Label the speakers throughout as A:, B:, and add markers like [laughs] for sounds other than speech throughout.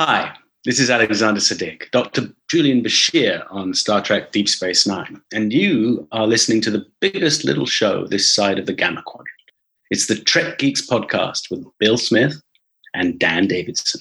A: Hi, this is Alexander Siddig, Dr. Julian Bashir on Star Trek Deep Space Nine, and you are listening to the biggest little show this side of the Gamma Quadrant. It's the Trek Geeks podcast with Bill Smith and Dan Davidson.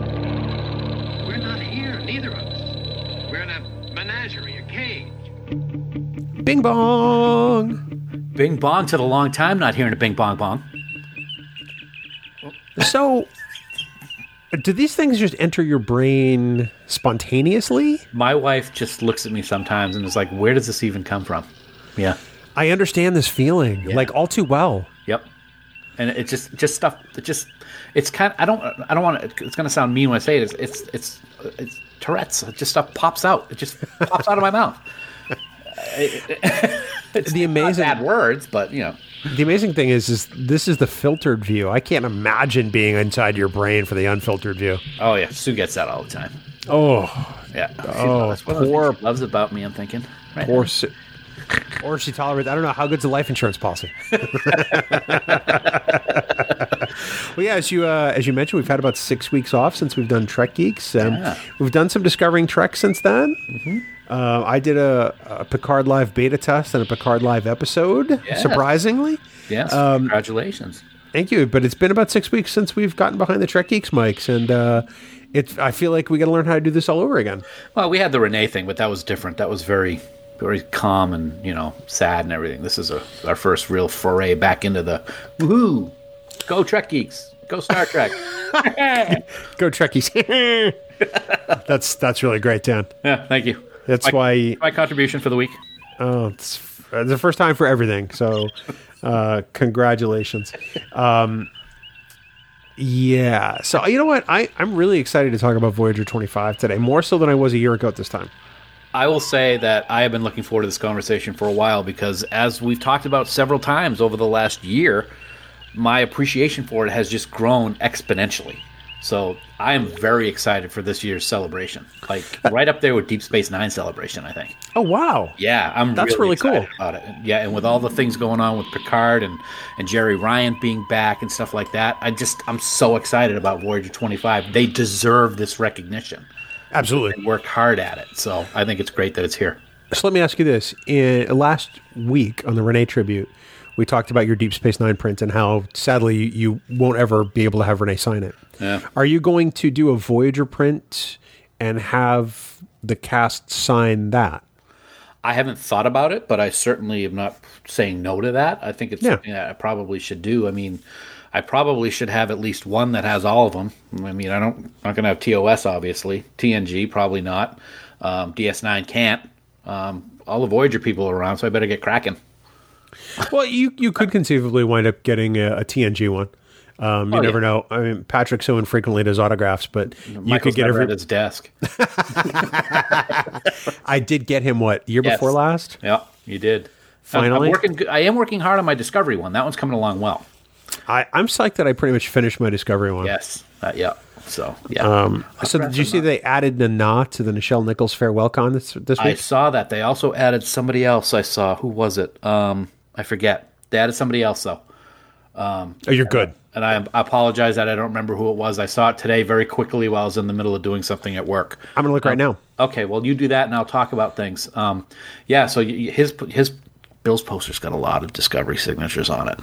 B: We're not here, neither of us. We're in a menagerie, a cage.
C: Bing bong.
D: Bing bong took a long time not hearing a bing bong bong.
C: So, do these things just enter your brain spontaneously?
D: My wife just looks at me sometimes and is like, "Where does this even come from?" Yeah.
C: I understand this feeling,
D: Yeah.
C: like all too well.
D: Yep. And it just just stuff it just it's kind I don't I don't want to it's going to sound mean when I say it. It's it's it's, it's Tourette's. It just stuff pops out. It just pops out of my mouth. it's
C: The [laughs] amazing,
D: not bad words, but you know.
C: the amazing thing is, is this is the filtered view. I can't imagine being inside your brain for the unfiltered view.
D: Oh yeah, Sue gets that all the time.
C: Oh,
D: Yeah.
C: Oh,
D: that's one of the things
C: poor-
D: she loves about me. I'm thinking.
C: [laughs]
D: Right.
C: or, s- or she tolerates. I don't know how good's the life insurance policy. well, yeah, as you uh, as you mentioned, we've had about six weeks off since we've done Trek Geeks. Um,
D: Yeah.
C: We've done some discovering Trek since then. Uh, I did a, a Picard Live beta test and a Picard Live episode.
D: Yes.
C: Surprisingly,
D: Yes.
C: um,
D: congratulations.
C: thank you. But it's been about six weeks since we've gotten behind the Trek Geeks mics, and uh, it's I feel like we got to learn how to do this all over again.
D: Well, we had the Renee thing, but that was different. That was very, very calm and you know sad and everything. This is a, our first real foray back into the woohoo, go Trek geeks, go Star Trek.
C: Go Trekkies! [laughs] that's that's really great, Dan.
D: yeah, thank you.
C: That's
D: my,
C: why
D: my contribution for the week.
C: oh, it's, it's the first time for everything. [laughs] So, uh, congratulations. Um, yeah. So you know what? I I'm really excited to talk about Voyager 25 today, more so than I was a year ago at this time.
D: I will say that I have been looking forward to this conversation for a while because, as we've talked about several times over the last year, my appreciation for it has just grown exponentially. So I am very excited for this year's celebration, like right up there with Deep Space Nine celebration. I think.
C: Oh wow.
D: Yeah, I'm.
C: That's really cool.
D: excited about it. Yeah, and with all the things going on with Picard and and Jerry Ryan being back and stuff like that, I just I'm so excited about Voyager 25. They deserve this recognition.
C: Absolutely.
D: Worked hard at it, so I think it's great that it's here.
C: So let me ask you this: In, last week on the Renee tribute, we talked about your Deep Space Nine print and how sadly you, you won't ever be able to have Renee sign it.
D: Yeah.
C: Are you going to do a Voyager print and have the cast sign that?
D: I haven't thought about it, but I certainly am not saying no to that. I think it's
C: Yeah.
D: something that I probably should do. I mean, I probably should have at least one that has all of them. I mean, I don't not going to have TOS obviously, TNG probably not, um, DS9 can't. Um, all the Voyager people are around, so I better get cracking.
C: Well, you you could conceivably wind up getting a, a TNG one. Um, you
D: Oh,
C: never
D: yeah.
C: know. I mean, Patrick so infrequently does autographs, but you could get
D: never at
C: every.
D: his desk.
C: I did get him what year
D: Yes.
C: before last.
D: yeah, you did. I'm-
C: Finally.
D: I'm working. good- I am working hard on my Discovery one. That one's coming along well.
C: I, I'm psyched that I pretty much finished my Discovery one.
D: Yes. Uh, yeah. So yeah.
C: Um, so did you see they added Nana to the Nichelle Nichols farewell con this, this
D: I
C: week?
D: saw that. They also added somebody else I saw. Who was it? Um, I forget. They added somebody else though.
C: oh, you're good.
D: And I I apologize that I don't remember who it was. I saw it today very quickly while I was in the middle of doing something at work.
C: I'm gonna look right
D: Oh.
C: now.
D: Okay, well you do that and I'll talk about things. Um, yeah, so y- y- his his Bill's poster's got a lot of discovery signatures on it.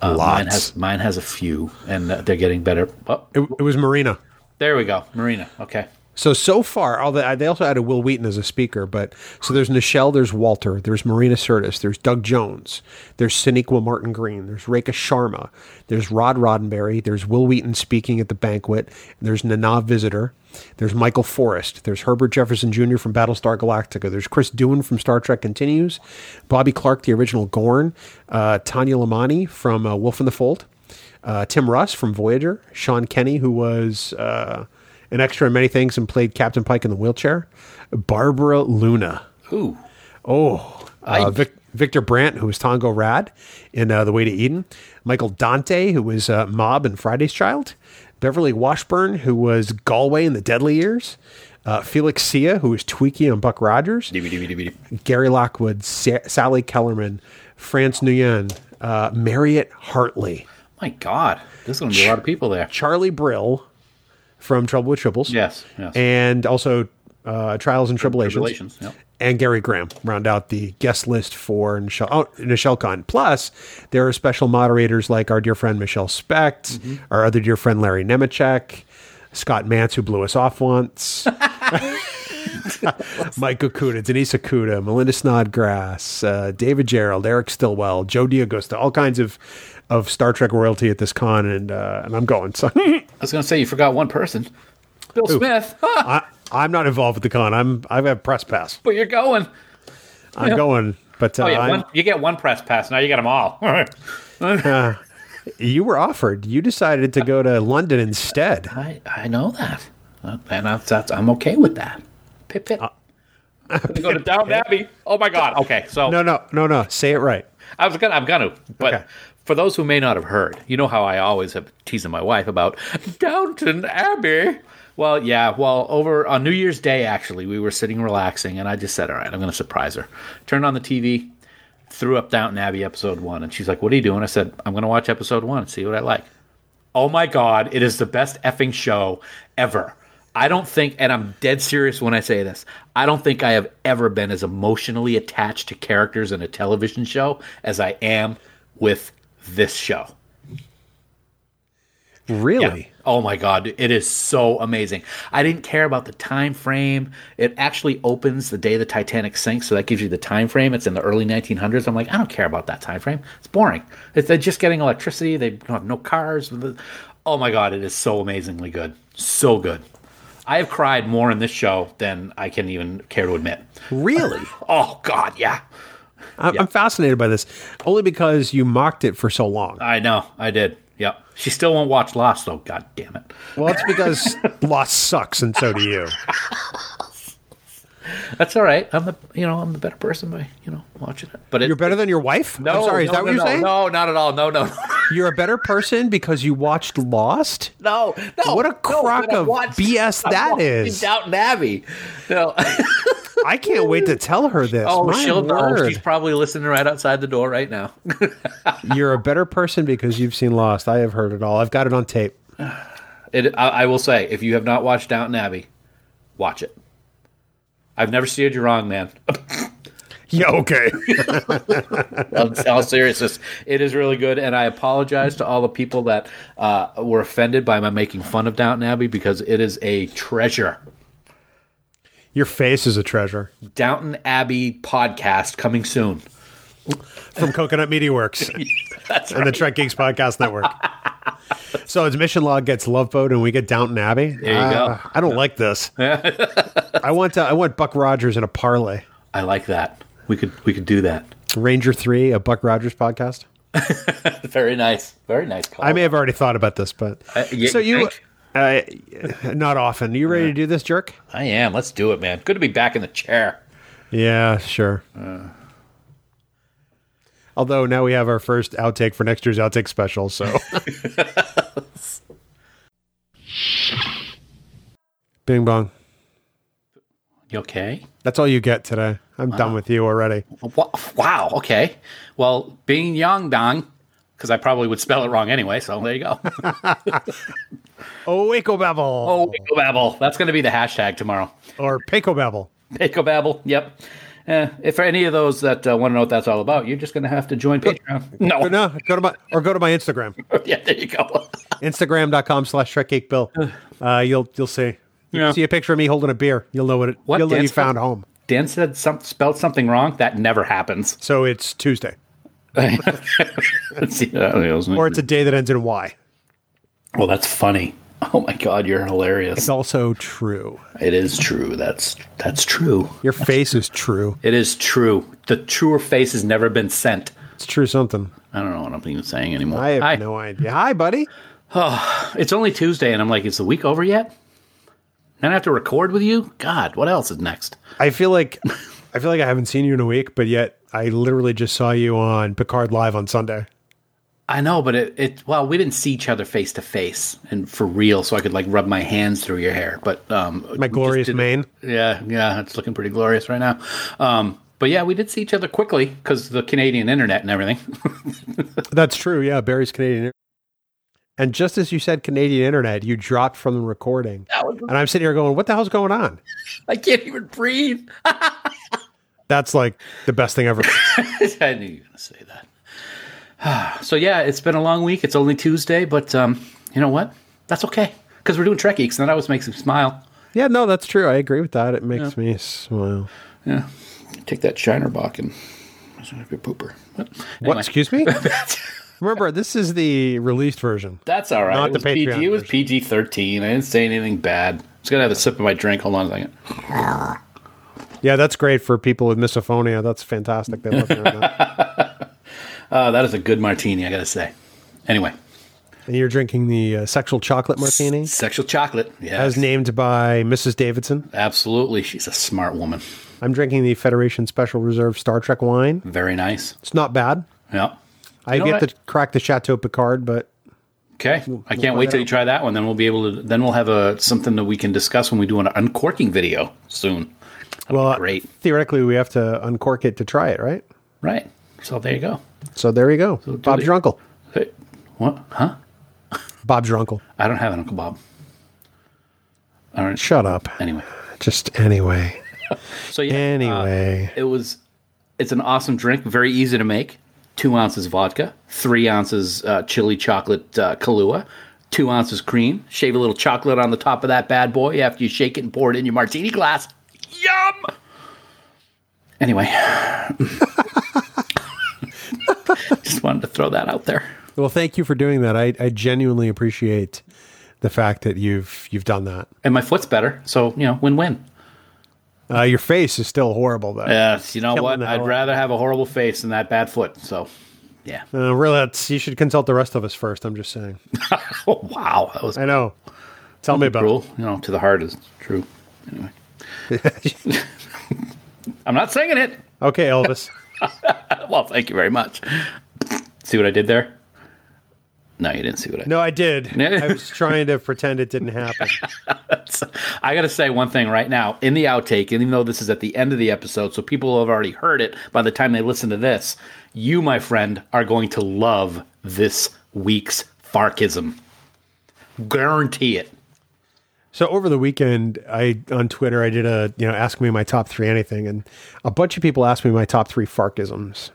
D: Uh, Mine
C: Lots.
D: has mine has a few, and uh, they're getting better. Oh,
C: It, it was Marina.
D: there we go, Marina. Okay,
C: So so far, all the, they also added Will Wheaton as a speaker, but so there's Nichelle, there's Walter, there's Marina Sirtis, there's Doug Jones, there's Sinequa Martin Green, there's Rekha Sharma, there's Rod Roddenberry, there's Will Wheaton speaking at the banquet, there's Nana Visitor, there's Michael Forrest, there's Herbert Jefferson Jr. from Battlestar Galactica, there's Chris Doohan from Star Trek Continues, Bobby Clark, the original Gorn, uh, Tanya Lamani from uh, Wolf in the Fold, uh, Tim Russ from Voyager, Sean Kenny, who was uh, an extra in many things and played Captain Pike in the wheelchair, Barbara Luna.
D: Ooh.
C: Oh, uh, Vic- Victor Brandt, who was Tongo Rad in uh, The Way to Eden, Michael Dante, who was uh, Mob in Friday's Child, Beverly Washburn, who was Galway in The Deadly Years, uh, Felix Sia, who was Tweaky on Buck Rogers, Gary Lockwood, Sa- Sally Kellerman, France Nguyen, uh, Marriott Hartley,
D: My God. There's going to be a lot of people there.
C: Charlie Brill from Trouble with Triples,
D: Yes. Yes.
C: and also uh, Trials and Tribulations
D: Relations. Yep.
C: and Gary Graham round out the guest list for Nichelle, oh, Nichelle Khan. Plus, there are special moderators like our dear friend Michelle Specht, our other dear friend Larry Nemechek, Scott Mantz, who blew us off [laughs] once, Mike Okuda, Denise Okuda, Melinda Snodgrass, uh, David Gerald, Eric Stillwell, Joe DiAgosta, all kinds of, of Star Trek royalty at this con, and, uh, and I'm going. So [laughs]
D: I was going to say you forgot one person. Bill Smith. [laughs]
C: I, I'm not involved with the con. I'm I've had press pass.
D: but you're going.
C: I'm
D: Yeah.
C: going, but uh,
D: Oh, yeah.
C: I'm-
D: One, you get one press pass. Now you got them all.
C: You were offered. You decided to go to London instead.
D: I, I know that. Uh, And I, that's, I'm okay with that. Pip,
C: Uh,
D: pip. Gonna go to
C: [laughs]
D: Down Abbey. Oh, my God. Okay. So
C: No, no, no, no. Say it right.
D: I was gonna, I'm gonna, but
C: Okay.
D: for those who may not have heard, you know how I always have teasing my wife about Downton Abbey. Well, yeah, well, over on New Year's Day, actually, we were sitting relaxing, and I just said, "All right, I'm gonna surprise her." Turned on the TV, threw up Downton Abbey episode one, and she's like, "What are you doing?" I said, "I'm gonna watch episode one and see what I like." Oh my god, it is the best effing show ever. I don't think, and I'm dead serious when I say this, I don't think I have ever been as emotionally attached to characters in a television show as I am with this show.
C: Really?
D: Yeah. Oh my god, it is so amazing. I didn't care about the time frame. It actually opens the day the Titanic sinks, so that gives you the time frame. It's in the early 1900s. I'm like, I don't care about that time frame. It's boring. It's, they're just getting electricity. They don't have no cars. Oh my god, it is so amazingly good. So good. I have cried more in this show than I can even care to admit. [laughs]
C: Really?
D: Oh god, yeah.
C: I'm, I'm fascinated by this, only because you mocked it for so long.
D: I know. I did. Yep. She still won't watch Lost though. God damn it.
C: Well, it's because [laughs] Lost sucks, and so do
D: [laughs]
C: you.
D: That's all right. I'm the you know I'm the better person by you know watching it. But it,
C: You're better than your wife.
D: No,
C: I'm sorry. Is
D: no,
C: that what
D: no,
C: you're
D: no,
C: saying?
D: No, not at all. No, no, [laughs] no,
C: You're a better person because you watched Lost.
D: no. no
C: What a crock
D: but I
C: of
D: watched-
C: BS
D: I
C: that
D: watched
C: is.
D: Downton Abbey. No.
C: I can't wait to tell her this.
D: oh,
C: My
D: she'll know.
C: word.
D: She's probably listening right outside the door right now. [laughs]
C: You're a better person because you've seen Lost. I have heard it all. I've got it on tape.
D: It, I, I will say, if you have not watched Downton Abbey, watch it. I've never steered you wrong, man. [laughs]
C: Yeah. Okay.
D: I'm all seriousness. It is really good, and I apologize to all the people that uh, were offended by my making fun of Downton Abbey because it is a treasure.
C: [laughs] your face is a treasure
D: Downton Abbey podcast coming soon.
C: from Coconut Media [laughs] Works.
D: That's
C: and the Trek Geeks Podcast Network. [laughs] so it's Mission Log gets Love Boat, and we get Downton Abbey. There
D: you go.
C: I don't like [laughs] this. I want uh, I want Buck Rogers in a parlay.
D: I like that. We could we could do that.
C: Ranger Three, a Buck Rogers podcast.
D: [laughs] Very nice. Very nice call.
C: I may have already thought about this, but
D: Uh, you-
C: so you.
D: think?
C: Uh, not often. You ready to do this, jerk?
D: I am. Let's do it, man. Good to be back in the chair.
C: Yeah, sure. Uh. Although now we have our first outtake for next year's outtake special,
D: [laughs]
C: so. Bing bong.
D: You okay?
C: That's all you get today. I'm done with you already.
D: Wa- Wow. Okay. Well, being young dong, because I probably would spell it wrong anyway. So there you go.
C: Oh, Waco Babble
D: [laughs] oh, Pico Babble. That's going to be the hashtag tomorrow.
C: or Peco Babble.
D: Pico Babble. Yep. Eh, if for any of those that uh, want to know what that's all about, you're just going to have to join Patreon. [laughs] No.
C: Or no, go to my or go to my
D: [laughs]
C: Instagram,
D: yeah. There you go.
C: Instagram.com/slash Trek Geek Bill. Uh, you'll you'll see.
D: Yeah.
C: See a picture of me holding a beer. You'll know what it,
D: What
C: you'll know you
D: dance club?
C: found home.
D: Dan said some, spelled something wrong. That never happens.
C: So it's Tuesday,
D: [laughs] See, that was-
C: or it's a day that ends in Y.
D: well, that's funny. Oh my God, you're hilarious.
C: It's also true.
D: It is true. That's that's true.
C: Your face is true.
D: It is true. The truer face has never been sent.
C: It's true something.
D: I don't know what I'm even saying anymore.
C: I have
D: Hi.
C: no idea. Hi, buddy.
D: It's only Tuesday, and I'm like, is the week over yet? Then I have to record with you. God, what else is next?
C: I feel like I feel like I haven't seen you in a week, but yet I literally just saw you on Picard Live on Sunday.
D: I know, but it, it well, we didn't see each other face to face and for real, so I could like rub my hands through your hair. But um, we
C: My
D: just
C: glorious
D: didn't-
C: mane.
D: Yeah, yeah, it's looking pretty glorious right now. Um, but yeah, we did see each other quickly because the Canadian internet and everything. [laughs]
C: That's true. Yeah, Barry's Canadian. And just as you said Canadian internet, you dropped from the recording. And I'm sitting here going, what the hell's going on?
D: I can't even breathe.
C: That's like the best [laughs] thing ever.
D: I knew you were gonna say that. [sighs] so yeah, it's been a long week. It's only Tuesday, but um, you know what? That's okay because we're doing Trek Geeks, and that always makes me smile.
C: yeah, no, that's true. I agree with that. It makes me smile.
D: Yeah, take that Shiner Bach and it's gonna be a pooper. But
C: What?
D: anyway.
C: Excuse [laughs] me? Remember, this is the released version.
D: That's all right.
C: Not
D: it
C: the
D: was PG,
C: Patreon
D: It was
C: version.
D: PG thirteen. I didn't say anything bad. I'm just gonna have a sip of my drink. Hold on a second.
C: Yeah, that's great for people with misophonia. That's fantastic. They love hearing
D: [laughs]
C: that.
D: Uh, that is a good martini, I gotta say. Anyway,
C: And you're drinking the uh, sexual chocolate martini,
D: sexual chocolate. Yeah,
C: as named by Mrs. Davidson.
D: absolutely. She's a smart woman.
C: I'm drinking the Federation Special Reserve Star Trek wine.
D: Very nice.
C: It's not bad.
D: Yeah.
C: I
D: You know
C: get
D: what?
C: to crack the Chateau Picard, but
D: Okay. I can't wait till you try that one. Then we'll be able to. Then we'll have a something that we can discuss when we do an uncorking video soon.
C: well,
D: great.
C: theoretically, we have to uncork it to try it, right?
D: Right. So there you go.
C: So there you go. Bob's
D: it.
C: your uncle.
D: Hey, What? Huh?
C: Bob's your uncle.
D: I don't have an Uncle Bob. All right.
C: Shut up.
D: Anyway.
C: Just anyway.
D: So yeah. uh,
C: Anyway.
D: It was. It's an awesome drink. Very easy to make. Two ounces vodka, three ounces uh, chili chocolate uh, Kahlua, two ounces cream. Shave a little chocolate on the top of that bad boy after you shake it and pour it in your martini glass. Yum. Anyway, [laughs] just wanted to throw that out there.
C: well, thank you for doing that. I, I genuinely appreciate the fact that you've you've done that.
D: And my foot's better, so you know, win-win.
C: Uh, your face is still horrible, though.
D: Yes, you know
C: Killing
D: what?
C: the hell
D: I'd
C: out-
D: rather have a horrible face than that bad foot. So, [laughs] yeah.
C: Uh, really, that's, you should consult the rest of us first. I'm just saying.
D: Oh wow, that was
C: I know. Tell me about it.
D: cruel. You know, to the heart is true. Anyway, [laughs] I'm not singing it.
C: Okay, Elvis.
D: Well, thank you very much. See what I did there? No, you didn't see what I.
C: No, I did. I was trying to pretend it didn't happen.
D: [laughs] I got to say one thing right now in the outtake, and even though this is at the end of the episode, so people have already heard it by the time they listen to this. You, my friend, are going to love this week's Farkism. Guarantee it.
C: So over the weekend, I on Twitter I did a you know ask me my top three anything, and a bunch of people asked me my top three Farkisms,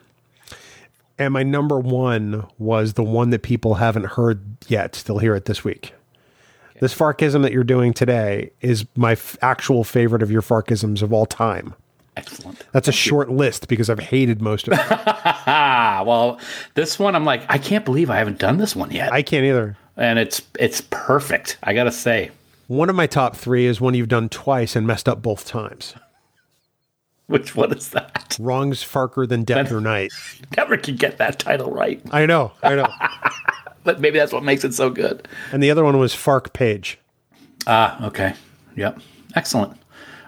C: and my number one was the one that people haven't heard yet. They'll hear it this week. This Farkism that you're doing today is my f- actual favorite of your Farkisms of all time.
D: Excellent.
C: That's a short list because I've hated most of them.
D: Ah, well, this one I'm like, I can't believe I haven't done this one yet,
C: I can't either.
D: and it's it's perfect. I gotta say,
C: One of my top three is one you've done twice and messed up both times.
D: which one is that? [laughs]
C: Wrongs Farker than Death or Night.
D: Never can get that title right,
C: I know, I [laughs] know.
D: but maybe that's what makes it so good.
C: and the other one was Fark Page.
D: Ah, okay. Yep. Excellent.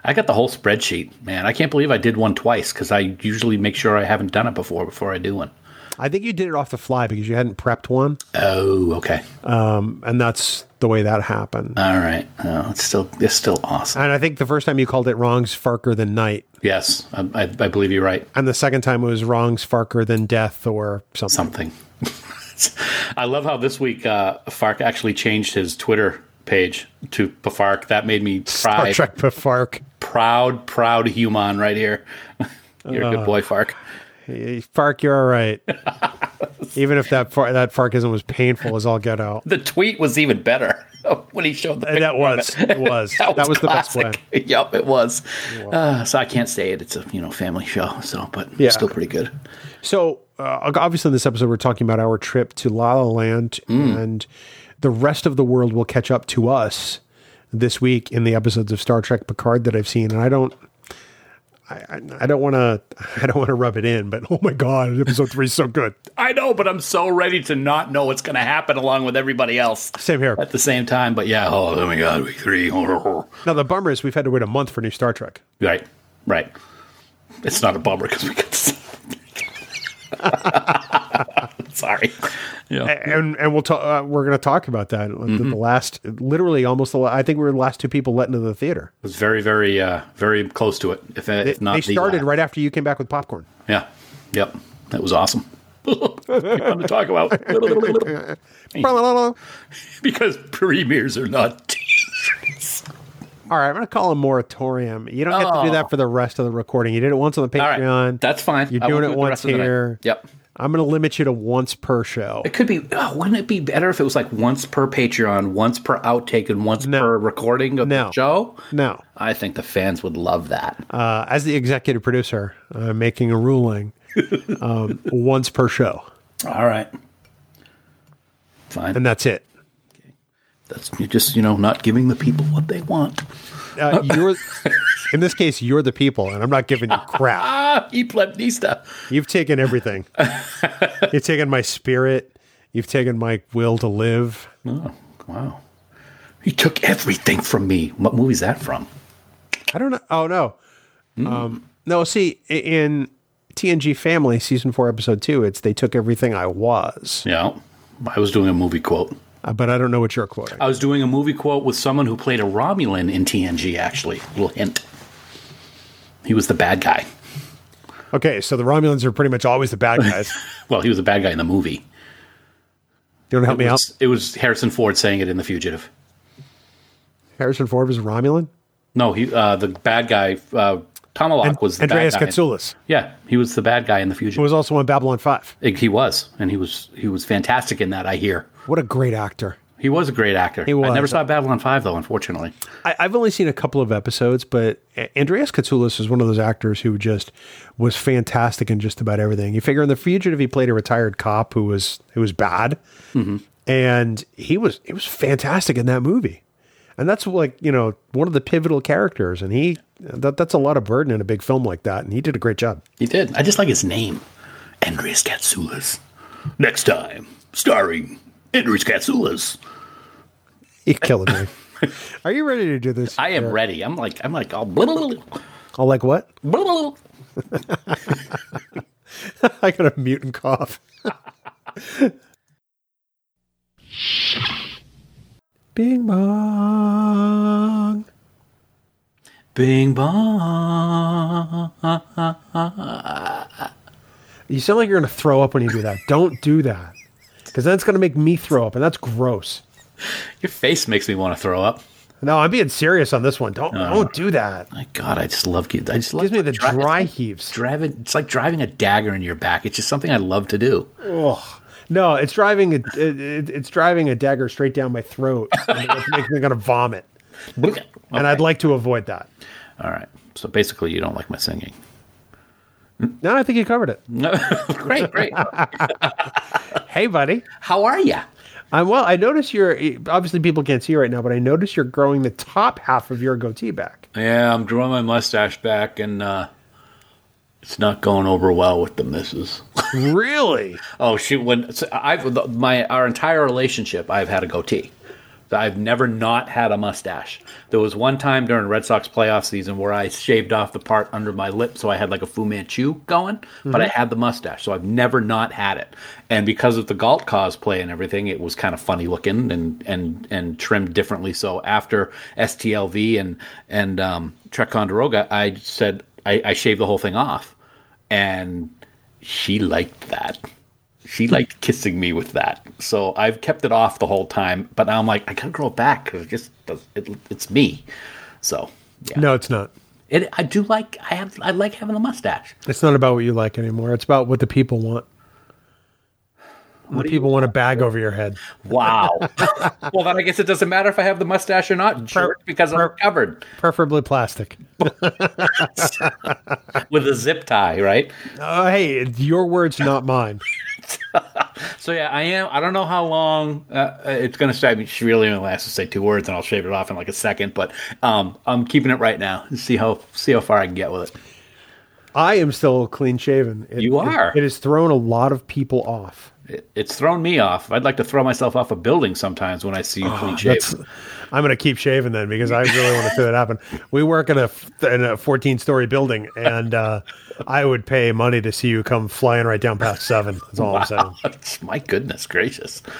D: I got the whole spreadsheet, man. I can't believe I did one twice because I usually make sure I haven't done it before before I do one.
C: I think you did it off the fly because you hadn't prepped one,
D: Oh, okay.
C: and that's the way that happened.
D: All right. Oh, it's still it's still awesome.
C: and I think the first time you called it "wrongs farker than night,"
D: Yes, I, I, I believe you're right.
C: and the second time it was "wrongs farker than death" or something.
D: something. [laughs] I love how this week uh, Fark actually changed his Twitter page to Pafark. That made me
C: Star
D: proud,
C: Trek Fark.
D: proud, proud [laughs]
C: Uh.
D: human right here. You're a good boy, Fark.
C: [laughs] Fark, you're all right. Even if that far, that Farkism was painful as all get [laughs] out.
D: The tweet was even better [laughs] when he showed the
C: And that
D: picture of
C: was-
D: it.
C: it was. That was the best
D: classic. [laughs] Yep, it was. Uh, so I can't say it. It's a you know family show. So, but
C: Yeah.
D: still pretty good.
C: So uh, obviously, in this episode, we're talking about our trip to La La Land,
D: Mm.
C: and the rest of the world will catch up to us this week in the episodes of Star Trek Picard that I've seen, and I don't. I, I- I don't want to. [laughs] I don't want to rub it in, but oh my god, episode three is so good.
D: I know, but I'm so ready to not know what's going to happen along with everybody else
C: Same here.
D: at the same time. But yeah, oh, oh my god, week three.
C: Now the bummer is we've had to wait a month for new Star Trek.
D: Right, right. It's not a bummer because we got. [laughs] Sorry. Yeah.
C: and and we'll talk. Uh, we're going to talk about that. uh,
D: Mm-hmm.
C: The, the last, literally, almost. The, la- I think we were the last two people let into the theater.
D: It was very, very, uh, very close to it. If, if not,
C: they
D: the
C: started
D: last.
C: right after you came back with popcorn.
D: Yeah. Yep. That was awesome. [laughs] Fun to talk
C: [laughs]
D: about
C: All
D: because premieres are not. [laughs]
C: right, I'm going to call a moratorium. You don't have to do that for the rest of the recording. You did it once on the
D: Oh. All right,
C: Patreon.
D: that's fine.
C: You're
D: I
C: doing
D: won't do
C: it
D: the
C: once
D: rest of the night.
C: here.
D: Yep.
C: I'm going to limit you to once per show.
D: It could be. Oh, wouldn't it be better if it was like once per Patreon, once per outtake, and once
C: No.
D: per recording of
C: No.
D: the show?
C: No,
D: I think the fans would love that.
C: uh, as the executive producer, I'm making a ruling um, [laughs] once per show,
D: All right. Fine.
C: and that's it.
D: That's you're just you know not giving the people what they want.
C: Uh,
D: [laughs]
C: you're, in this case, you're the people, and I'm not giving you crap.
D: Ah, e plebnista.
C: You've taken
D: [laughs]
C: everything. You've taken my spirit. You've taken my will to live.
D: Oh, wow. He took everything from me. What movie's that from?
C: I don't know. Oh no. Um,
D: Hmm.
C: no. See, i- in TNG Family season four episode two, it's they took everything I was,
D: Yeah. I was doing a movie quote.
C: Uh, but I don't know what you're quoting.
D: I was doing a movie quote with someone who played a Romulan in TNG, actually. Little hint. He was the bad guy.
C: Okay, so the Romulans are pretty much always the bad
D: [laughs]
C: guys.
D: Well, he was the bad guy in the movie.
C: you want to help me
D: it,
C: out?
D: was, it was Harrison Ford saying it in The Fugitive.
C: Harrison Ford was a Romulan.
D: No, he uh, the bad guy, uh, Tomalak
C: And
D: was the
C: Andreas
D: bad guy. in-
C: Katsoulis
D: yeah, he was the bad guy in The
C: who
D: Fugitive.
C: was also on Babylon Five.
D: he was, and he was he was fantastic in that, I hear.
C: What a great actor.
D: He was a great actor. He
C: was.
D: I never saw Babylon 5, though, unfortunately.
C: I, I've only seen a couple of episodes, but A- Andreas Katsoulis is one of those actors who just was fantastic in just about everything. You figure in The Fugitive, he played a retired cop who was who was bad, and he was he was fantastic in that movie. And that's like you know one of the pivotal characters, and he that, that's a lot of burden in a big film like that, and he did a great job.
D: He did. I just like his name, Andreas Katsoulis. Next time, starring Andreas Katsoulis.
C: He killed me. Are you ready to do this?
D: I am ready. I'm like I'm like all blah, blah, blah,
C: I'll like what?
D: blah, blah.
C: I got a mutant cough. Bing bong.
D: Bing bong.
C: You sound like you're going to throw up when you do that. Don't do that. Because that's going to make me throw up, and that's gross.
D: Your face makes me want to throw up.
C: No, I'm being serious on this one. Don't don't do that.
D: My God, I just love you. I just love
C: Gives me the
D: dri-
C: dry
D: [laughs]
C: heaves.
D: driving. It's like driving a dagger in your back. It's just something I love to do.
C: No, it's driving a, it, it- it's driving a dagger straight down my throat. it makes me going to vomit, and I'd like to avoid that.
D: All right. So basically, you don't like my singing.
C: [laughs]
D: [laughs]
C: No, I think you covered it.
D: great, great.
C: Hey, buddy.
D: How are you?
C: I'm well. I notice you're obviously people can't see you right now, but I notice you're growing the top half of your goatee back.
D: Yeah, I'm growing my mustache back, and uh, it's not going over well with the missus.
C: Really?
D: Oh shoot! When so I've the- my our entire relationship, I've had a goatee. I've never not had a mustache. There was one time during Red Sox playoff season where I shaved off the part under my lip, so I had like a Fu Manchu going, but I had the mustache, so I've never not had it. And because of the Galt cosplay and everything, it was kind of funny looking and and and trimmed differently. So after STLV and and um, Ticonderoga, I said I, I shaved the whole thing off, and she liked that. She liked kissing me with that. So I've kept it off the whole time, but now I'm like, I gotta grow it back because it just does, it, it's me. So yeah,
C: No, it's not.
D: it, I do like I have I like having a mustache.
C: It's not about what you like anymore. It's about what the people want. When people want a bag over your head.
D: [laughs] Wow. well, then I guess it doesn't matter if I have the mustache or not, jerk, because I'm covered
C: Preferably plastic.
D: with a zip tie, right?
C: Oh, hey, it's your words, not mine.
D: So yeah, I am. I don't know how long uh, it's going to stay. I mean, she really only has to say two words, and I'll shave it off in like a second. But um, I'm keeping it right now and see how see how far I can get with it.
C: I am still clean shaven. It-
D: You
C: it-
D: are.
C: It, has thrown a lot of people off.
D: it. It's thrown me off. I'd like to throw myself off a building sometimes when I see you
C: Ah,
D: clean shaved.
C: I'm going to keep shaving then because I really want to see that [laughs] happen. We work in a f- in a 14 story building, and uh, I would pay money to see you come flying right down past seven. That's all I'm saying.
D: [laughs] My goodness gracious.
C: [laughs]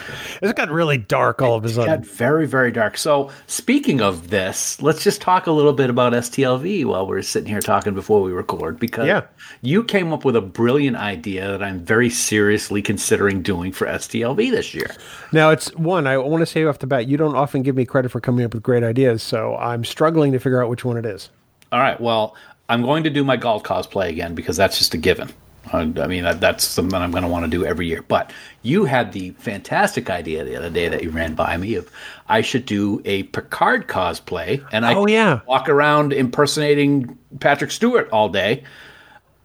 C: It's got really dark all of a
D: got
C: sudden.
D: very very dark so speaking of this let's just talk a little bit about stlv while we're sitting here talking before we record because
C: Yeah.
D: you came up with a brilliant idea that i'm very seriously considering doing for stlv this year
C: Now it's one I want to say off the bat. You don't often give me credit for coming up with great ideas, so I'm struggling to figure out which one it is.
D: all right well i'm going to do my galt cosplay again because that's just a given i, I mean that, that's something i'm going to want to do every year but you had the fantastic idea the other day that you ran by me of i should do a picard cosplay and i
C: Oh, yeah.
D: walk around impersonating patrick stewart all day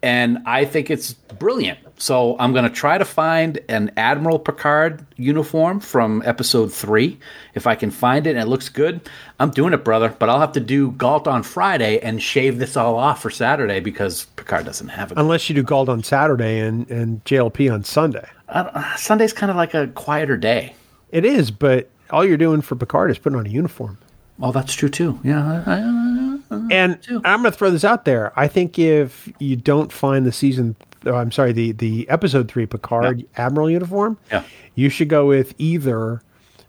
D: and I think it's brilliant. So I'm going to try to find an Admiral Picard uniform from episode three. If I can find it and it looks good, I'm doing it, brother. But I'll have to do Galt on Friday and shave this all off for Saturday because Picard doesn't have it.
C: Unless you do Galt on Saturday and, and JLP on Sunday.
D: I don't- uh, Sunday's kind of like a quieter day.
C: It is, but all you're doing for Picard is putting on a uniform.
D: Oh, that's true too. Yeah. I- I-
C: And I'm going to throw this out there. I think if you don't find the season, oh, I'm sorry, the the episode three Picard Admiral uniform,
D: Yeah.
C: you should go with either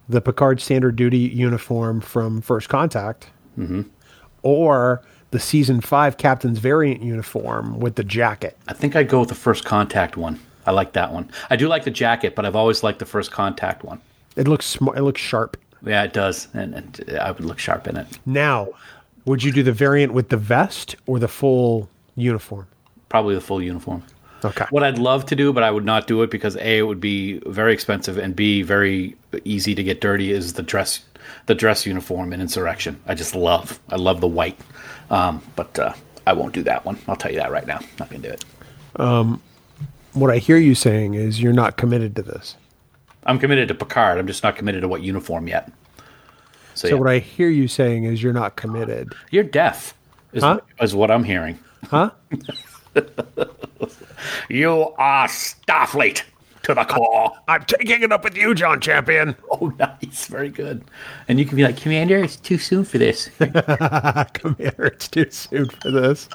C: the Picard standard duty uniform from First Contact, or the season five Captain's variant uniform with the jacket.
D: I think I'd go with the first contact one. I like that one. I do like the jacket, but I've always liked the first contact one.
C: It looks smart. It looks sharp.
D: Yeah, it does. And, and I would look sharp in it.
C: Now, would you do the variant with the vest or the full uniform?
D: Probably the full uniform.
C: Okay.
D: What I'd love to do, but I would not do it because a it would be very expensive and b very easy to get dirty is the dress the dress uniform in Insurrection. I just love I love the white, um, but uh, I won't do that one. I'll tell you that right now. Not gonna do it.
C: What I hear you saying is you're not committed to this.
D: I'm committed to Picard. I'm just not committed to what uniform yet.
C: So
D: So, yeah.
C: what I hear you saying is you're not committed.
D: you're deaf, is,
C: Huh?
D: is what I'm hearing.
C: Huh?
D: You are Starfleet to the core. [laughs]
C: I'm taking it up with you, John [laughs] Champion.
D: Oh, nice, very good. And you can be like, Commander, it's too soon for this.
C: Oh, Come here, it's too soon for this.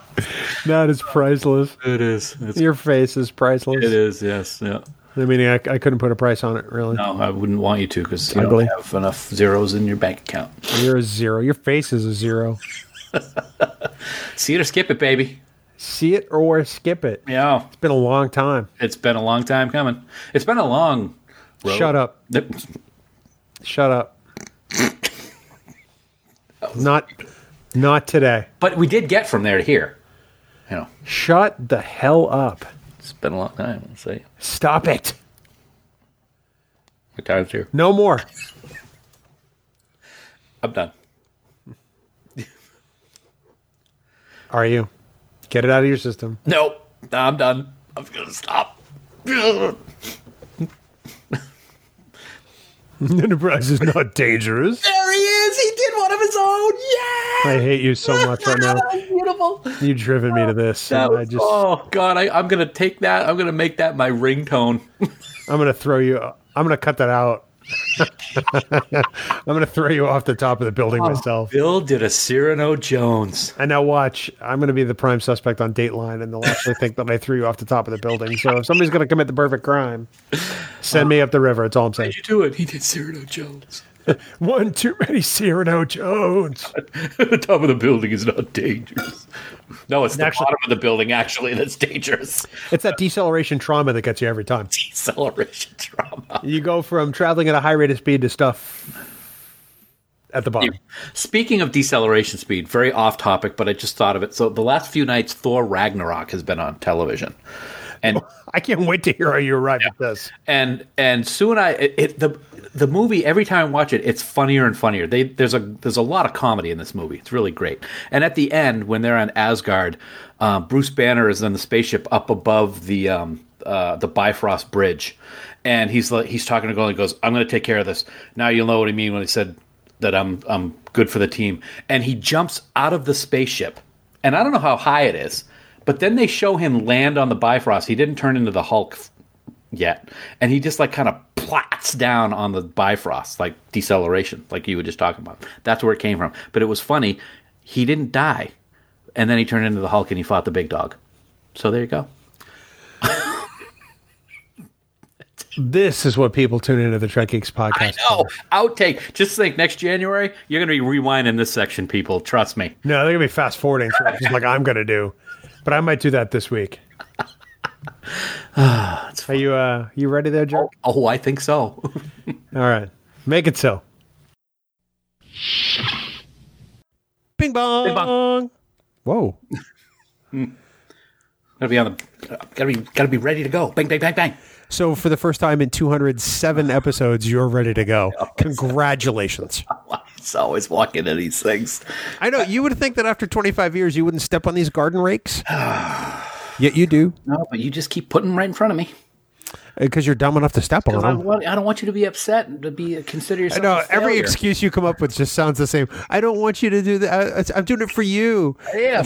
C: That is priceless.
D: It is. [laughs] It's,
C: Your face is priceless.
D: it is. Yes. Yeah.
C: I mean, I, I couldn't put a price on it, really.
D: No, I wouldn't want you to because you
C: Ugly.
D: don't have enough zeros in your bank account.
C: You're a zero. Your face is a zero.
D: See it or skip it, baby.
C: See it or skip it. It's
D: Yeah.
C: been a long time.
D: It's been a long time coming. It's been a long. Road.
C: Shut up.
D: Nope.
C: Shut up. not, not today.
D: But we did get from there to here. You know,
C: Shut the hell up.
D: it's been a long time. I'll say.
C: Stop it.
D: What time's here?
C: No more.
D: I'm done.
C: Are you? Get it out of your system.
D: Nope. I'm done. I'm going to [laughs] stop. Enterprise
C: [laughs] Enterprise is not dangerous.
D: There he is. He did one of his own. Yeah.
C: I hate you so much right now.
D: [laughs] Beautiful.
C: You've driven me to this.
D: That
C: and I
D: was,
C: just,
D: oh God, I, I'm gonna take that. I'm gonna make that my ringtone.
C: I'm gonna throw you. I'm gonna cut that out. [laughs] I'm gonna throw you off the top of the building
D: Oh,
C: myself.
D: Bill did a Cyrano Jones.
C: And now watch. I'm gonna be the prime suspect on Dateline, and they'll actually think that I threw you off the top of the building. So if somebody's gonna commit the perfect crime, send me up the river. It's all I'm saying.
D: Did you do it? He did Cyrano Jones.
C: One too many Cyrano Jones.
D: the [laughs] top of the building is not dangerous. No, it's the
C: Actually-
D: bottom of the building actually that's dangerous.
C: It's that deceleration trauma that gets you every time.
D: Deceleration trauma.
C: You go from traveling at a high rate of speed to stuff at the bottom.
D: Speaking of deceleration speed, very off topic, but I just thought of it. So the last few nights, Thor Ragnarok has been on television. and
C: I can't wait to hear how you arrive at this.
D: and and Sue and I, it, it, the the movie every time I watch it, it's funnier and funnier. They there's a there's a lot of comedy in this movie. It's really great. And at the end, when they're on Asgard, uh, Bruce Banner is on the spaceship up above the um, uh, the Bifrost Bridge, and he's like he's talking to Gold. He goes, "I'm going to take care of this." Now you'll know what I mean when he said that I'm I'm good for the team. And he jumps out of the spaceship, and I don't know how high it is, but then they show him land on the Bifrost. He didn't turn into the Hulk yet. And he just like kind of plots down on the Bifrost, like deceleration, like you were just talking about. That's where it came from. But it was funny. He didn't die. And then he turned into the Hulk and he fought the big dog. So there you go.
C: This is what people tune into the Trek Geeks podcast.
D: Oh, outtake. Just think next January, you're going to be rewinding this section, people. Trust me.
C: No, they're gonna be fast forwarding, so it's just like I'm gonna do, but I might do that this week. Are you uh you ready there, Jerk?
D: Oh, I think so. [laughs]
C: All right, make it so. Bing bong.
D: bong.
C: Whoa.
D: Gotta be on the, gotta be, gotta be ready to go. Bang, bang, bang, bang.
C: So for the first time in 207 episodes, you're ready to go. Congratulations.
D: It's always walking into these things.
C: I
D: Uh,
C: know you would think that after 25 years, you wouldn't step on these garden
D: [sighs]
C: rakes. Yet you do
D: No, but you just keep putting them right in front of me.
C: because you're dumb enough to step on
D: I don't,
C: them.
D: want, I don't want you to be upset and to be consider
C: Uh-huh. I
D: yourself.
C: know
D: a
C: every
D: failure.
C: excuse you come up with just sounds the same. I don't want you to do that. I, it's- I'm doing it for you.
D: am.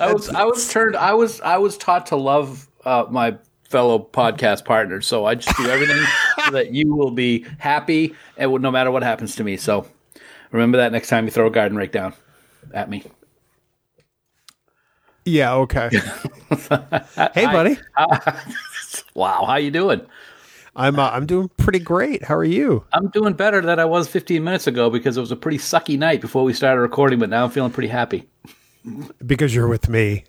D: I was I was turned I was I was taught to love uh, my fellow podcast partners, so I just do everything so that you will be happy and no matter what happens to me. So remember that next time you throw a garden rake down at me.
C: yeah.
D: [laughs]
C: Okay. hey, buddy.
D: Wow, how you doing?
C: I'm uh, I'm doing pretty great. How are you?
D: I'm doing better than I was 15 minutes ago because it was a pretty sucky night before we started recording, but now I'm feeling pretty happy.
C: Because you're with me.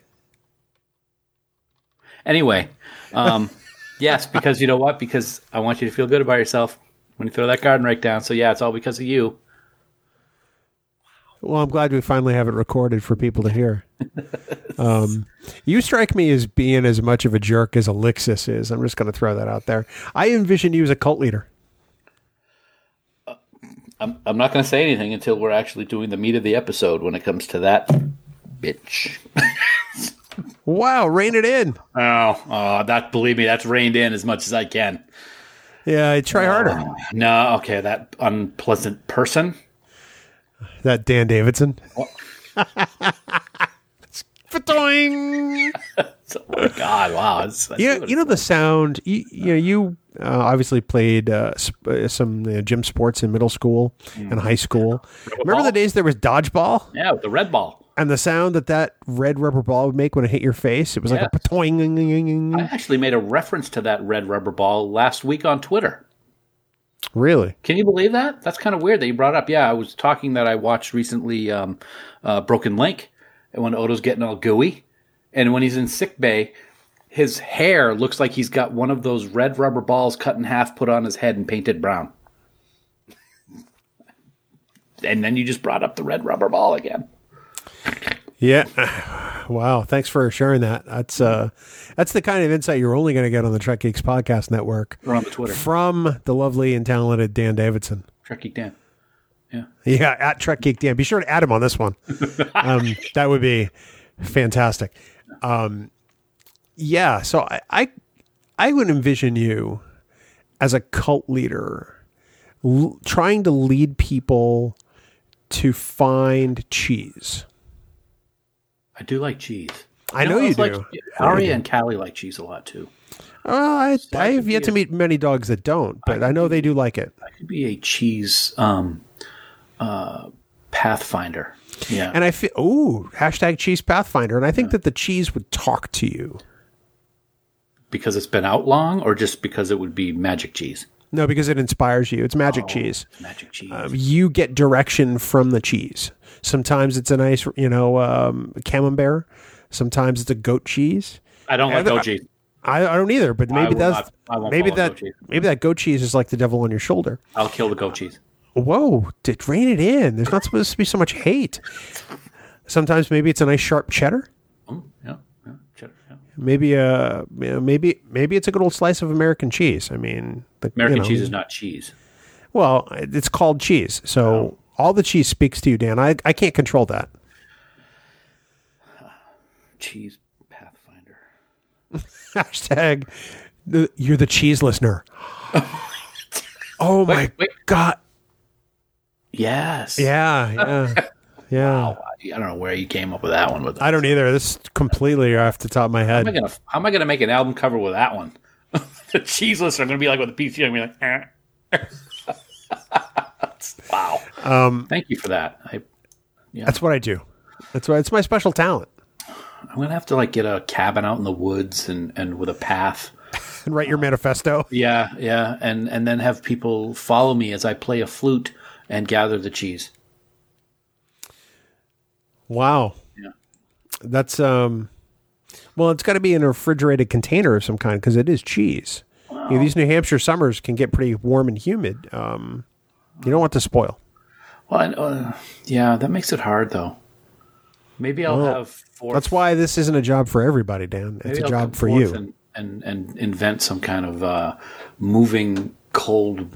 D: Anyway, um, [laughs] yes, because you know what? Because I want you to feel good about yourself when you throw that garden rake down. So yeah, it's all because of you.
C: Well, I'm glad we finally have it recorded for people to hear. Um, you strike me as being as much of a jerk as Alexis is. I'm just going to throw that out there. I envision you as a cult leader.
D: I'm, I'm not going to say anything until we're actually doing the meat of the episode when it comes to that bitch.
C: Wow, rein it in.
D: Oh, oh, that believe me, that's reined in as much as I can.
C: Yeah, I try harder.
D: No, okay, that unpleasant person.
C: That Dan Davidson. Fatoing.
D: Oh my god, wow. It's,
C: You know, you know the sound. You, you know, you uh, obviously played uh, sp- uh, some uh, gym sports in middle school and high school. Remember the days there was dodgeball?
D: yeah, with the red ball.
C: and the sound that that red rubber ball would make when it hit your face, it was like a
D: Yes. I
C: patoing.
D: actually made a reference to that red rubber ball last week on Twitter.
C: Really?
D: Can you believe that? That's kind of weird that you brought up. Yeah, I was talking that I watched recently um, uh, Broken Link, and when Odo's getting all gooey, and when he's in sick bay, his hair looks like he's got one of those red rubber balls cut in half, put on his head, and painted brown. [laughs] And then you just brought up the red rubber ball again.
C: Yeah. [sighs] Wow. Thanks for sharing that. That's uh, that's the kind of insight you're only going to get on the Trek Geeks Podcast Network
D: Or on the Twitter,
C: from the lovely and talented Dan Davidson.
D: Trekkie Dan.
C: Yeah, at Trek Geek Dan. Be sure to add him on this one. Um, that would be fantastic. Um, yeah, so I, I I would envision you as a cult leader l- trying to lead people to find cheese.
D: I do like cheese.
C: I know
D: who
C: you
D: else
C: do.
D: likes- Aria and Callie like cheese a lot too.
C: Uh, I, I have yet to
D: confused.
C: meet many dogs that don't, but I know they do like it.
D: could be a cheese um, uh, pathfinder. Yeah,
C: And I feel, ooh, hashtag cheese pathfinder. And I think that the cheese would talk to you.
D: because it's been out long, or just because it would be magic cheese.
C: No, because it inspires you. It's magic cheese.
D: Magic cheese.
C: um, you get direction from the cheese. Sometimes it's a nice, you know, um, camembert. Sometimes it's a goat cheese.
D: I don't like
C: the-
D: goat cheese.
C: I, I don't either, but maybe
D: will
C: that's
D: not- I won't
C: maybe
D: follow
C: that
D: goat cheese.
C: maybe that goat cheese is like the devil on your shoulder.
D: I'll kill the goat cheese.
C: Whoa, did rein it in. There's not supposed to be so much hate. Sometimes maybe it's a nice sharp cheddar.
D: Mm, Um, yeah, yeah, cheddar, yeah.
C: Maybe uh, you know, maybe maybe it's a good old slice of American cheese. I mean, the,
D: American
C: you know,
D: cheese is not cheese.
C: Well, it's called cheese, so all the cheese speaks to you, Dan. I I can't control that.
D: Cheese Pathfinder.
C: [laughs] Hashtag, the, you're the cheese
D: [laughs]
C: listener. oh my
D: Wait, wait.
C: god!
D: Yes.
C: Yeah,
D: [laughs]
C: yeah, yeah.
D: I don't know where you came up with that one. With
C: I don't either. This is completely off the top of my
D: How
C: head.
D: am I gonna How am I gonna make an album cover with that one? [laughs] the cheese lists are gonna be like with a PC. I'm gonna be like, eh. [laughs] wow.
C: Um,
D: Thank you for that. I,
C: that's what I do. That's why it's my special talent.
D: I'm gonna have to like get a cabin out in the woods and and with a path.
C: And write your manifesto.
D: Yeah, yeah, and and then have people follow me as I play a flute and gather the cheese.
C: Wow.
D: Yeah.
C: That's um. Well, it's got to be in a refrigerated container of some kind because it is cheese. You know, these New Hampshire summers can get pretty warm and humid. Um, you don't want to spoil.
D: Well, and, uh, yeah, that makes it hard though. Maybe I'll have four.
C: That's why this isn't a job for everybody, Dan. It's
D: Maybe
C: a
D: I'll
C: job
D: come
C: for
D: forth
C: you.
D: and, and and invent some kind of uh, moving cold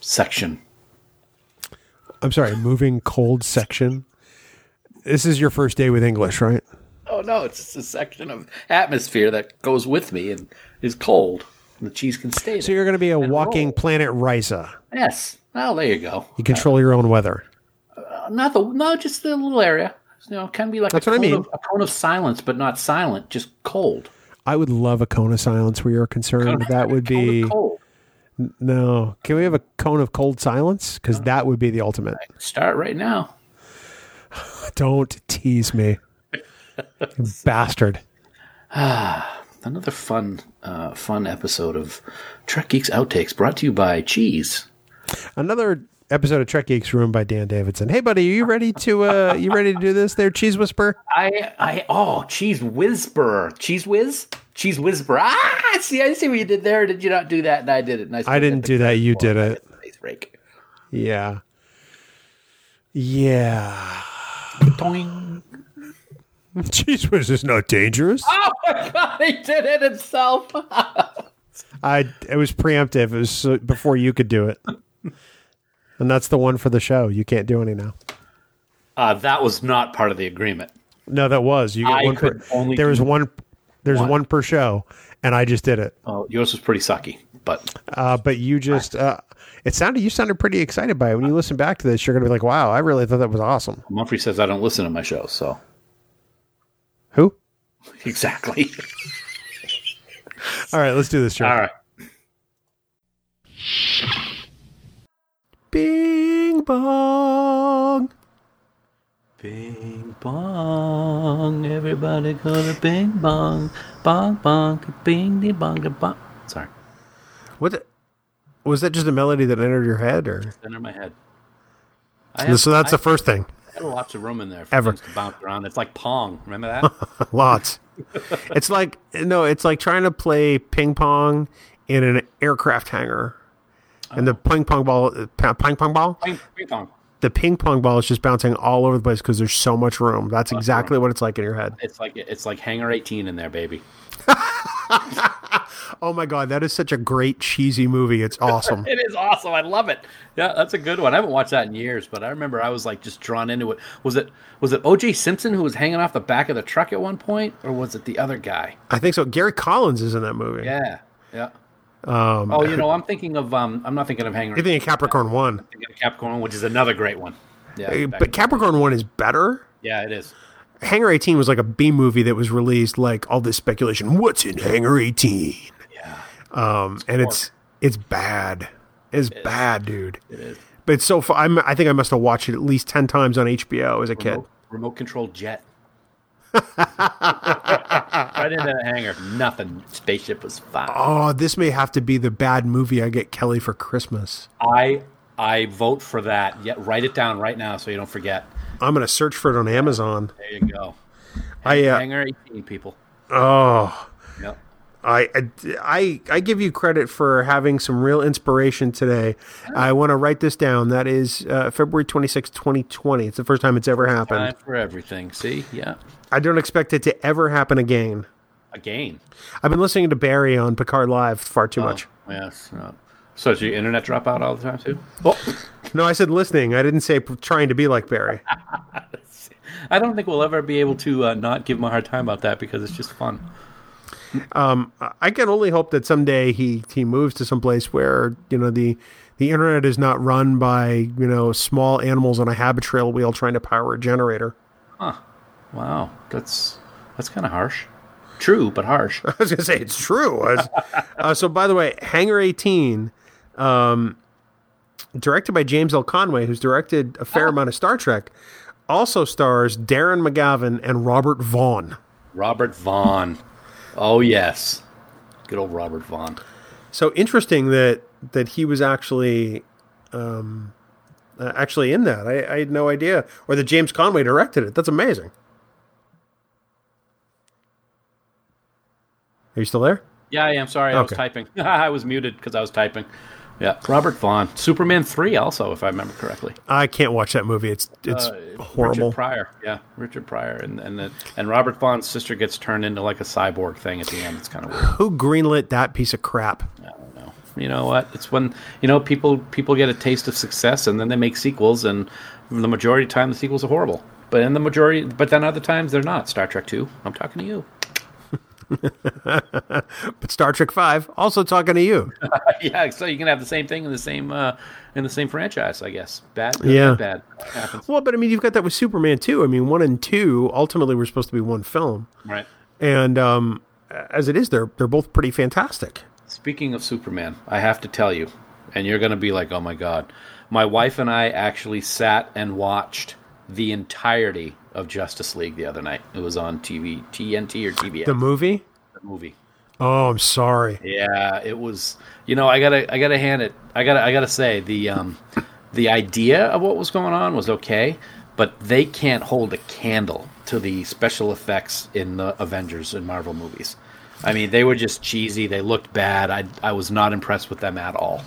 D: section.
C: I'm sorry, moving cold section. This is your first day with English, right?
D: Oh no, it's just a section of atmosphere that goes with me and is cold. And the cheese can stay.
C: So you're going to be a walking
D: roll.
C: planet Risa.
D: yes. Well, there you go.
C: You control your own weather.
D: Not the no, just the little area. You know, it can be like
C: That's
D: a
C: what I
D: cone
C: mean.
D: Of, a cone of silence, but not silent, just cold.
C: I would love a cone of silence where you're concerned. That would
D: Cone of
C: be
D: cold.
C: no. Can we have a cone of cold silence? Because that would be the ultimate.
D: Start right now.
C: Don't tease me, You [laughs] bastard.
D: Another fun, uh, fun episode of Trek Geeks Outtakes, brought to you by Cheese.
C: Another episode of Trek Geeks ruined by Dan Davidson. Hey, buddy, are you ready to uh, you ready to do this? There, Cheese Whisper.
D: I, I, oh, cheese whisperer, cheese whiz, cheese whisperer. Ah, see, I see what you did there. Did you not do that? And I did it. Nice.
C: I didn't do that. You did it.
D: Nice break.
C: Yeah. Yeah.
D: Toing. [laughs]
C: [laughs] Cheese whiz is not dangerous.
D: Ah! he did it himself.
C: I it was preemptive. It was uh, before you could
D: [laughs]
C: do it. And that's the one for the show. You can't do any now.
D: Uh, that was not part of the agreement.
C: No, that was you. Get
D: I
C: one per,
D: could only
C: there
D: do
C: was one. There's one.
D: one.
C: per show, and I just did it.
D: Oh, yours was pretty sucky, but
C: Uh, but you just uh, it sounded you sounded pretty excited by it. When you listen back to this, you're gonna be like, "Wow, I really thought that was awesome."
D: Mumphrey says I don't listen to my show, so [laughs]
C: Who? [laughs]
D: exactly.
C: All right, let's do this, Joe.
D: All right.
C: Bing bong.
D: Bing bong, everybody go to bing bong, bong bong, bing de bong de bong. Sorry,
C: What the, was that? Just a melody that entered your head, or
D: center of my head. I have-
C: so? That's
D: I
C: the first thing.
D: had lots of room in there for
C: Ever.
D: things to bounce around. It's like pong. Remember
C: [laughs]
D: that?
C: Lots. it's like no, it's like trying to play ping pong in an aircraft hangar, and the ping pong ball, uh, pa- ping pong ball,
D: ping, ping pong.
C: the ping pong ball is just bouncing all over the place because there's so much room. That's exactly what it's like in your head.
D: It's like it's like hanger eighteen in there, baby.
C: Oh my god, that is such a great cheesy movie. It's awesome.
D: It is awesome. I love it. Yeah, that's a good one. I haven't watched that in years, but I remember I was like just drawn into it. Was it was it O.J. Simpson who was hanging off the back of the truck at one point, or was it the other guy?
C: I think so. Gary Collins is in that movie.
D: Yeah, yeah.
C: Um,
D: Oh, you know, I'm thinking of um, I'm not thinking of Hanger.
C: you're thinking of Capricorn One,
D: thinking of Capricorn, which is another great one. Yeah,
C: Uh,
D: back-
C: but Capricorn One is better.
D: yeah, it is.
C: Hangar 18 was like a B movie that was released like all this speculation. What's in Hangar 18?
D: Yeah,
C: Um, and it's it's bad. It's bad, dude.
D: it is.
C: But it's so far. I'm, I think I must have watched it at least ten times on HBO as a kid.
D: Remote, remote
C: [laughs]
D: control jet. right into the hangar. Nothing. Spaceship was fine.
C: Oh, this may have to be the bad movie I get Kelly for Christmas.
D: I I vote for that. Yeah, write it down right now so you don't forget.
C: I'm gonna search for it on Amazon.
D: There you go.
C: I uh,
D: Hangar 18 people.
C: oh,
D: Yep.
C: I, I I I give you credit for having some real inspiration today. I want to write this down. That is uh, February 26, 2020. It's the first time it's ever happened.
D: Time for everything. See? Yeah.
C: I don't expect it to ever happen again.
D: a game.
C: I've been listening to Barry on Picard Live far too much.
D: Yes. No. So does your internet drop out all the time too?
C: No, I said listening. I didn't say p- trying to be like Barry.
D: I don't think we'll ever be able to uh, not give him a hard time about that because it's just fun.
C: I can only hope that someday he he moves to some place where you know the the internet is not run by you know small animals on a habitral wheel trying to power a generator.
D: Wow, that's that's kind of harsh. True,
C: [laughs]
D: but harsh.
C: I was gonna say it's true. I was- uh, so by the way, Hangar 18, um, directed by James L. Conway, who's directed a fair amount of Star Trek, also stars Darren McGavin and Robert Vaughn.
D: Robert Vaughn. Oh yes, good old Robert Vaughn.
C: So interesting that that he was actually um, uh, actually in that. I, I had no idea, or that James Conway directed it. That's amazing. Are you still there?
D: Yeah, I am. Sorry, I was
C: Okay.
D: typing. [laughs] I was muted because I was typing. Yeah, Robert Vaughn. Superman three, also, if I remember correctly.
C: I can't watch that movie. It's it's horrible.
D: Richard Pryor. Yeah, Richard Pryor, and and the, and Robert Vaughn's sister gets turned into like a cyborg thing at the end. It's kind of weird. [sighs]
C: Who greenlit that piece of crap?
D: I don't know. You know what? It's when you know people people get a taste of success, and then they make sequels, and the majority of the time the sequels are horrible. But in the majority, but then other times they're not. Star Trek two. I'm talking to you. [laughs]
C: But Star Trek Five also talking to you.
D: yeah, so you can have the same thing in the same uh, in the same franchise, I guess. Bad,
C: Yeah.
D: yeah, bad happens.
C: well, but I mean, you've got that with Superman too. I mean, one and two ultimately were supposed to be one film,
D: Right.
C: and um, as it is, they're they're both pretty fantastic.
D: Speaking of Superman, I have to tell you, and you're going to be like, oh my God. My wife and I actually sat and watched the entirety of Justice League the other night. It was on TV, TNT or TBS,
C: The movie.
D: the movie.
C: Oh, I'm sorry.
D: Yeah, it was. You know, I gotta, I gotta hand it. I gotta, I gotta say the, um, the idea of what was going on was okay, but they can't hold a candle to the special effects in the Avengers and Marvel movies. I mean, they were just cheesy. They looked bad. I, I was not impressed with them at all.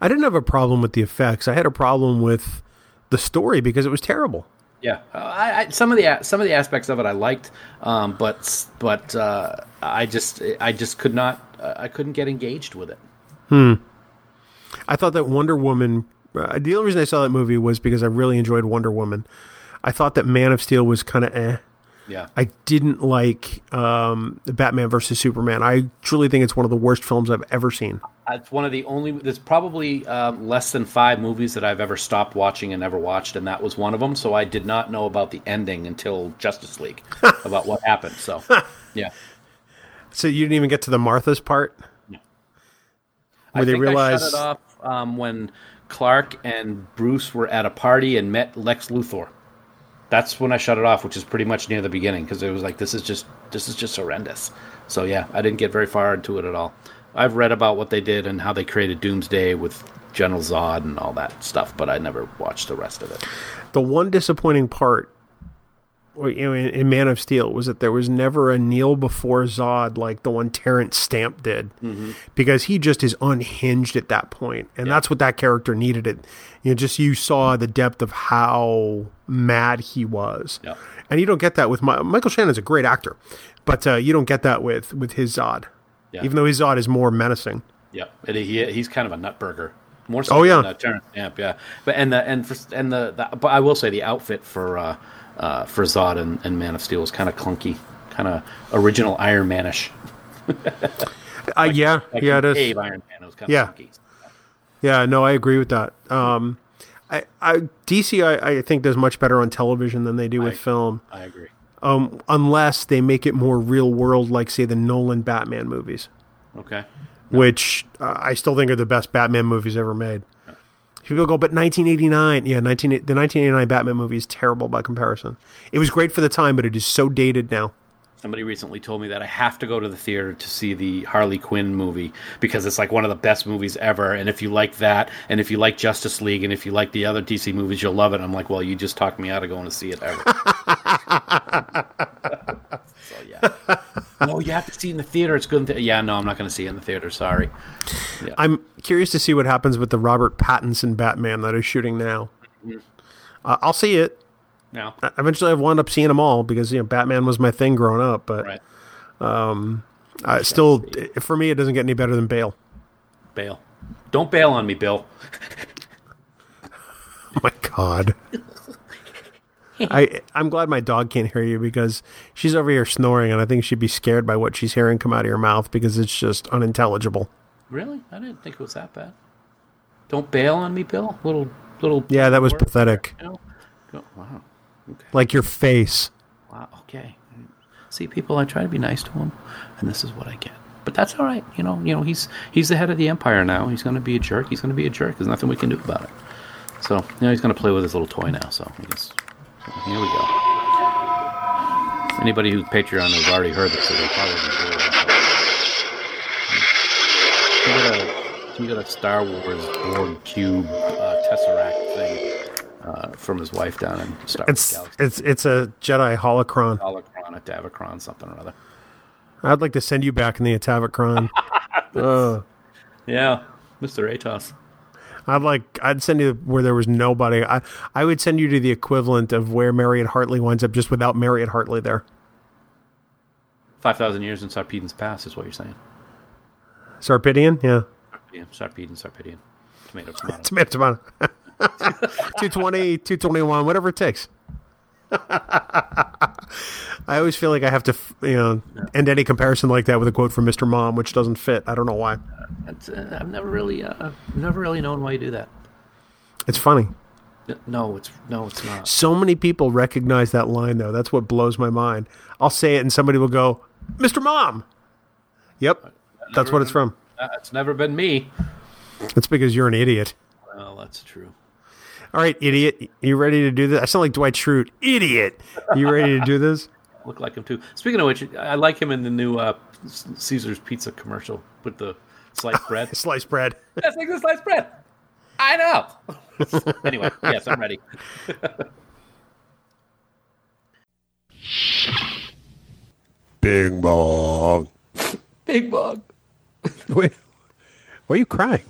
C: I didn't have a problem with the effects. I had a problem with the story because it was terrible.
D: Yeah, uh, I, I, some of the a- some of the aspects of it I liked, um, but s- but uh, I just I just could not uh, I couldn't get engaged with it.
C: I thought that Wonder Woman. Uh, the only reason I saw that movie was because I really enjoyed Wonder Woman. I thought that Man of Steel was kind of eh.
D: Yeah,
C: I didn't like um, Batman versus Superman. I truly think it's one of the worst films I've ever seen.
D: it's one of the only there's probably um, less than five movies that i've ever stopped watching and never watched and that was one of them so i did not know about the ending until justice league about what happened so yeah
C: So you didn't even get to the Martha's part. Where
D: I
C: they
D: think I
C: realize-
D: shut it off um, when clark and bruce were at a party and met lex luthor that's when i shut it off which is pretty much near the beginning because it was like this is just this is just horrendous so yeah i didn't get very far into it at all i've read about what they did and how they created doomsday with general zod and all that stuff but i never watched the rest of it
C: The one disappointing part well, you know, in, in Man of Steel was that there was never a kneel before Zod like the one Terrence Stamp did,
D: Mm-hmm.
C: because he just is unhinged at that point, and that's what that character needed. It, you know, just you saw the depth of how mad he was,
D: Yeah.
C: and you don't get that with my, Michael Shannon's a great actor, but uh, you don't get that with with his Zod,
D: Yeah.
C: even though his Zod is more menacing.
D: Yeah, and he he's kind of a nut burger. More so
C: Oh, yeah.
D: than uh, Terrence Stamp, yeah. But and the and for, and the, the but I will say the outfit for uh, uh, for Zod and, and Man of Steel was kind of clunky, kind of original Iron Manish.
C: Uh, yeah,
D: Like
C: yeah, it is.
D: Cave Iron Man it was kind of
C: Yeah.
D: clunky.
C: Yeah, no, I agree with that. Um, I, I DC, I, I think does much better on television than they do with
D: I-
C: film,
D: I agree.
C: um, unless they make it more real world, like say the Nolan Batman movies,
D: Okay.
C: which uh, I still think are the best Batman movies ever made. People go, but 1989, yeah, 19, the 1989 Batman movie is terrible by comparison. It was great for the time, but it is so dated now.
D: Somebody recently told me that I have to go to the theater to see the Harley Quinn movie because it's like one of the best movies ever. And if you like that, and if you like Justice League, and if you like the other DC movies, you'll love it. I'm like, well, you just talked me out of going to see it ever. so yeah. No, you have to see it in the theater. It's good. In the- yeah, no, I'm not going to see it in the theater. Sorry.
C: I'm curious to see what happens with the Robert Pattinson Batman that is shooting now. Uh, I'll see it.
D: No.
C: eventually I've wound up seeing them all because you know Batman was my thing growing up, but
D: Right.
C: Uh, it still, for me, it doesn't get any better than Bale. [laughs]
D: Bail. Don't bail on me, Bill.
C: Oh my God. I I'm glad my dog can't hear you because she's over here snoring, and I think she'd be scared by what she's hearing come out of your mouth because it's just unintelligible.
D: Really? I didn't think it was that bad. Don't bail on me, Bill. Little little.
C: Yeah, that was pathetic.
D: You know? Go- Wow.
C: Like your face.
D: Wow. Okay. See, people, I try to be nice to him, and this is what I get. But that's all right. You know. You know. He's he's the head of the empire now. He's going to be a jerk. He's going to be a jerk. There's nothing we can do about it. So you know, he's going to play with his little toy now. So I guess so here we go. Anybody who's Patreon has already heard this, so they probably do it. He got a, he got a Star Wars Borg cube uh, tesseract thing uh, from his wife down in Star Wars
C: It's
D: Galaxy.
C: it's it's a Jedi holocron.
D: Holocron, a Davacron, something or other.
C: I'd like to send you back in the Atavacron. uh,
D: Yeah, Mr. Atos.
C: I'd like I'd send you where there was nobody. I I would send you to the equivalent of where Marriott Hartley winds up, just without Marriott Hartley there.
D: 5,000 years in Sarpedon's past is what you're saying.
C: Sarpedian, yeah.
D: Yeah, Sarpedon, Sarpedion. Tomato, tomato.
C: Tomato, [laughs] tomato. 220, 221, whatever it takes. [laughs] I always feel like I have to, f- you know, end any comparison like that with a quote from Mr. Mom, which doesn't fit. I don't know why.
D: That's, uh, I've never really, uh, I've never really known why you do that.
C: It's funny.
D: N- No, it's no, it's not.
C: So many people recognize that line, though. That's what blows my mind. I'll say it, and somebody will go, "Mr. Mom." Yep, that's what it's from.
D: Uh, It's never been me.
C: It's because you're an idiot.
D: Well, that's true.
C: All right, idiot. You ready to do this? I sound like Dwight Schrute. Idiot. You ready to do this? [laughs]
D: Look like him too. Speaking of which, I I like him in the new uh, C- Caesar's Pizza commercial with the [laughs] sliced bread.
C: Slice bread.
D: That's like the sliced bread. I know. [laughs] anyway, yes, I'm ready.
E: Bing bong.
D: Big bug.
C: Wait, why are you crying?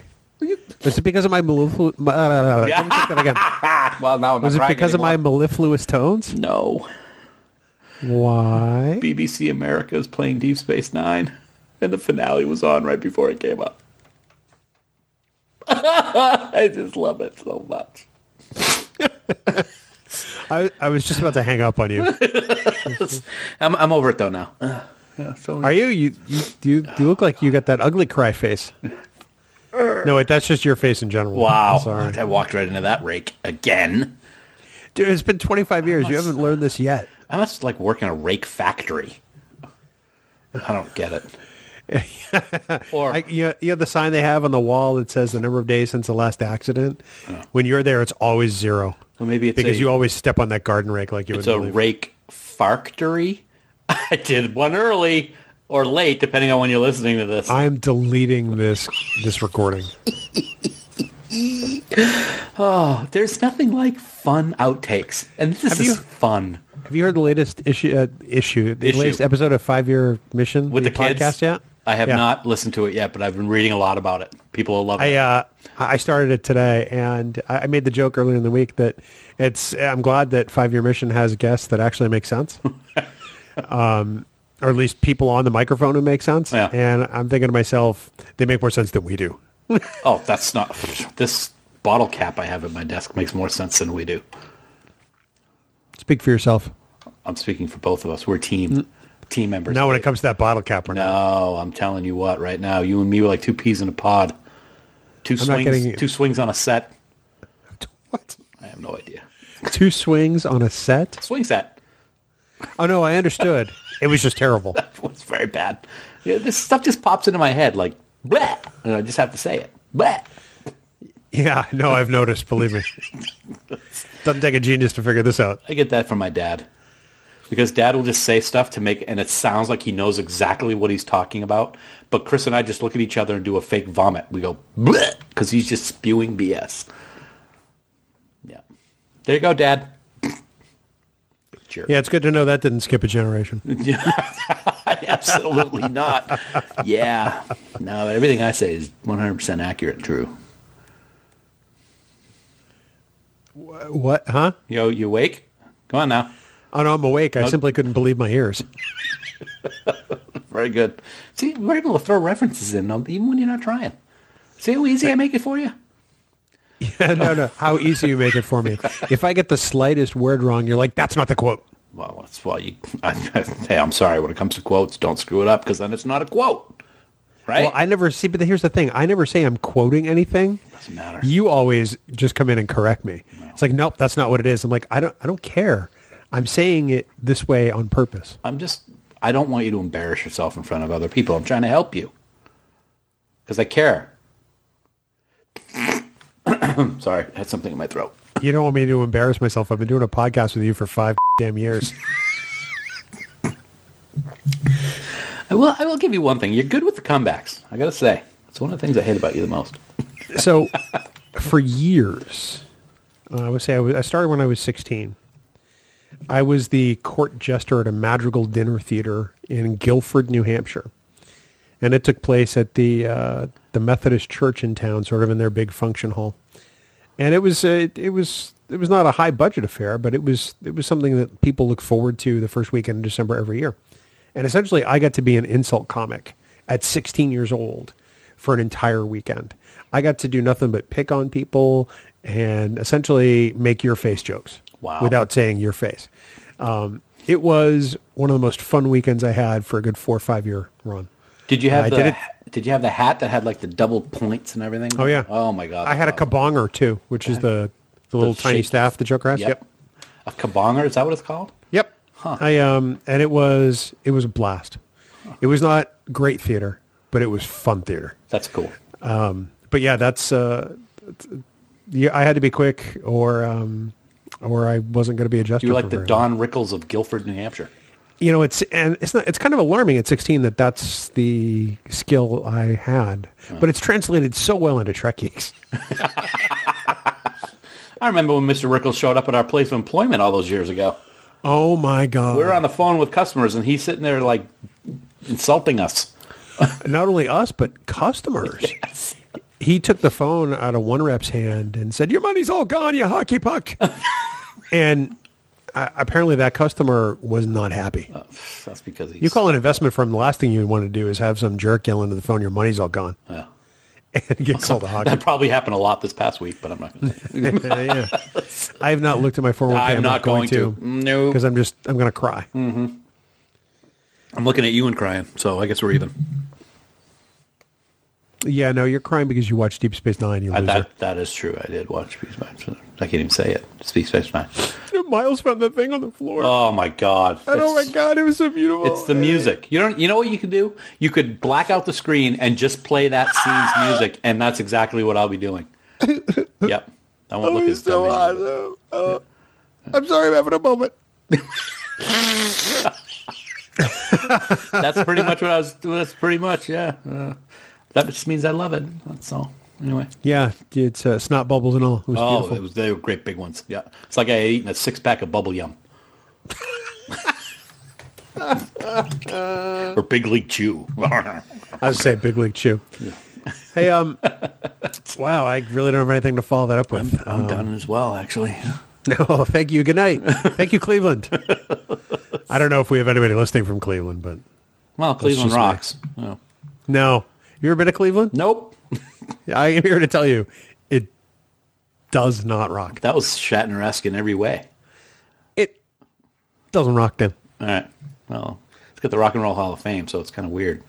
C: Was it because of my mellifluous? Uh, let me take that again.
D: Well, now I'm
C: Was it because of my mellifluous tones?
D: No.
C: Why?
D: BBC America is playing Deep Space Nine, and the finale was on right before it came up. [laughs] I just love it so much.
C: I, I was just about to hang up on you.
D: I'm, I'm over it though now.
C: Are you? You you you, you look like you got that ugly cry face. No, wait, that's just your face in general.
D: Wow,
C: Sorry.
D: I walked right into that rake again.
C: Dude, it's been 25 years. You haven't learned this yet.
D: I must like work in a rake factory. I don't get it. or
C: I, you, know, you know the sign they have on the wall that says the number of days since the last accident? When you're there, it's always zero.
D: Well, maybe it's
C: because
D: a-
C: you always step on that garden rake like you
D: It's
C: would
D: a
C: believe.
D: rake factory. [laughs] I did one early or late, depending on when you're listening to this.
C: I'm deleting this this recording.
D: There's nothing like fun outtakes, and this is
C: you-
D: fun
C: Have you heard the latest issue? Uh, issue the
D: Issue.
C: latest episode of Five Year Mission
D: with the kids.
C: podcast yet?
D: I have
C: Yeah.
D: not listened to it yet, but I've been reading a lot about it. People will love
C: I
D: it.
C: uh, I started it today, and I I made the joke earlier in the week that it's. I'm glad that Five Year Mission has guests that actually make
D: [laughs]
C: sense, um, or at least people on the microphone who make sense.
D: Yeah.
C: And I'm thinking to myself, they make more sense than we do.
D: Oh, that's not this bottle cap I have at my desk makes more sense than we do.
C: Speak for yourself.
D: I'm speaking for both of us. We're team team members.
C: Now, when it comes to that bottle cap, we're not.
D: No, I'm telling you what, right now, you and me were like two peas in a pod. 2
C: not
D: swings,
C: getting you.
D: two swings on a set.
C: What?
D: I have no idea.
C: Two swings on a set.
D: Swing set.
C: Oh no, I understood. [laughs] it was just terrible.
D: [laughs] was very bad. Yeah, this stuff just pops into my head like, bleh, and I just have to say it. Bleh.
C: Yeah, no, I've noticed. Believe me, doesn't take a genius to figure this out.
D: I get that from my dad. Because dad will just say stuff to make, and it sounds like he knows exactly what he's talking about. But Chris and I just look at each other and do a fake vomit. We go, bleh, because he's just spewing BS. Yeah. There you go, dad. [laughs] Jerk.
C: Yeah, it's good to know that didn't skip a generation.
D: [laughs] Absolutely not. Yeah. No, everything I say is 100% accurate and true.
C: what? Huh?
D: Yo, you awake? Come on now.
C: Oh no, I'm awake. I simply couldn't believe my ears.
E: Very good. See, we're able to throw references in even when you're not trying. See how easy I make it for you.
C: [laughs] Yeah, no, no. How easy you make it for me. If I get the slightest word wrong, you're like, that's not the quote.
E: Well, that's why you. [laughs] I, hey, I'm sorry. When it comes to quotes, don't screw it up because then it's not a quote, right?
C: Well, I never see, but here's the thing. I never say I'm quoting anything.
E: Doesn't matter.
C: You always just come in and correct me. It's like, nope, that's not what it is. I'm like, I don't, I don't care. I'm saying it this way on purpose.
E: I'm just. I don't want you to embarrass yourself in front of other people. I'm trying to help you because I care. [coughs] sorry, I had something in my throat.
C: You don't want me to embarrass myself. I've been doing a podcast with you for five [laughs] damn years.
E: I will. I will give you one thing. You're good with the comebacks. I gotta say, it's one of the things I hate about you the most.
C: so for years, uh, I would say I, was, I started when I was 16. I was the court jester at a Madrigal Dinner Theater in Guilford, New Hampshire. And it took place at the uh, the Methodist Church in town, sort of in their big function hall. And it was uh, it was it was not a high budget affair, but it was it was something that people look forward to the first weekend in December every year. And essentially, I got to be an insult comic at 16 years old for an entire weekend. I got to do nothing but pick on people and essentially make your face jokes
E: Wow.
C: without saying your face. Um, it was one of the most fun weekends I had for a good four or five year run.
E: Did you have
C: I
E: the
C: did it-
E: Did you have the hat that had like the double points and everything?
C: Oh yeah.
E: Oh my god.
C: I had a
E: wow.
C: kabonger too, which is the the little tiny
E: shaped-
C: staff that Joker has.
E: Yep. A kabonger. Is that what it's called?
C: Yep. I um and it was it was a blast. It was not great theater, but it was fun theater.
E: That's cool.
C: But yeah, that's uh th- yeah, I had to be quick or um or I wasn't going to be adjusted.
E: You were like the
C: very long.
E: Don Rickles of Guilford, New Hampshire.
C: You know, it's and it's not it's kind of alarming at 16 that that's the skill I had. But it's translated so well into Trek Geeks.
E: I remember when Mr. Rickles showed up at our place of employment all those years ago.
C: Oh my god.
E: We were on the phone with customers, and he's sitting there like insulting us.
C: not only us but
E: [laughs]
C: customers. He took the phone out of one rep's hand and said, "Your money's all gone, you hockey
E: [laughs]
C: puck." and uh, apparently, that customer was not happy.
E: Uh. That's because he's
C: you call an investment firm. The last thing you want to do is have some jerk yell into the phone, "Your money's all gone,"
E: Yeah.
C: [laughs] and get called a hockey. [laughs]
E: That [laughs] probably happened a lot this past week, but I'm not. Gonna say. it.
C: yeah. I have not looked at my 401k.
E: I'm not going to. Mm. No,
C: because I'm just I'm going to cry.
E: I'm looking at you and crying. So I guess we're even.
C: Yeah, no, you're crying because you watched Deep Space Nine. You
E: I,
C: loser.
E: that that is true. I did watch Space Nine. so I can't even say it. Speak Space Nine.
C: Miles found the thing on the floor.
E: Oh my god!
C: and oh my
E: It's-
C: god, it was so beautiful.
E: It's the music. You don't. You know what you can do? You could black out the screen and just play that scene's music, and that's exactly what I'll be doing. Yep. I
C: Oh,
E: won't look as dumb. as you.
C: I'm sorry, I'm having a moment.
E: That's pretty much what I was. That's pretty much yeah. Uh, that just means I love it. That's all. Anyway.
C: Yeah, it's uh, snot bubbles and all. It was
E: Oh,
C: beautiful.
E: it was they were great big ones. Yeah, it's like I had eaten a six pack of bubble yum. [laughs] or big league [laughs] chew.
C: I was saying big league chew. hey, um, wow, I really don't have anything to follow that up with.
E: I'm done as well, actually.
C: [laughs] no, thank you. Good night. Thank you, Cleveland. I don't know if we have anybody listening from Cleveland, but
E: Well, Cleveland
C: just me.
E: rocks. Oh.
C: no. You ever been to Cleveland?
E: Nope,
C: I am here to tell you, it does not rock.
E: that was Shatner-esque in every way.
C: It doesn't rock them.
E: All right, well, it's got the Rock and Roll Hall of Fame, so it's kind of weird.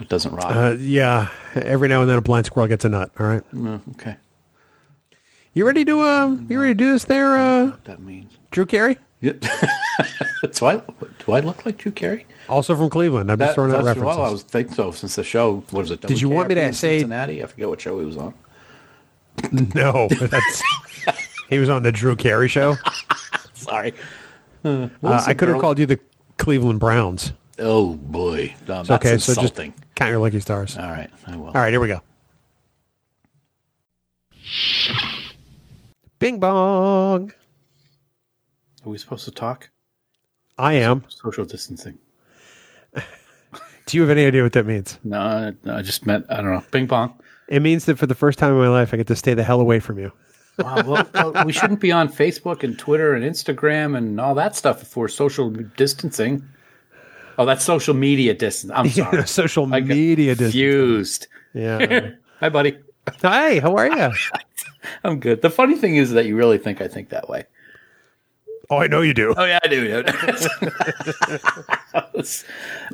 E: It doesn't rock.
C: Uh, yeah, every now and then a blind squirrel gets a nut. All right,
E: okay,
C: you ready to um, you ready to do this there, uh,
E: that means.
C: Drew Carey?
E: Yep. [laughs] do I do I look like Drew Carey?
C: Also from Cleveland. I'm just throwing out
E: that's-
C: references.
E: Well, I was think so since the show what was it?
C: Did you want me to
E: WKRP in
C: say-
E: Cincinnati? I forget what show he was on.
C: [laughs] no, that's he was on the Drew Carey show.
E: Sorry.
C: Uh, I could have
E: girl?
C: called you the Cleveland Browns.
E: Oh boy, no, that's
C: Okay, so just
E: insulting.
C: count your lucky stars.
E: All right, I will.
C: All right, here we go. Bing bong.
E: Are we supposed to talk?
C: I am.
E: Social distancing.
C: Do you have any idea what that means?
E: No,
D: Uh,
E: I, no, I just meant I don't know. Ping pong.
C: It means that for the first time in my life, I get to stay the hell away
F: [laughs]
C: from you.
E: Wow, well, well, we shouldn't be on Facebook and Twitter and Instagram and all that stuff if we're social distancing. Oh, that's social media distance. I'm sorry.
C: social
E: I got
C: media distance.
E: Confused.
C: Yeah.
E: Hi, buddy.
C: hey, how are you?
E: I'm good. The funny thing is that you really think I think that way.
F: [laughs] Oh, I know you do.
E: Oh yeah, I do. [laughs] Dude.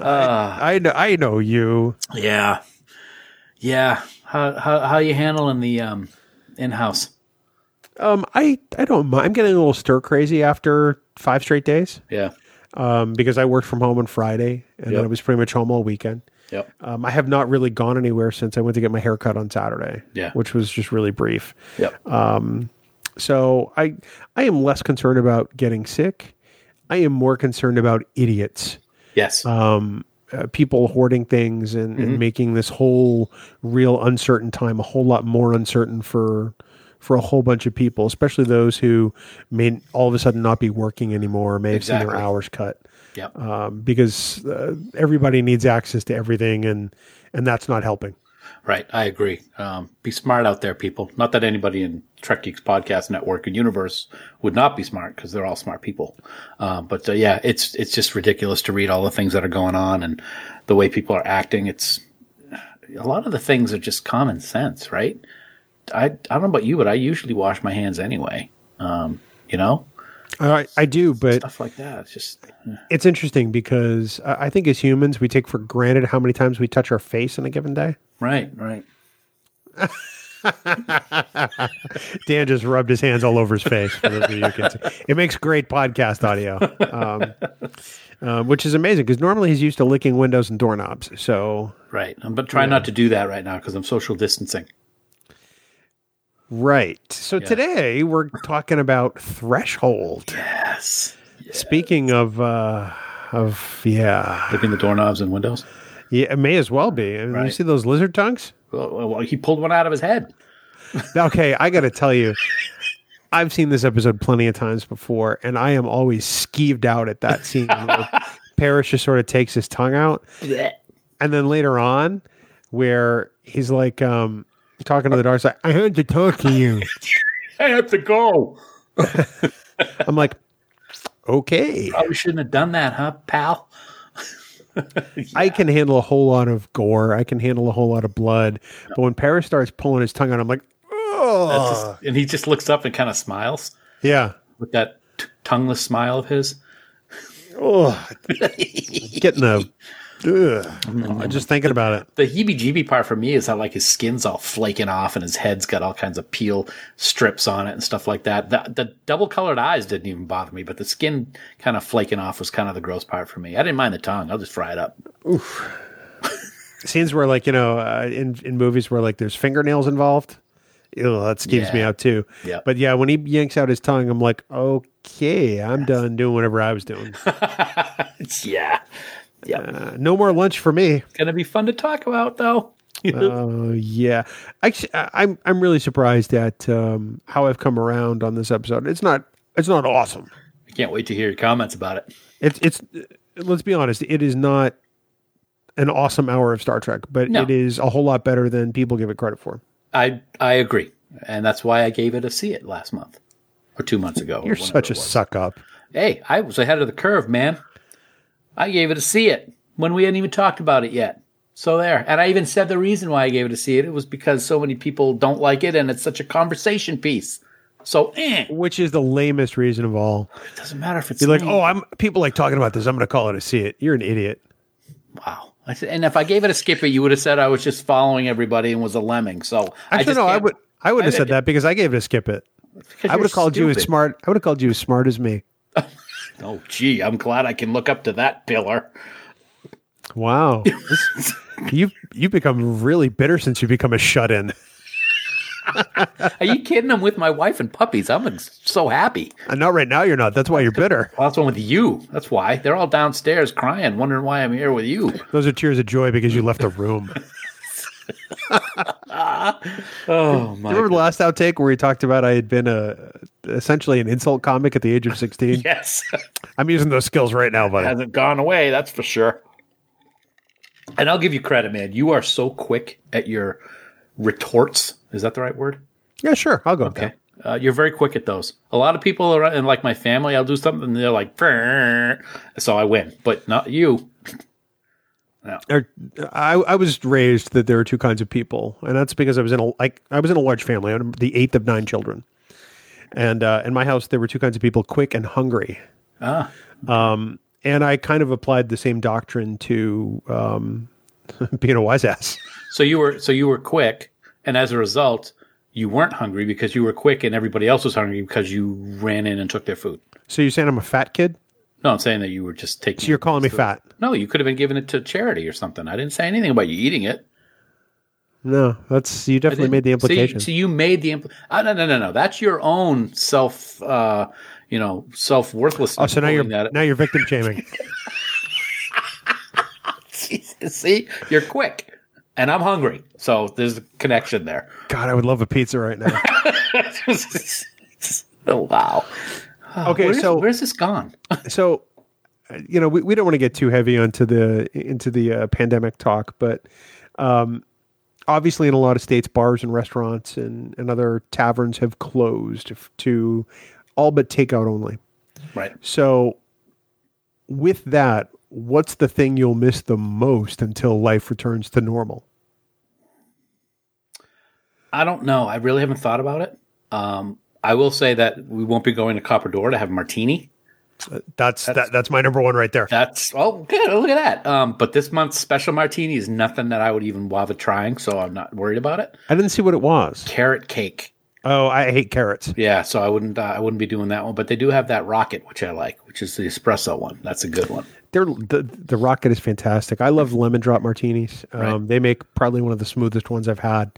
E: uh,
C: I know, I know you.
E: yeah, yeah. How how how you handling the um in house?
C: Um, I I don't mind. I'm getting a little stir crazy after five straight days.
E: Yeah.
C: Um, because I worked from home on Friday and then
E: Yep.
C: I was pretty much home all weekend.
E: Yep.
C: Um, I have not really gone anywhere since I went to get my hair cut on Saturday.
E: Yeah.
C: which was just really brief. Um,
E: Yep.
C: So I I am less concerned about getting sick. I am more concerned about idiots.
E: yes.
C: uh, people hoarding things and,
E: Mm-hmm.
C: and making this whole real uncertain time a whole lot more uncertain for for a whole bunch of people, especially those who may all of a sudden not be working anymore, may have seen
E: Exactly.
C: their hours cut,
E: yep.
C: um, because uh, everybody needs access to everything, and and that's not helping.
E: Right, I agree. Um, be smart out there, people. Not that anybody in Trek Geeks podcast network and universe would not be smart because they're all smart people. Um, but uh, yeah, it's it's just ridiculous to read all the things that are going on and the way people are acting. It's a lot of the things are just common sense, right? I I don't know about you, but I usually wash my hands anyway. Um, you know,
C: I, I do, but
E: stuff like that. It's just
C: it's interesting because I I think as humans we take for granted how many times we touch our face in a given day.
E: right, right.
C: [laughs] Dan just rubbed his hands all over his face. For those of you who can see. It makes great podcast audio, um, um, which is amazing because normally he's used to licking windows and doorknobs. So,
E: Right, Um, but try not to do that right now because I'm social distancing.
C: right. So today we're talking about threshold.
E: Yes,
C: Speaking of, uh, of yeah,
E: licking the doorknobs and windows.
C: yeah, it may as well be. I mean, You
E: Right.
C: see those lizard tongues?
E: Well, well, he pulled one out of his head.
C: Okay, I got to tell you. I've seen this episode plenty of times before, and I am always skeeved out at that scene.
E: [laughs]
C: where Parrish just sort of takes his tongue out, and then later on where he's like um talking to the dark side i had to talk to you
E: I have to go.
C: i'm like okay
E: Probably Oh, shouldn't have done that, huh, pal?
C: i can handle a whole lot of gore i can handle a whole lot of blood but when paris starts pulling his tongue out i'm like
E: That's
C: oh
E: just- and he just looks up and kind of smiles
C: yeah
E: with that t- tongueless smile of his. [laughs]
C: oh getting the ugh. i'm just thinking about it
E: The heebie-jeebie part for me is how like his skin's all flaking off and his head's got all kinds of peel strips on it and stuff like that. The, the double-colored eyes didn't even bother me, but the skin kind of flaking off was kind of the gross part for me. I didn't mind the tongue; I'll just fry it up. [laughs]
C: scenes where like you know uh, in in movies where like there's fingernails involved Ew, that skeeves me
E: Yeah.
C: out too
E: Yeah.
C: but yeah when he yanks out his tongue i'm like okay i'm done doing whatever i was doing
E: It's, yeah,
C: Uh, no more lunch for
E: [laughs]
C: me
E: it's gonna be fun to talk about though.
C: oh yeah actually I- i'm i'm really surprised at um how i've come around on this episode it's not it's not awesome
E: I can't wait to hear your comments about it.
C: it's it's let's be honest it is not an awesome hour of star trek but
E: No.
C: it is a whole lot better than people give it credit for
E: I I agree, and that's why I gave it a see it last month or two months ago. or
C: you're
E: whenever
C: such a
E: it was.
C: suck up
E: Hey, I was ahead of the curve, man. I gave it a see it when we hadn't even talked about it yet. So there, and I even said the reason why I gave it a see it. It was because so many people don't like it, and it's such a conversation piece. So eh,
C: which is the lamest reason of all.
E: it doesn't matter if it's
C: You're like,
E: me.
C: oh, I'm people like talking about this. I'm going to call it a see it. You're an idiot.
E: wow. I said, and if I gave it a skip it, you would have said I was just following everybody and was a lemming. So I
C: Actually,
E: just
C: no, I
E: can't-
C: would. I wouldn't have
E: I-
C: said that because I gave it a skip it.
E: because
C: I would
E: you're
C: have called you as
E: stupid.
C: smart. I would have called you as smart as me.
E: Oh, gee, I'm glad I can look up to that pillar.
C: [laughs] Wow, This- you've you've become really bitter since you become a shut in.
E: Are you kidding? I'm with my wife and puppies. I'm ex- so happy.
C: And Uh, not right now. You're not. That's why you're bitter.
E: Well, that's one with you. That's why they're all downstairs crying, wondering why I'm here with you.
C: Those are tears of joy because you left the room.
E: Oh my!
C: Remember the last outtake where we talked about I had been a essentially an insult comic at the [laughs] age of sixteen.
E: Yes, [laughs]
C: I'm using those skills right now, buddy.
E: hasn't gone away. That's for sure. And I'll give you credit, man. You are so quick at your retorts. Is that the right word?
C: Yeah, sure. I'll go. with
E: Okay. Uh, you're very quick at those. A lot of people are in like my family. I'll do something, and they're like, "Brrr." so I win, but not you.
C: Or- I, I was raised that there are two kinds of people, and that's because I was in a like I was in a large family. I'm the eighth of nine children, and uh, in my house there were two kinds of people: quick and hungry.
E: Ah.
C: Um, and I kind of applied the same doctrine to um, [laughs] being a wise ass.
E: So you were so you were quick, and as a result, you weren't hungry because you were quick, and everybody else was hungry because you ran in and took their food.
C: So you're saying I'm a fat kid?
E: No, I'm saying that you were just taking.
C: So you're calling me fat?
E: no, you could have been giving it to charity or something. I didn't say anything about you eating it.
C: No, that's you definitely made the
E: So you-
C: implication.
E: So you, made the impl- uh, no, no, no, no. That's your own self. Uh, you know, self worthlessness.
C: oh, so now you're
E: that.
C: now you're victim shaming.
E: [laughs] see, you're quick, and I'm hungry, so there's a connection there. [laughs]
C: God, I would love a pizza right now.
E: oh, wow.
C: Okay,
E: Where's-
C: so
E: where's this gone?
C: so uh, you know we, we don't want to get too heavy onto the into the uh, pandemic talk but um, obviously in a lot of states bars and restaurants and, and other taverns have closed f- to all but takeout only
E: Right.
C: so with that what's the thing you'll miss the most until life returns to normal
E: I don't know. I really haven't thought about it. Um, I will say that we won't be going to Copper Door to have a martini.
C: that's that's, that, that's my number one right there
E: That's oh good. Look at that. Um, but this month's special martini is nothing that I would even bother trying, so I'm not worried about it.
C: i didn't see what it was
E: Carrot cake.
C: oh i hate carrots
E: Yeah, so I wouldn't uh, I wouldn't be doing that one, but they do have that rocket which I like, which is the espresso one. That's a good one.
C: They're, the the rocket is fantastic. I love lemon drop martinis. Um,
E: Right. Mm-hmm.
C: They make probably one of the smoothest ones I've had.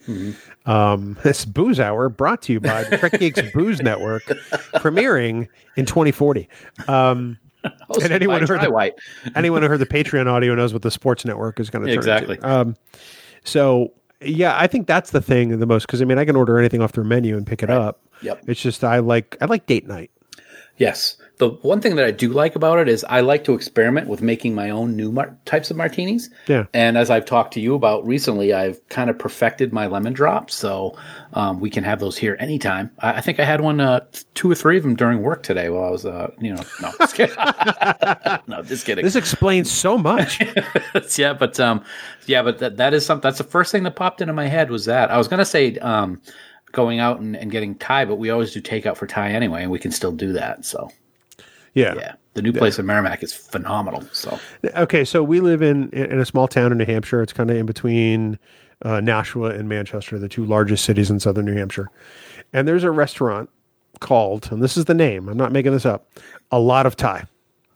C: Um, [laughs] this is booze hour brought to you by the Trek Geeks Booze Network,
E: [laughs]
C: premiering in 2040. Um,
E: Hosted
C: anyone
E: by
C: heard
E: Dry
C: of-
E: White.
C: anyone who heard the Patreon audio knows what the Sports Network is going to turn
E: Exactly.
C: Into. Um, so yeah, I think that's the thing the most because I mean I can order anything off their menu and pick it up.
E: Yep.
C: It's just I like I like date night.
E: Yes. The one thing that I do like about it is I like to experiment with making my own new mar- types of martinis.
C: Yeah.
E: And as I've talked to you about recently, I've kind of perfected my lemon drops, so um, we can have those here anytime. I, I think I had one, uh, two or three of them during work today while I was, uh, you know, no, just kidding. [laughs] no, just kidding.
C: This explains so
E: [laughs]
C: much.
E: yeah, but um, yeah, but that, that is something. That's the first thing that popped into my head was that I was gonna say um, going out and, and getting Thai, but we always do takeout for Thai anyway, and we can still do that. So
C: Yeah.
E: yeah, the new place in Merrimack is phenomenal. So
C: Okay, so we live in in a small town in New Hampshire. It's kind of in between uh, Nashua and Manchester, the two largest cities in southern New Hampshire. And there's a restaurant called, and this is the name. I'm not making this up. A lot of Thai.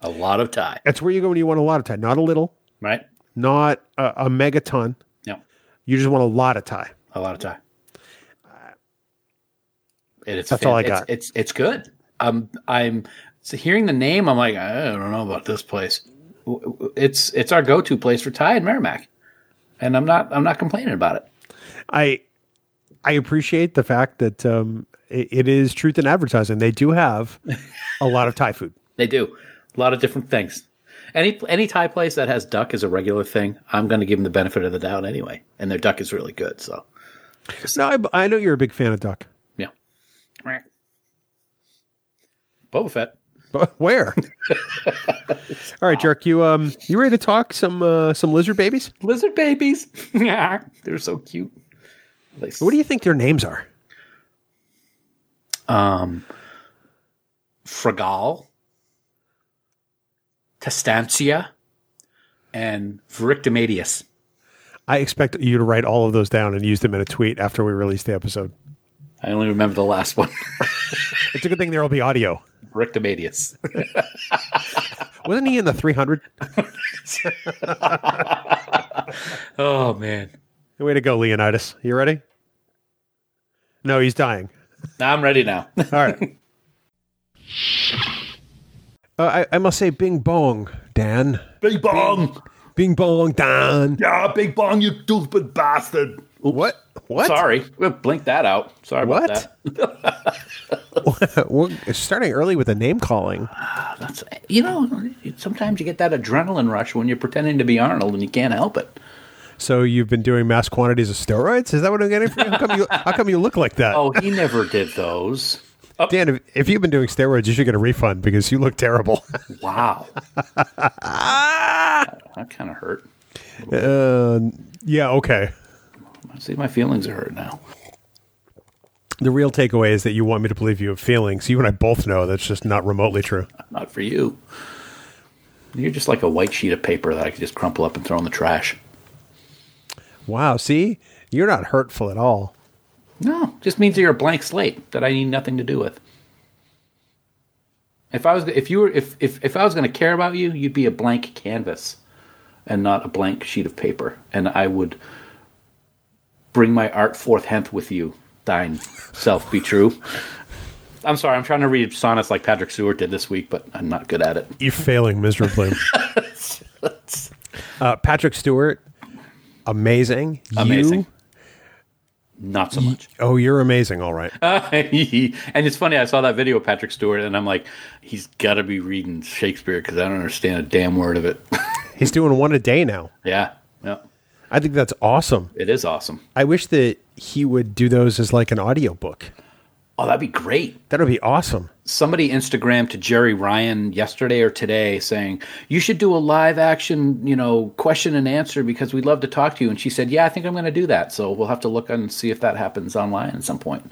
E: a lot of Thai,
C: That's where you go when you want a lot of Thai, not a little,
E: right?
C: not a, a megaton.
E: No,
C: You just want a lot of Thai.
E: a lot of Thai. And it's
C: Uh, That's all I
E: it's-
C: got.
E: It's, it's good. Um, I'm so hearing the name. I'm like, I don't know about this place. W- w- It's it's our go to place for Thai in Merrimack, and I'm not I'm not complaining about it.
C: I I appreciate the fact that um, it, it is truth in advertising. They do have a lot of Thai food.
E: They do a lot of different things. Any any Thai place that has duck is a regular thing. I'm going to give them the benefit of the doubt anyway, and their duck is really good. So
C: No, I, I know you're a big fan of duck.
E: yeah, Boba Fett.
C: But [laughs] where? All right, jerk. You um, you ready to talk some uh, some lizard babies?
E: lizard babies. [laughs] They're so cute. They,
C: What do you think their names are?
E: you um Fragal, Testancia, and Verictomadius.
C: I expect you to write all of those down and use them in a tweet after we release the episode.
E: I only remember the last one. [laughs]
C: It's a good thing there will be audio.
E: Verictomadius.
C: Wasn't he in the three hundred?
E: oh man.
C: Way to go, Leonidas. You ready? No, he's dying.
E: Now I'm ready [laughs] now.
C: All right. [laughs] Uh, I, I must say, Bing Bong, Dan.
D: Big Bong!
C: Bing Bong, Dan.
D: Yeah, Big Bong, you stupid bastard!
C: What? What?
E: Sorry. We'll blink that out. Sorry
C: What?
E: about
C: [laughs]
E: that.
C: We're starting early with a name calling.
E: That's you know, sometimes you get that adrenaline rush when you're pretending to be Arnold and you can't help it.
C: So you've been doing mass quantities of steroids? Is that what I'm getting from you? How come you, how come you look like that?
E: Oh, he never did those.
C: Dan, if, if you've been doing steroids, you should get a refund because you look terrible. [laughs]
E: Wow. that kind of hurt.
C: uh, yeah, okay.
E: See, my feelings are hurt now.
C: The real takeaway is that you want me to believe you have feelings. You and I both know that's just not remotely true.
E: Not for you. You're just like a white sheet of paper that I could just crumple up and throw in the trash.
C: Wow, see? You're not hurtful at all.
E: No, just means you're a blank slate that I need nothing to do with. If I was, if you were, if if, if I was going to care about you, you'd be a blank canvas, and not a blank sheet of paper. And I would bring my art forth hence with you. Thine self be true. I'm sorry, I'm trying to read sonnets like Patrick Stewart did this week, but I'm not good at it.
C: You're failing
E: [laughs]
C: miserably. uh, Patrick Stewart, amazing.
E: Amazing.
C: You,
E: Not so much. [laughs]
C: oh, you're amazing, all right.
E: and it's funny, I saw that video of Patrick Stewart, and I'm like, he's got to be reading Shakespeare because I don't understand a damn word of it.
C: He's doing one a day now.
E: yeah, yeah,
C: I think that's awesome.
E: it is awesome.
C: I wish that he would do those as like an audiobook.
E: Oh, that'd be great.
C: That would be awesome.
E: Somebody Instagrammed to Jerry Ryan yesterday or today saying, you should do a live action, you know, question and answer because we'd love to talk to you. And she said, yeah, I think I'm going to do that. So we'll have to look and see if that happens online at some point.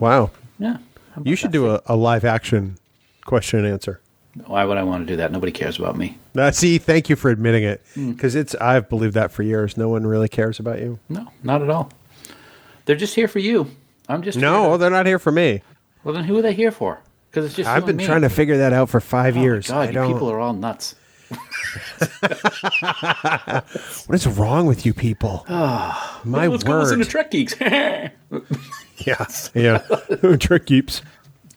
C: Wow.
E: Yeah.
C: You should do a, a live action question and answer.
E: Why would I want to do that? Nobody cares about me.
C: Now, see, thank you for admitting it because it's, I've believed that for years. No one really cares about [laughs] you.
E: No, not at all. They're just here for you. I'm just here to-
C: No, they're not here for me.
E: Well, then who are they here for? Because it's just you
C: I've
E: and
C: been
E: me.
C: trying to figure that out for five
E: Oh my
C: years. I
E: God, you
C: don't,
E: people are all nuts.
C: what is wrong with you [sighs] people? My
E: Let's go listen to
C: word.
E: Trek Geeks. [laughs]
C: yeah. [laughs] Yeah. Trick keeps.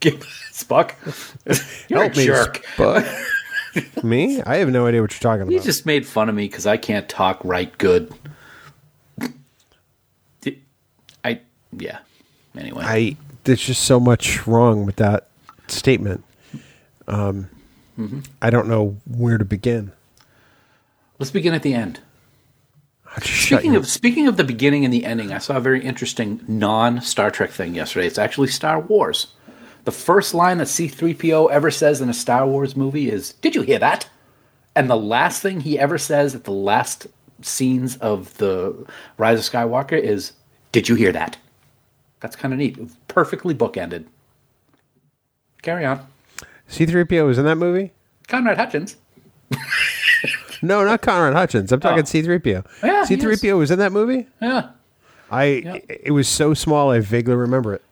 E: Spock, you're
C: Help
E: a
C: me,
E: jerk.
C: Spock. [laughs] me? I have no idea what you're talking about.
E: You just made fun of me because I can't talk right good. I yeah. Anyway,
C: I there's just so much wrong with that statement. Um,
E: Mm-hmm.
C: I don't know where to begin.
E: let's begin at the end.
C: I'll just shut
E: Speaking
C: you-
E: of speaking of the beginning and the ending, I saw a very interesting non Star Trek thing yesterday. It's actually Star Wars. The first line that C3PO ever says in a Star Wars movie is, "Did you hear that?" And the last thing he ever says at the last scenes of the Rise of Skywalker is, "Did you hear that?" That's kind of neat. Perfectly bookended. Carry on.
C: C3PO was in that movie?
E: Conrad Hutchins.
C: No, not Conrad Hutchins. I'm talking C3PO.
E: Oh. Yeah, he
C: C3PO was in that movie?
E: Yeah.
C: I it was so small I vaguely remember it.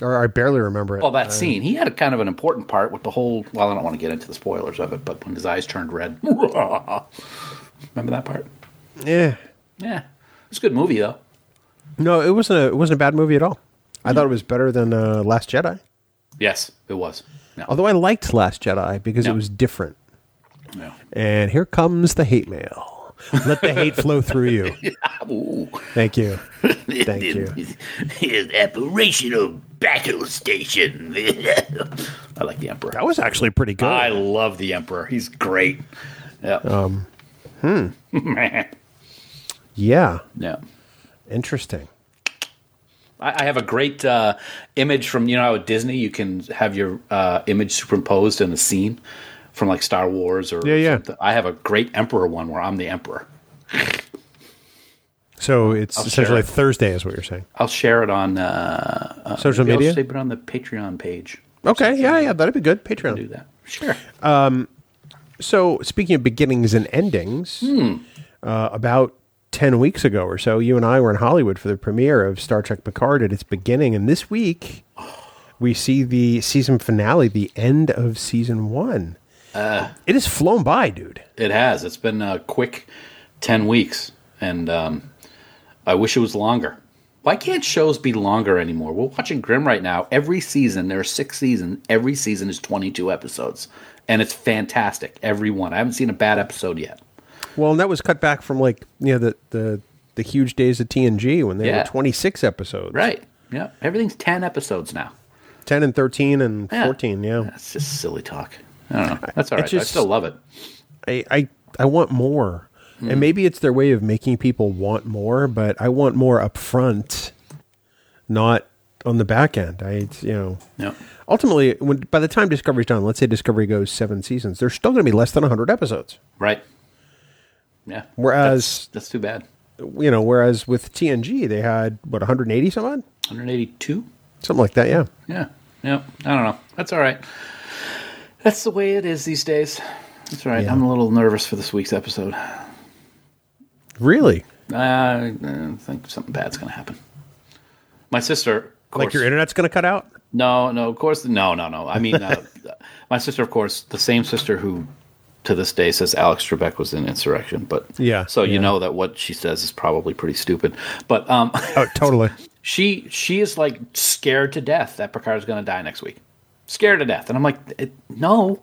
C: Or I barely remember it.
E: Well, that scene, he had a kind of an important part with the whole. Well, I don't want to get into the spoilers of it, but when his eyes turned red, [laughs] remember that part?
C: yeah.
E: Yeah, it's a good movie though.
C: No, it wasn't a it wasn't a bad movie at all. I thought it was better than uh, Last Jedi.
E: Yes, it was. No,
C: Although I liked Last Jedi because
E: No.
C: it was different.
E: no.
C: And here comes the hate mail. Let the hate flow through you.
E: [laughs] Ooh.
C: Thank
E: [laughs]
C: you. Thank you.
E: His operational battle station. [laughs] I like the Emperor.
C: That was actually pretty good.
E: I love the Emperor. He's great. Yeah. Um. Hmm.
C: yeah.
E: yeah.
C: Interesting.
E: I, I have a great uh, image from you know how at Disney you can have your uh, image superimposed in a scene from like Star Wars or
C: Yeah, yeah.
E: something. I have a great Emperor one where I'm the Emperor.
C: So it's essentially
E: share it.
C: Thursday, is what you're saying.
E: I'll share it on uh, uh,
C: Social
E: maybe
C: media?
E: I'll save it on the Patreon page.
C: Okay. Yeah, yeah. That'd be good.
E: Do
C: Patreon.
E: that. Sure.
C: So speaking of beginnings and endings,
E: Hmm.
C: uh, about 10 weeks ago or so, you and I were in Hollywood for the premiere of Star Trek Picard at its beginning. And this week, we see the season finale, the end of season one.
E: Uh.
C: it has flown by, dude.
E: It has. It's been a quick ten weeks, and um, I wish it was longer. Why can't shows be longer anymore? We're watching Grimm right now. Every season, there are six seasons. Every season is twenty-two episodes, and it's fantastic. Every one. I haven't seen a bad episode yet.
C: Well, and that was cut back from like you know the the the huge days of TNG when they
E: Yeah.
C: were 26 episodes,
E: Right? Yeah. Everything's ten episodes now.
C: 10 and 13 and
E: Yeah.
C: 14. Yeah,
E: That's just silly talk. I don't know. That's all
C: It
E: right.
C: just-
E: I still love it.
C: I, I I want more.
E: Mm.
C: And maybe it's their way of making people want more, but I want more up front, not on the back end. I, it's, you know,
E: Yeah.
C: ultimately, when, by the time Discovery's done, let's say Discovery goes seven seasons, there's still going to be less than 100 episodes.
E: Right. Yeah.
C: Whereas-
E: that's, that's too bad.
C: You know, whereas with TNG, they had, what, 180 some odd?
E: 182.
C: Something like that, yeah.
E: Yeah. Yeah. I don't know. That's all right. That's the way it is these days. That's all right.
C: Yeah.
E: I'm a little nervous for this week's episode.
C: Really?
E: I uh, think something bad's going to happen. My sister, of course,
C: Like your internet's going to cut out?
E: no, no, of course, no, no, no. I mean, uh, [laughs] my sister, of course, the same sister who, to this day, says Alex Trebek was in Insurrection. But
C: Yeah,
E: so
C: yeah.
E: you know that what she says is probably pretty stupid. But um, [laughs]
C: Oh, totally.
E: she she is like scared to death that Picard's going to die next week, scared to death. And I'm like, "It- no.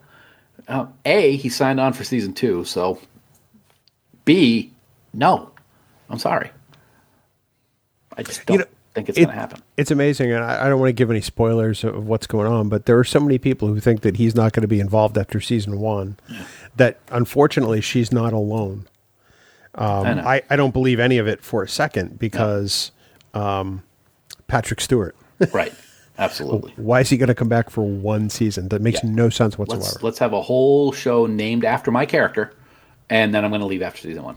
E: Uh, A, he signed on for season two, so. B, no. I'm sorry. I just don't
C: know,
E: think it's
C: it-
E: going to happen.
C: It's amazing, and I, I don't want to give any spoilers of what's going on, but there are so many people who think that he's not going to be involved after season one that unfortunately she's not alone.
E: I know.
C: um, I, I don't believe any of it for a second because um, Patrick Stewart.
E: [laughs] right. Absolutely.
C: Why is he going to come back for one season? That makes
E: Yeah.
C: no sense [laughs] whatsoever.
E: Let's let's have a whole show named after my character, and then I'm going to leave after season one.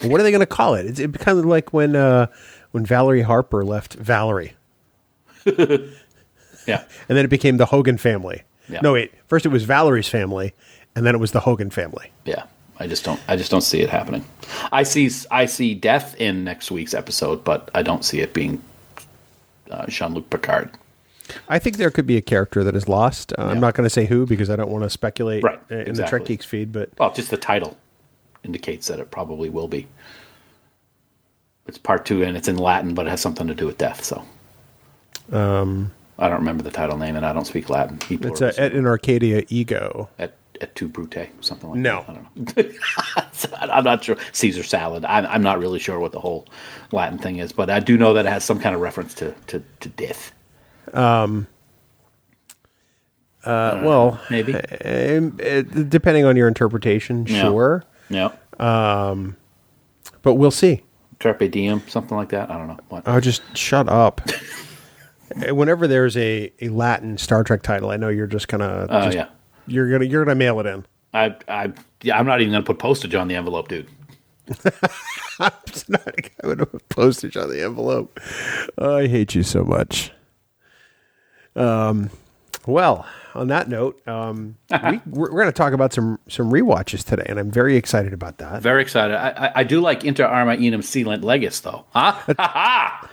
C: what are they going to call it? It's it kind of like when uh, when Valerie Harper left Valerie,
E: Yeah.
C: and then it became the Hogan family.
E: Yeah.
C: No, wait. First it was Valerie's family, and then it was the Hogan family.
E: yeah i just don't i just don't see it happening i see i see death in next week's episode but i don't see it being uh, jean-luc picard
C: I think there could be a character that is lost. Uh, I'm
E: Yeah.
C: not going to say who because I don't want to speculate
E: Right,
C: in the
E: exactly.
C: Trek Geeks feed, but
E: well just the title indicates that it probably will be it's part two and it's in latin but it has something to do with death so um i don't remember the title name and i don't speak latin He
C: Um. it's
E: pluribus.
C: a, at an Arcadia ego.
E: at at two brute something like
C: No.
E: that. I don't know. [laughs] I'm not sure Caesar salad. I'm, I'm not really sure what the whole Latin thing is, but I do know that it has some kind of reference to to, to death.
C: Uh, well,
E: Maybe.
C: um, uh, depending on your interpretation,
E: Yeah.
C: sure,
E: Yeah.
C: but we'll see.
E: Carpe diem, something like that. I don't know. What?
C: Oh, just shut [laughs] up. Uh, Whenever there's a, a Latin Star Trek title, I know you're just gonna
E: Oh
C: just-
E: yeah.
C: you're gonna you're gonna mail it in.
E: I I yeah, I'm not even gonna put postage on the envelope, dude.
C: [laughs] It's not going to put postage on the envelope. Oh, I hate you so much. Um, well, on that note, um,
E: [laughs]
C: we, we're, we're going to talk about some some rewatches today, and I'm very excited about that.
E: Very excited. I I, I do like Inter Arma Enum Sealant Legis though. [laughs] Huh? Ha ha!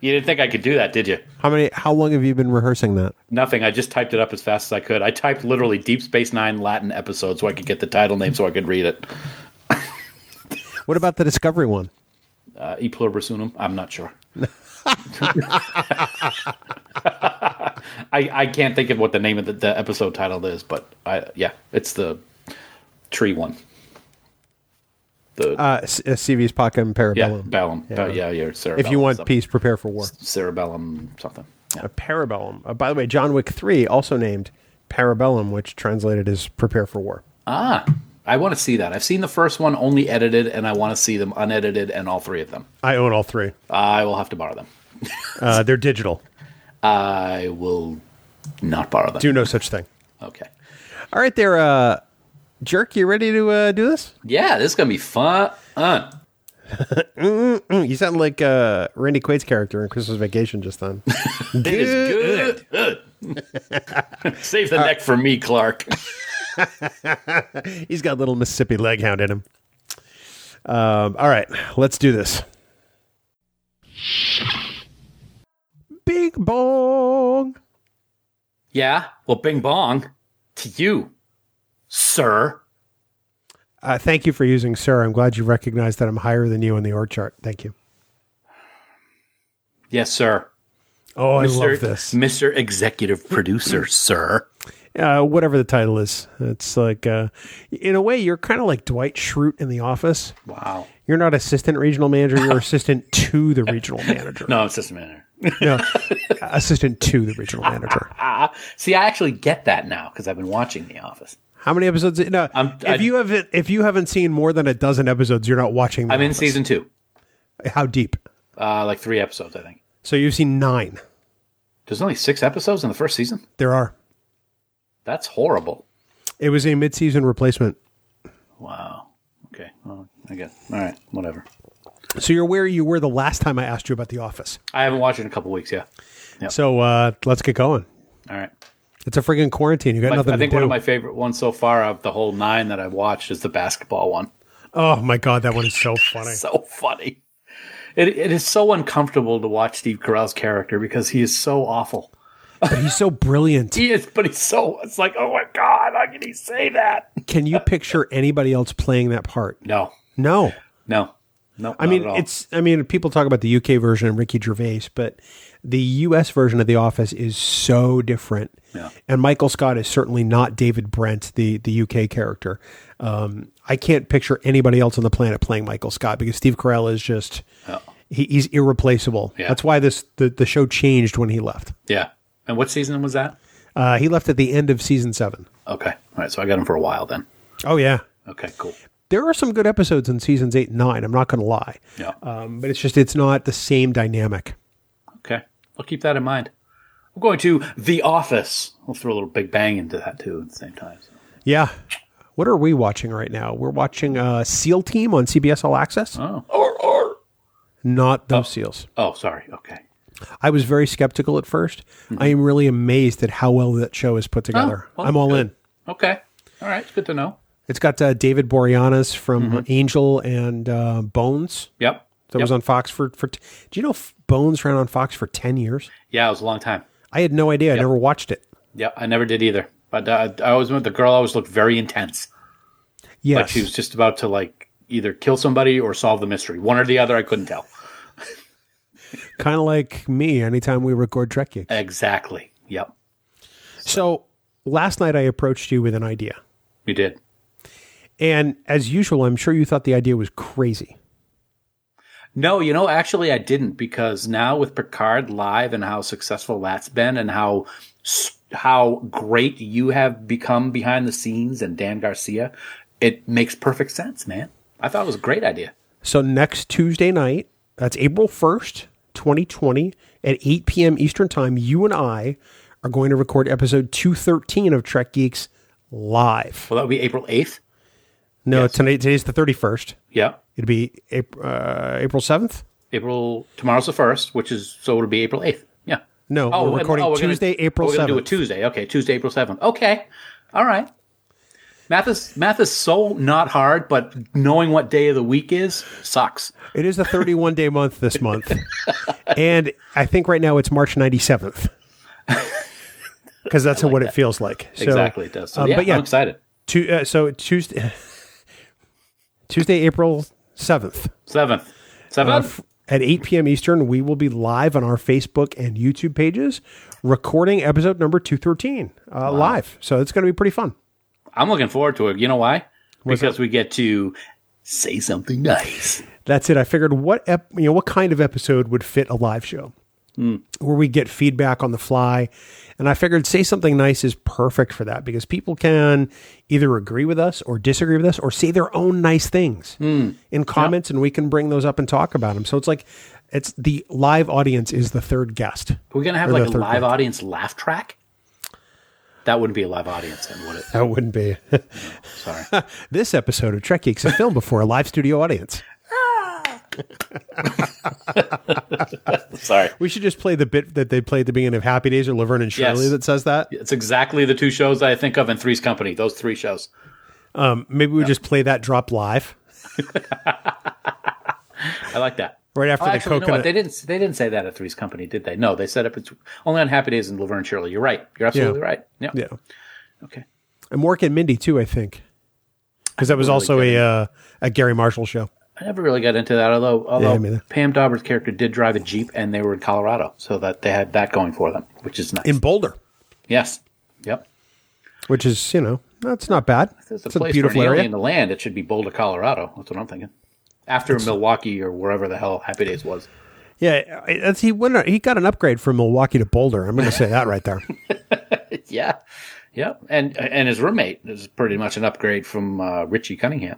E: You didn't think I could do that, did you?
C: How many? How long have you been rehearsing that?
E: Nothing. I just typed it up as fast as I could. I typed literally Deep Space Nine Latin episode so I could get the title name so I could read it.
C: What about the Discovery one?
E: Uh, e pluribus unum. I'm not sure. I I can't think of what the name of the, the episode title is, but I yeah, it's the tree one. The
C: Uh, C- uh, CV's Paca and
E: yeah,
C: Parabellum.
E: Bellum. Yeah, yeah, yeah cerebellum.
C: if you want
E: something.
C: peace, prepare for war.
E: cerebellum something. Yeah.
C: A Parabellum. Uh, by the way, John Wick three also named Parabellum, which translated is prepare for war.
E: Ah, I want to see that. I've seen the first one only edited, and I want to see them unedited and all three of them.
C: I own all three.
E: I will have to borrow them.
C: Uh, they're digital.
E: I will not borrow them.
C: Do no such thing.
E: Okay.
C: All right, there, uh, jerk. You ready to uh, do this?
E: Yeah, this is gonna be fun.
C: Mm, You sound like uh, Randy Quaid's character in Christmas Vacation just [laughs] then.
E: It is good. [laughs] Uh, Save the neck for me, Clark.
C: He's got a little Mississippi leghound in him. Um, all right, let's do this. Big bong.
E: yeah. Well, Bing Bong, to you, sir.
C: Uh, thank you for using sir. I'm glad you recognize that I'm higher than you on the org chart. Thank you.
E: Yes, sir.
C: Oh, I
E: Mr.
C: love this.
E: Mr. Executive Producer, sir.
C: Uh, whatever the title is, it's like uh, in a way you're kind of like Dwight Schrute in The Office.
E: Wow.
C: You're not assistant regional manager.
E: [laughs]
C: You're assistant to the regional manager.
E: No, it's just a minute.
C: No, assistant to the regional manager.
E: Ah, see, I actually get that now because I've been watching The Office.
C: How many episodes? No,
E: I'm-
C: if
E: I-
C: you haven't if you haven't seen more than a dozen episodes, you're not watching. The
E: I'm in
C: Office.
E: season two,
C: How deep?
E: uh, like three episodes, I think.
C: So you've seen nine.
E: There's only six episodes in the first season.
C: There are.
E: That's horrible.
C: It was a mid-season replacement.
E: Wow. Okay. Well, I guess. All right. Whatever.
C: So you're where you were the last time I asked you about The Office.
E: I haven't watched it in a couple weeks. Yeah.
C: So uh, let's get going.
E: All right.
C: It's a friggin' quarantine. You got
E: My-
C: nothing
E: I think
C: to
E: one
C: do.
E: of my favorite ones so far of the whole nine that I've watched is the basketball one.
C: oh my god, that one is so funny.
E: So funny. It, it is so uncomfortable to watch Steve Carell's character because he is so awful.
C: But he's so brilliant.
E: He is, but he's so. It's like, oh my god, how can he say that?
C: Can you picture anybody else playing that part?
E: No,
C: No.
E: no, no.
C: I mean, it's. I mean, people talk about the UK version and Ricky Gervais, but the US version of The Office is so different.
E: Yeah.
C: And Michael Scott is certainly not David Brent, the the UK character. Um, I can't picture anybody else on the planet playing Michael Scott because Steve Carell is just. He, he's irreplaceable.
E: Yeah.
C: That's why this the, the show changed when he left.
E: yeah. And what season was that?
C: Uh, he left at the end of season seven.
E: Okay, all right. So I got him for a while then.
C: Oh yeah,
E: Okay, cool.
C: there are some good episodes in seasons eight and nine. I'm not going to lie,
E: Yeah.
C: um, but it's just it's not the same dynamic.
E: okay, I'll keep that in mind. I'm going to The Office. We'll throw a little Big Bang into that too at the same time. so.
C: Yeah. What are we watching right now? We're watching uh, SEAL Team on CBS All Access.
E: Oh.
C: Not those SEALs.
E: Oh, sorry. Okay.
C: I was very skeptical at 1st I am really amazed at how well that show is put together.
E: Mm-hmm. Oh, well,
C: I'm all
E: good.
C: in.
E: Okay. All right. It's good to know.
C: It's got uh, David Boreanaz from Angel and uh, Bones
E: Yep.
C: that
E: Mm-hmm. Yep.
C: was on Fox for. for t- Do you know F- Bones ran on Fox for 10 years?
E: Yeah, it was a long time.
C: I had no idea. I never watched it.
E: Yeah, I never did either. But uh, I always remember the girl always looked very intense.
C: Yes.
E: Like she was just about to like either kill somebody or solve the mystery. One or the other, I couldn't tell.
C: kind of like me anytime we record Trek Geeks.
E: Exactly. Yep.
C: So last night I approached you with an idea.
E: You did.
C: And as usual, I'm sure you thought the idea was crazy.
E: No, you know, actually I didn't because now with Picard live and how successful that's been and how s- how great you have become behind the scenes and Dan Garcia, it makes perfect sense, man. I thought it was a great idea.
C: So next Tuesday night, that's April 1st, 2020, at 8 p.m. Eastern Time, you and I are going to record episode 213 of Trek Geeks live.
E: Well, that would be April 8th.
C: No, tonight today's the 31st.
E: Yeah.
C: It'll be April, uh, April 7th.
E: April tomorrow's the first, which is so it'll be April eighth. Yeah.
C: No, we're
E: Oh, and-
C: recording
E: gonna-
C: Tuesday, April
E: We're gonna do
C: 7th.
E: it Tuesday. Okay, Tuesday, April seventh. Okay, all right. Math is math is so not hard, but knowing what day of the week is sucks.
C: It is the 31 day month this
E: [laughs]
C: month. and I think right now it's March
E: [laughs]
C: 97th. Because that's what it feels like. So,
E: exactly, it does. So,
C: um,
E: yeah,
C: but yeah,
E: I'm excited.
C: Tu- uh, so Tuesday, [laughs] Tuesday, April seventh,
E: Seventh,
C: Um,
E: seventh.
C: at eight p.m. Eastern, we will be live on our Facebook and YouTube pages, recording episode number two thirteen uh, live. So it's going to be pretty fun.
E: I'm looking forward to it. You know why? Because we get to say something nice.
C: That's it. I figured what ep- you know what kind of episode would fit a live show
E: Hmm.
C: where we get feedback on the fly, and I figured say something nice is perfect for that because people can either agree with us or disagree with us or say their own nice things
E: Hmm.
C: in comments, and we can bring those up and talk about them. So it's like it's the live audience is the third guest.
E: We're gonna have
C: Or the
E: like a
C: third
E: live
C: one.
E: audience laugh track. That wouldn't be a live audience, then, would it?
C: [laughs] That wouldn't be
E: [laughs] Sorry.
C: [laughs] this episode of Trek Geeks, a film before a live studio audience.
E: Sorry.
C: We should just play the bit that they played at the beginning of Happy Days or Laverne and Shirley
E: Yes.
C: that says that.
E: It's exactly the two shows that I think of in Three's Company. Those three shows.
C: Maybe we just play that drop live.
E: I like that.
C: Right after
E: Oh,
C: the
E: actually, you know
C: coconut-
E: what? They didn't. They didn't say that at Three's Company, did they? No, they said it bet- only on Happy Days and Laverne and Shirley. You're right. You're absolutely right. Yeah.
C: Yeah.
E: Okay.
C: And Mork and Mindy too, I think, because that was also a uh, a Gary Marshall show.
E: I never really got into that, although although
C: me neither.
E: Pam Dauber's character did drive a jeep, and they were in Colorado, so that they had that going for them, which is nice.
C: in Boulder,
E: yes. Yep.
C: which is you know that's not bad.
E: There's a
C: It's a
E: place for an
C: beautiful
E: alien
C: area.
E: to land. It should be Boulder, Colorado. That's what I'm thinking. After Milwaukee or wherever the hell Happy Days was. [laughs]
C: Yeah, I- that's, he went. He got an upgrade from Milwaukee to Boulder. I'm going to say that right there.
E: yeah, yeah, and and his roommate is pretty much an upgrade from uh, Richie Cunningham.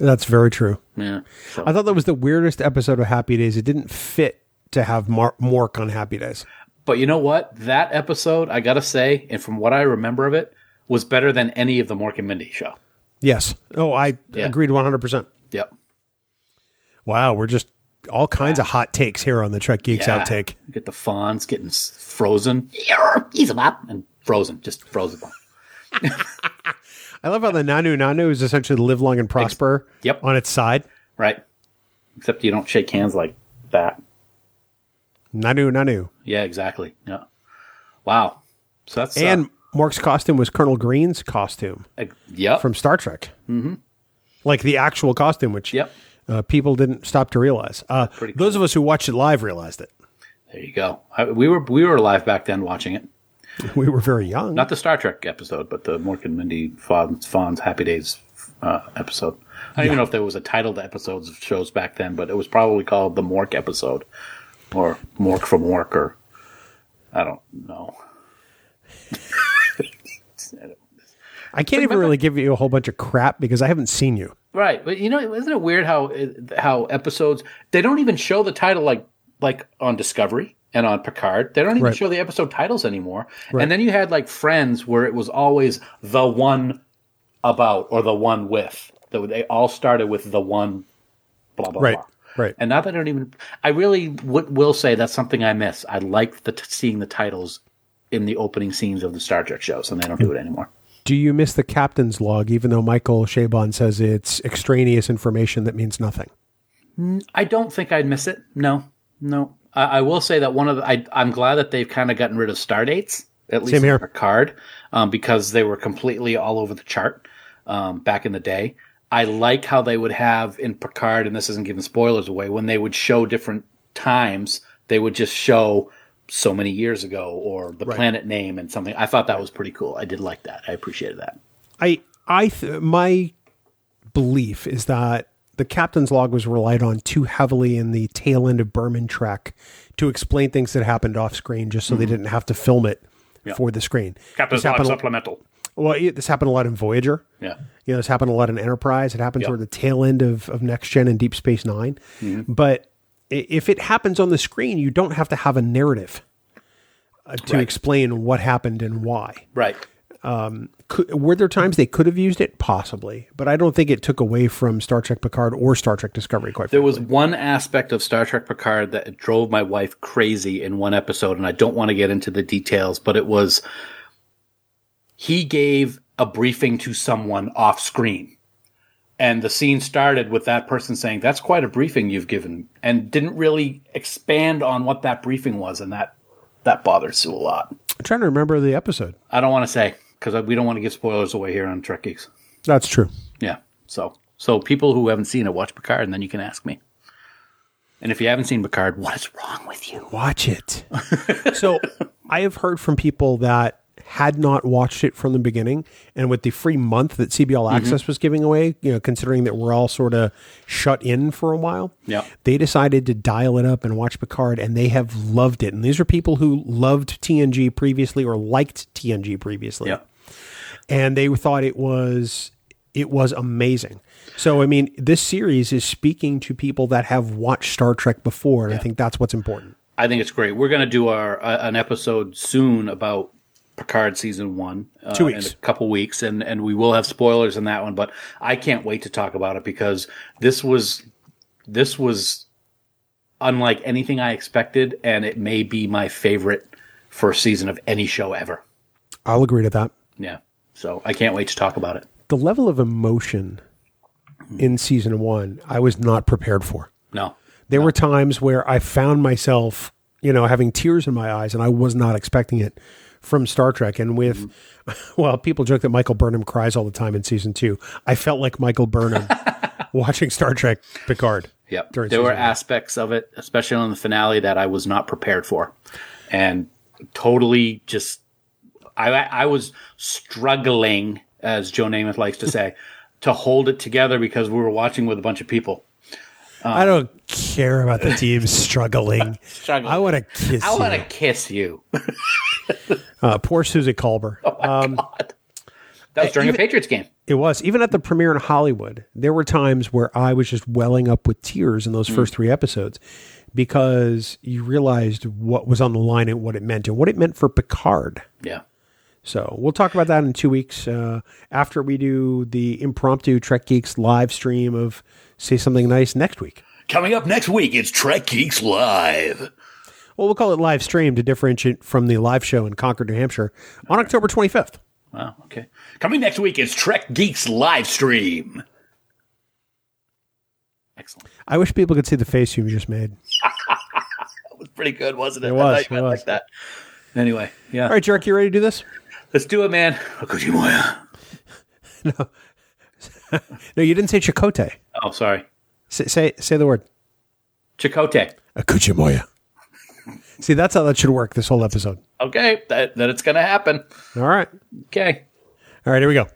C: That's very true.
E: Yeah, so.
C: I thought that was the weirdest episode of Happy Days. It didn't fit to have Mar- Mork on Happy Days.
E: But you know what? That episode, I gotta say, and from what I remember of it, was better than any of the Mork and Mindy show.
C: Yes. Oh, I
E: Yeah.
C: agreed 100%.
E: Yep.
C: Wow, we're just all kinds of hot takes here on the Trek Geeks
E: Yeah.
C: outtake.
E: You get the Fonz getting s- frozen. Yarr, He's a mop and frozen, just frozen.
C: I love how the Nanu Nanu is essentially live long and prosper
E: yep.
C: on its side.
E: Right. Except you don't shake hands like that.
C: Nanu Nanu.
E: Yeah, exactly. Yeah. Wow. So that's uh,
C: And Mork's costume was Colonel Green's costume
E: a- yep.
C: from Star Trek. Mm-hmm. Like the actual costume, which
E: yep.
C: uh, people didn't stop to realize. Uh,
E: pretty
C: Those of us who watched it live realized it. [laughs]
E: There you go. I, we were we were alive back then watching it.
C: We were very young.
E: Not the Star Trek episode, but the Mork and Mindy Fonz, Fonz Happy Days uh, episode. I don't even know if there was a title to episodes of shows back then, but it was probably called the Mork episode or Mork from Work or I don't know.
C: I can't even really give you a whole bunch of crap because I haven't seen you.
E: Right, but you know, isn't it weird how uh, how episodes they don't even show the title like like on Discovery and on Picard. They don't even
C: Right.
E: show the episode titles anymore. And then you had like Friends, where it was always the one about or the one with. So they all started with the one, blah blah
C: Right,
E: blah.
C: right.
E: And now that I don't even, I really w- will say that's something I miss. I like the t- seeing the titles in the opening scenes of the Star Trek shows, and they don't do it anymore.
C: Do you miss the captain's log, even though Michael Chabon says it's extraneous information that means nothing?
E: I don't think I'd miss it. No, no. I, I will say that one of the, I, I'm glad that they've kind of gotten rid of star dates, at least
C: Same here.
E: in Picard, um, because they were completely all over the chart um, back in the day. I like how they would have in Picard, and this isn't giving spoilers away, when they would show different times, they would just show so many years ago or the planet name and something. I thought that was pretty cool. I did like that. I appreciated that.
C: I, I, th- my belief is that the captain's log was relied on too heavily in the tail end of Berman Trek to explain things that happened off screen, just so
E: Mm-hmm.
C: they didn't have to film it for the screen. This happened,
E: supplemental.
C: well, it, this happened a lot in Voyager.
E: Yeah.
C: You know, this happened a lot in Enterprise. It happened toward the tail end of, of Next Gen and Deep Space 9
E: Mm-hmm.
C: But i- if it happens on the screen, you don't have to have a narrative uh, to explain what happened and why.
E: Right.
C: Could, were there times they could have used it? Possibly. But I don't think it took away from Star Trek Picard or Star Trek Discovery, quite
E: There
C: frankly.
E: was one aspect of Star Trek Picard that drove my wife crazy in one episode, and I don't want to get into the details, but it was he gave a briefing to someone off screen. And the scene started with that person saying, That's quite a briefing you've given, and didn't really expand on what that briefing was, and that that bothers you a lot.
C: I'm trying to remember the episode.
E: I don't want to say, because we don't want to give spoilers away here on Trek Geeks.
C: That's true.
E: Yeah. So so people who haven't seen it, watch Picard, and then you can ask me. And if you haven't seen Picard, what is wrong with you?
C: Watch it.
E: [laughs]
C: so I have heard from people that had not watched it from the beginning and with the free month that
E: Mm-hmm.
C: CBL Access was giving away, you know, considering that we're all sort of shut in for a while.
E: Yeah.
C: They decided to dial it up and watch Picard and they have loved it. And these are people who loved TNG previously or liked TNG previously.
E: Yeah.
C: And they thought it was it was amazing. So I mean, this series is speaking to people that have watched Star Trek before and I think that's what's important.
E: I think it's great. We're going to do our uh, an episode soon about Picard season one. Uh,
C: Two weeks.
E: In a couple weeks, and and we will have spoilers in that one. But I can't wait to talk about it because this was this was unlike anything I expected, and it may be my favorite first season of any show ever.
C: I'll agree to that.
E: Yeah. So I can't wait to talk about it.
C: the level of emotion in season one, I was not prepared for.
E: No.
C: There were times where I found myself, you know, having tears in my eyes, and I was not expecting it from Star Trek. And with, [laughs] well, people joke that Michael Burnham cries all the time in season two. I felt like Michael Burnham
E: [laughs]
C: watching Star Trek Picard.
E: Yep.
C: during
E: there were
C: season one.
E: aspects of it, especially on the finale, that I was not prepared for, and totally just I I was struggling, as Joe Namath likes to say, [laughs] to hold it together because we were watching with a bunch of people. Uh,
C: I don't care about the team struggling.
E: [laughs] Struggling.
C: I want to kiss
E: I want
C: you.
E: to kiss you. Oh
C: Uh, poor Susie Culber. Um,
E: That was during a Patriots game.
C: It was. Even at the premiere in Hollywood, there were times where I was just welling up with tears in those first three episodes because you realized what was on the line and what it meant and what it meant for Picard.
E: Yeah.
C: So we'll talk about that in two weeks uh, after we do the impromptu Trek Geeks live stream of Say Something Nice next week.
G: Coming up next week, it's Trek Geeks Live.
C: Well, we'll call it live stream to differentiate from the live show in Concord, New Hampshire on October 25th.
E: Wow. Okay.
G: Coming next week, it's Trek Geeks Live Stream.
E: Excellent.
C: I wish people could see the face you just made.
E: That was pretty good, wasn't it?
C: It was,
E: I thought you
C: it
E: meant
C: was.
E: like that. Anyway, yeah.
C: All right, Jerk, you ready to do this?
E: Let's do it, man. Okojimoya.
C: No, you didn't say Chicote.
E: Oh, sorry.
C: Say, say, say the word.
E: Chicote.
C: Akuchimoya. See, that's how that should work this whole episode.
E: Okay, that, that it's going to happen.
C: All right.
E: Okay.
C: All right, here we go.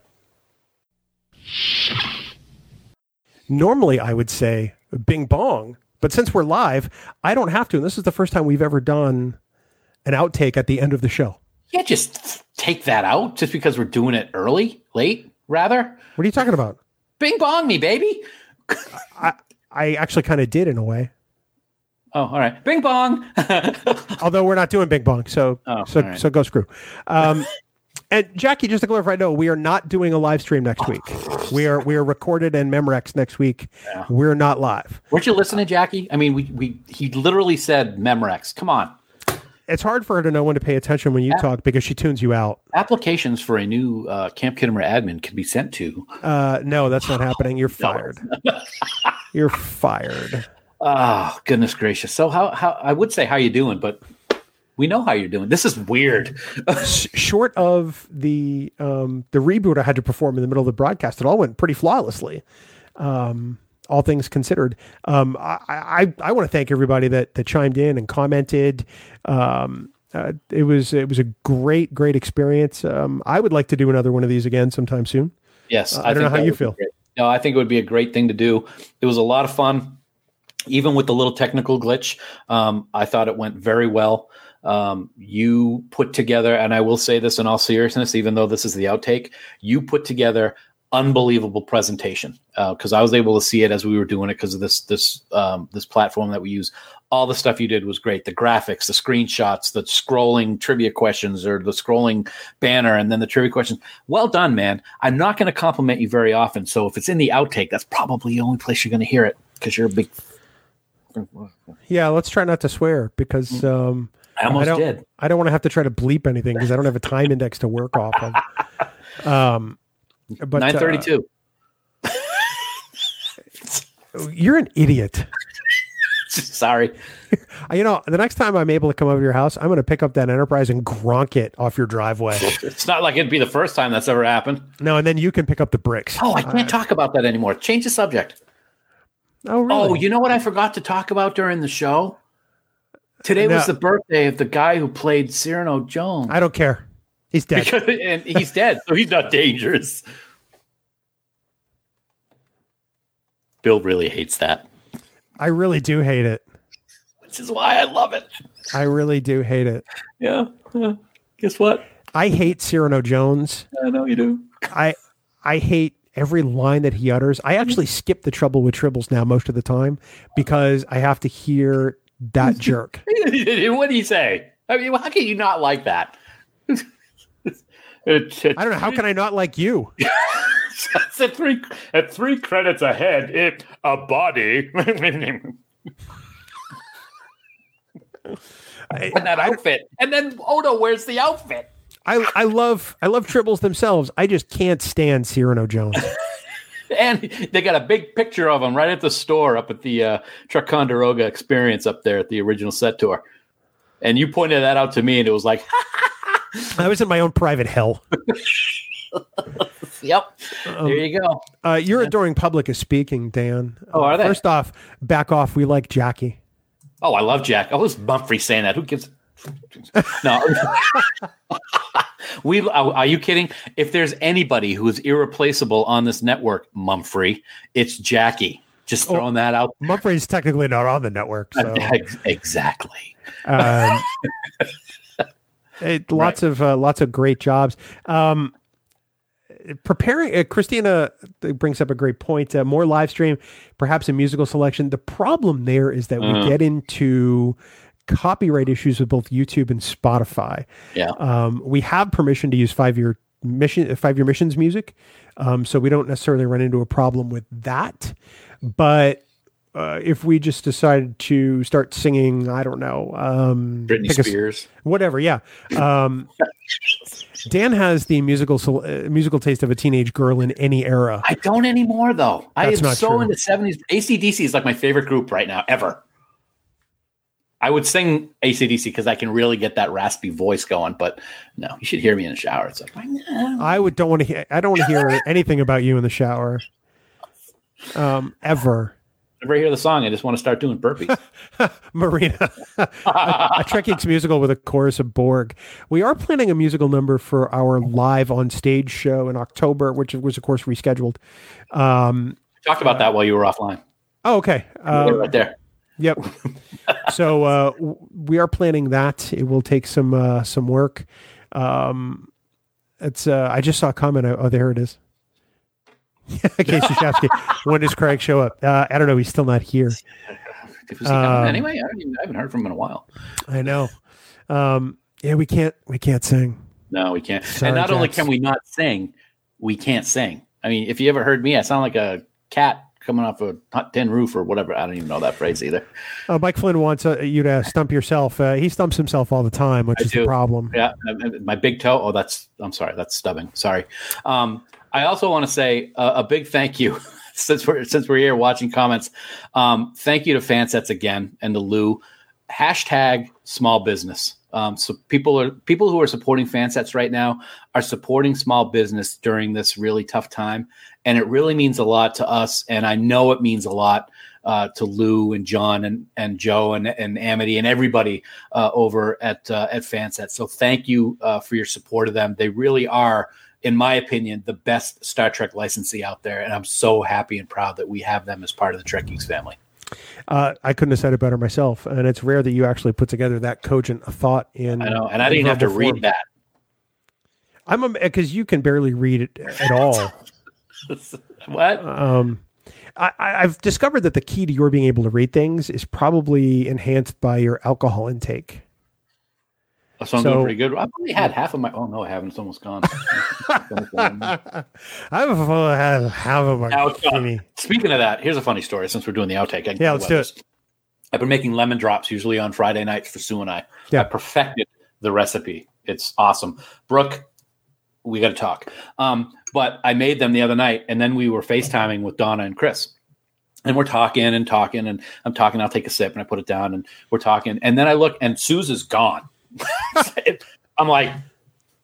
C: Normally, I would say bing bong, but since we're live, I don't have to. And this is the first time we've ever done an outtake at the end of the show.
E: Yeah, just take that out just because we're doing it early, late, rather.
C: What are you talking about?
E: Bing bong me, baby.
C: I actually kind of did in a way,
E: Oh, all right. Bing bong. [laughs]
C: although we're not doing bing bong, so
E: Oh,
C: so
E: all right.
C: so go screw. Um, [laughs] and Jackie, just to clarify, no, we are not doing a live stream next week. We are we are recorded and Memrex next week. We're not live.
E: Weren't you listening, Jackie? I mean, we, we he literally said Memorex. Come on.
C: it's hard for her to know when to pay attention when you talk because she tunes you out.
E: Applications for a new uh, Camp Kittimer admin can be sent to.
C: Uh, no, that's not happening.
E: [laughs]
C: You're fired. You're fired.
E: Oh, goodness gracious. So how how I would say how you doing, but we know how you're doing. This is weird.
C: S- Short of the um, the reboot I had to perform in the middle of the broadcast, it all went pretty flawlessly. Um, all things considered, um, I, I, I want to thank everybody that that chimed in and commented. Um, uh, it was it was a great great experience. Um, I would like to do another one of these again sometime soon.
E: Yes,
C: I don't know how
E: Uh, think that
C: you
E: would be
C: feel.
E: great. No, I think it would be a great thing to do. It was a lot of fun, even with the little technical glitch. Um, I thought it went very well. Um, you put together, and I will say this in all seriousness, even though this is the outtake, you put together unbelievable presentation because I was able to see it as we were doing it because of this this um, this platform that we use. All the stuff you did was great. The graphics, the screenshots, the scrolling trivia questions, or the scrolling banner, and then the trivia questions. Well done, man. I'm not going to compliment you very often, so if it's in the outtake, that's probably the only place you're going to hear it because you're a big.
C: Yeah, let's try not to swear because um,
E: Mm. I almost
C: don't,
E: did.
C: I don't want to have to try to bleep anything because I don't have a time index to work off of.
E: [laughs]
C: Um, but
E: Nine
C: uh,
E: thirty-two. [laughs]
C: you're an idiot.
E: Sorry.
C: Uh, You know, the next time I'm able to come over to your house, I'm going to pick up that Enterprise and gronk it off your
E: [laughs]
C: driveway.
E: It's not like it'd be the first time that's ever happened.
C: no, and then you can pick up the bricks.
E: Oh, I can't talk about that anymore. Change the subject.
C: Oh, really?
E: Oh, you know what I forgot to talk about during the show? Today was
C: No.
E: the birthday of the guy who played Cyrano Jones.
C: I don't care. He's dead.
E: Because- [laughs] and he's dead, so he's not dangerous. Bill really hates that,
C: I really do hate it.
E: which is why I love it.
C: I really do hate it.
E: Yeah. yeah. Guess what?
C: I hate Cyrano Jones.
E: I know you do.
C: I I hate every line that he utters. I actually skip the trouble with tribbles now most of the time because I have to hear that jerk.
E: [laughs] what do you say? I mean, how can you not like that? [laughs] It's- it's-
C: I don't know. How can I not like
E: [laughs]
C: you?
E: it's at three at three credits ahead. It a body. and
C: I,
E: that outfit, and then Odo wears the outfit.
C: I, I love I love tribbles themselves. I just can't stand Cyrano Jones.
E: And they got a big picture of him right at the store up at the uh, Ticonderoga Experience up there at the original set tour. And you pointed that out to me, and it was like,
C: I was in my own private hell.
E: "Yep, there you go."
C: Uh, your adoring public is speaking, Dan.
E: Oh,
C: Uh,
E: are they?
C: First off, back off. We like Jackie.
E: Oh, I love Jack. Oh, it's Mumphrey saying that. Who gives? No. [laughs] we are, are you kidding? If there's anybody who is irreplaceable on this network, Mumphrey, it's Jackie. Just
C: Oh.
E: throwing that out.
C: Mumphrey's technically
E: [laughs]
C: Oh. not on the network, so
E: Exactly.
C: um, it, lots of uh, lots of great jobs. Um, preparing uh, Christina brings up a great point. Uh, more live stream, perhaps a musical selection. The problem there is that
E: Mm-hmm.
C: we get into copyright issues with both YouTube and Spotify.
E: Yeah.
C: um, we have permission to use five year mission five year missions music, um, so we don't necessarily run into a problem with that. But uh, if we just decided to start singing, I don't know, um,
E: Britney
C: pick a s-
E: Spears.
C: whatever. Yeah. Um, Dan has the musical sol- uh, musical taste of a teenage girl in any era.
E: I don't anymore though. I
C: That's
E: am
C: not
E: so
C: true.
E: into seventies. ACDC is like my favorite group right now ever. I would sing ACDC because I can really get that raspy voice going. But no, you should hear me in the shower. It's like "Nah."
C: I would don't want to. hear I don't want to hear anything about you in the shower. Um, ever,
E: whenever I hear the song, I just want to start doing burpees.
C: Marina. a, a Trek Geeks musical with a chorus of Borg. We are planning a musical number for our live on stage show in October, which was of course rescheduled. Um,
E: [laughs] Talked about that while you were offline.
C: oh, okay.
E: They're
C: Um,
E: right there.
C: Yep. so uh, w- we are planning that. It will take some uh, some work. Um, it's. Uh, I just saw a comment. Oh, there it is. [laughs] Casey Shafsky. when does Craig show up? Uh, I don't know. He's still not here.
E: If you see that one
C: Um,
E: anyway, I, don't even, I haven't heard from him in a while.
C: I know. Um, yeah, we can't. We can't sing.
E: No, we can't.
C: Sorry,
E: and not only
C: Jax.
E: can we not sing, we can't sing. I mean, if you ever heard me, I sound like a cat coming off a hot tin roof or whatever. I don't even know that phrase either.
C: Uh, Mike Flynn wants uh, you to stump yourself. Uh, he stumps himself all the time, which
E: I
C: is the
E: do.
C: problem.
E: Yeah, my- my big toe. Oh, that's. I'm sorry. That's stubbing. Sorry. Um, I also want to say a, a big thank you [laughs] since we're since we're here watching comments. Um, thank you to Fansets again and to Lou. Hashtag small business. Um, so people are people who are supporting Fansets right now are supporting small business during this really tough time, and it really means a lot to us. And I know it means a lot uh, to Lou and John and and Joe and and Amity and everybody uh, over at uh, at Fanset. So thank you uh, for your support of them. They really are, in my opinion, the best Star Trek licensee out there, and I'm so happy and proud that we have them as part of the Trek Geeks family.
C: Uh, I couldn't have said it better myself. And it's rare that you actually put together that cogent thought. In
E: I know, and I didn't have to
C: verbal form.
E: read that.
C: I'm because you can barely read it at all.
E: what?
C: um, I, I- I've discovered that the key to your being able to read things is probably enhanced by your alcohol intake.
E: So I'm
C: so-
E: doing pretty good. I've only had half of my. Oh no, I haven't. It's almost gone.
C: I have a have, have a martini.
E: Speaking of that, here's a funny story. Since we're doing the outtake, I
C: Yeah, let's do it.
E: I've been making lemon drops usually on Friday nights for Sue and I.
C: Yeah.
E: I perfected the recipe. It's awesome. Brooke, we got to talk. Um, but I made them the other night, and then we were FaceTiming with Donna and Chris. And we're talking and talking, and I'm talking. I'll take a sip and I put it down, and we're talking. And then I look, and Suze is gone. [laughs] I'm like,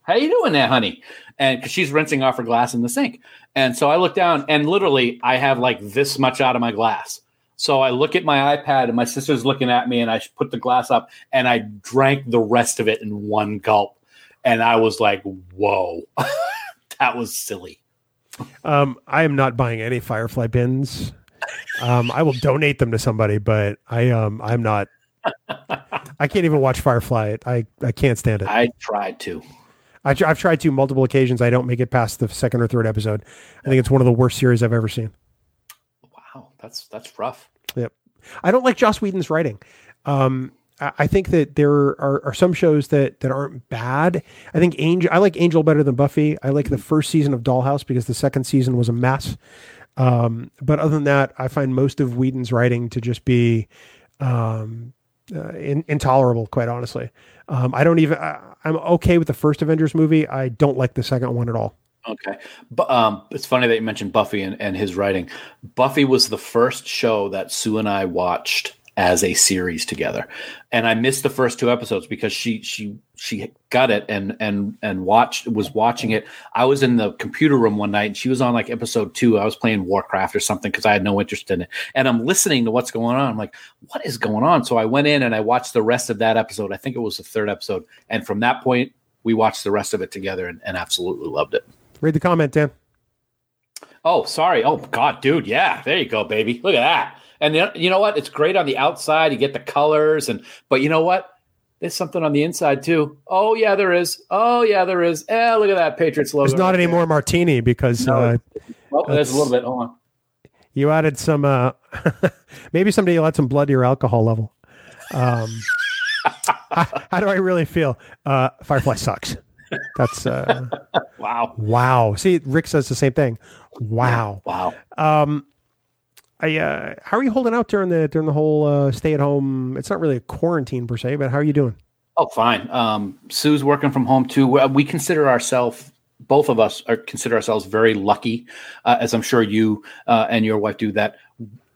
E: how you doing there, honey? And because she's rinsing off her glass in the sink. And so I look down, and literally, I have like this much out of my glass. So I look at my iPad, and my sister's looking at me, and I put the glass up, and I drank the rest of it in one gulp. And I was like, whoa, [laughs] that was silly.
C: Um, I am not buying any Firefly bins. Um, I will donate them to somebody, but I um I'm not. I can't even watch Firefly. I I can't stand it.
E: I tried to.
C: I, tr- I've tried to multiple occasions. I don't make it past the second or third episode. I think it's one of the worst series I've ever seen.
E: Wow, that's that's rough.
C: I don't like Joss Whedon's writing. Um, I I think that there are, are some shows that, that aren't bad. I think Angel. I like Angel better than Buffy. I like the first season of Dollhouse because the second season was a mess. Um, but other than that, I find most of Whedon's writing to just be um, uh, in, intolerable. Quite honestly, um, I don't even. I, I'm okay with the first Avengers movie. I don't like the second one at all.
E: Okay. But um, it's funny that you mentioned Buffy and, and his writing. Buffy was the first show that Sue and I watched as a series together. And I missed the first two episodes because she she she got it and and and watched was watching it. I was in the computer room one night and she was on like episode 2. I was playing Warcraft or something cuz I had no interest in it. And I'm listening to what's going on. I'm like, "What is going on?" So I went in and I watched the rest of that episode. I think it was the third episode. And from that point we watched the rest of it together and, and absolutely loved it.
C: Read the comment, Dan.
E: Oh, sorry. Oh, God, dude. Yeah, there you go, baby. Look at that. And you know- you know what? It's great on the outside. You get the colors, and but you know what? There's something on the inside too. Oh yeah, there is. Oh yeah, there is. Eh, look at that Patriots logo.
C: There's not
E: right
C: any
E: there.
C: more martini because
E: No.
C: uh,
E: Well, there's a little bit. Hold on.
C: you added some. Uh, [laughs] maybe someday you'll add some blood to your alcohol level. Um, [laughs] how, how do I really feel? Uh, Firefly sucks. That's uh,
E: Wow.
C: wow. See, Rick says the same thing. Wow.
E: Wow.
C: Um, I uh, how are you holding out during the during the whole uh, stay at home? It's not really a quarantine per se, but how are you doing?
E: Oh, fine. Um, Sue's working from home too. We- We consider ourselves, both of us, are consider ourselves very lucky, uh, as I'm sure you uh, and your wife do. That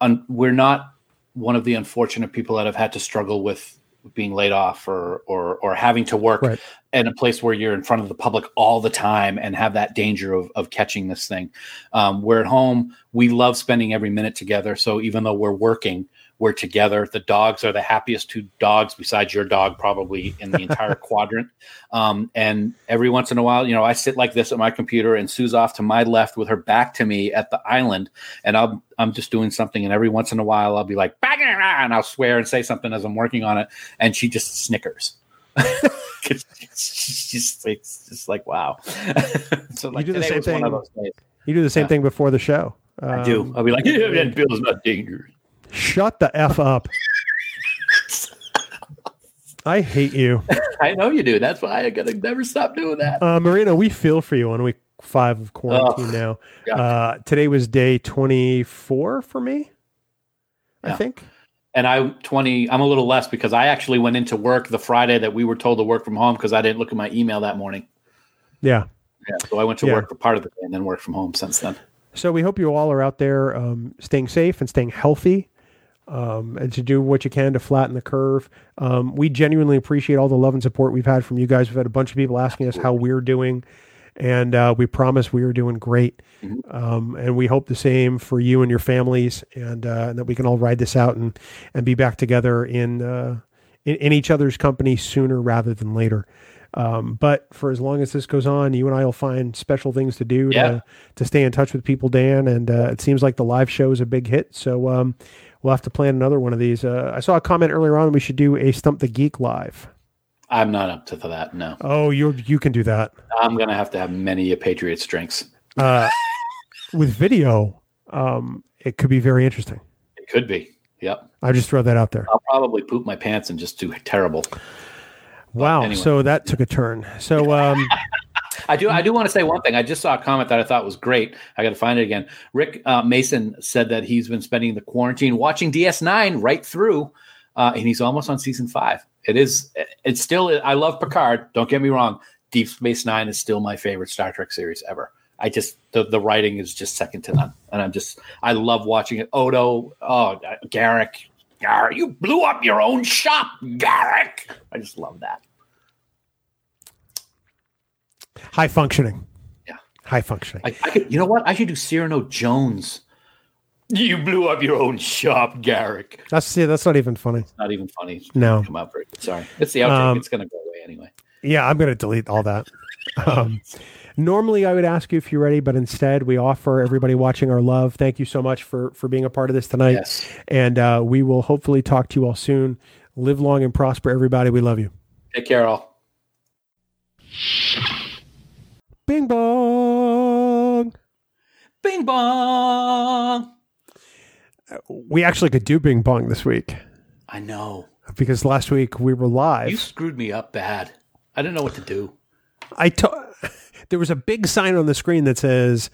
E: un- we're not one of the unfortunate people that have had to struggle with being laid off or or or having to work
C: Right.
E: in a place where you're in front of the public all the time and have that danger of of catching this thing. Um, we're at home. We love spending every minute together. So even though we're working, we're together. The dogs are the happiest two dogs besides your dog, probably in the
C: [laughs]
E: entire quadrant. Um, and every once in a while, you know, I sit like this at my computer, and Sue's off to my left with her back to me at the island, and I'm I'm just doing something. And every once in a while, I'll be like, "Bah, nah, nah," and I'll swear and say something as I'm working on it, and she just snickers. [laughs] 'Cause she's just, it's just like wow. [laughs] so like
C: do the
E: today
C: same
E: was one
C: thing.
E: of those days.
C: You do the same
E: Yeah.
C: thing before the show.
E: Uh, I do.
C: Um,
E: I'll be like, [laughs] yeah, that bill's not dangerous.
C: Shut the f
E: [laughs]
C: up. I hate you,
E: I know you do. That's why I gotta never stop doing that.
C: uh, Marina. We feel for you on week five of quarantine now.
E: God.
C: Uh, today was day twenty four for me. I
E: Yeah.
C: think.
E: And I'm 20. I'm a little less because I actually went into work the Friday that we were told to work from home because I didn't look at my email that morning.
C: Yeah.
E: Yeah, so I went to
C: Yeah.
E: work for part of the day and then worked from home since then.
C: So we hope you all are out there um, staying safe and staying healthy. Um, and to do what you can to flatten the curve. Um, we genuinely appreciate all the love and support we've had from you guys. We've had a bunch of people asking us how we're doing, and uh, we promise we are doing great. Um, and we hope the same for you and your families, and, uh, and that we can all ride this out and and be back together in uh, in, in each other's company sooner rather than later. Um, but for as long as this goes on, you and I will find special things to do
E: Yeah.
C: to, to stay in touch with people, Dan. And uh, it seems like the live show is a big hit, so um, we'll have to plan another one of these. Uh, I saw a comment earlier on we should do a Stump the Geek live.
E: I'm not up to that. No,
C: Oh, you you can do that
E: I'm gonna have to have many a Patriots drinks.
C: uh, with video. Um, it could be very interesting.
E: It could be. Yep.
C: I just throw that out there.
E: I'll probably poop my pants and just do terrible.
C: Wow.
E: anyway.
C: So that took a turn. So um,
E: I do. I do want to say one thing. I just saw a comment that I thought was great. I got to find it again. Rick uh, Mason said that he's been spending the quarantine watching DS9 right through, uh, and he's almost on season five. It is. It's still. I love Picard. Don't get me wrong. Deep Space Nine is still my favorite Star Trek series ever. I just the, the writing is just second to none, and I'm just I love watching it. Odo, oh Garrick, Garrick, you blew up your own shop, Garrick. I just love that.
C: high functioning.
E: Yeah.
C: High functioning.
E: I, I could, you know what? I should do Cyrano Jones. You blew up your own shop, Garrick.
C: That's see, that's not even funny.
E: Not even funny. It's
C: No.
E: come out very sorry. It's the outtake.
C: Um,
E: it's gonna go away anyway.
C: Yeah, I'm going to delete all that. Um, normally, I would ask you if you're ready, but instead, we offer everybody watching our love. Thank you so much for for being a part of this tonight,
E: Yes.
C: and uh, we will hopefully talk to you all soon. Live long and prosper, everybody. We love you.
E: Take care, all.
C: Bing bong.
E: Bing bong.
C: We actually could do bing bong this week
E: I know.
C: because last week we were
E: You
C: live.
E: screwed me up bad. I didn't know what to do.
C: I to- [laughs] there was a big sign on the screen that says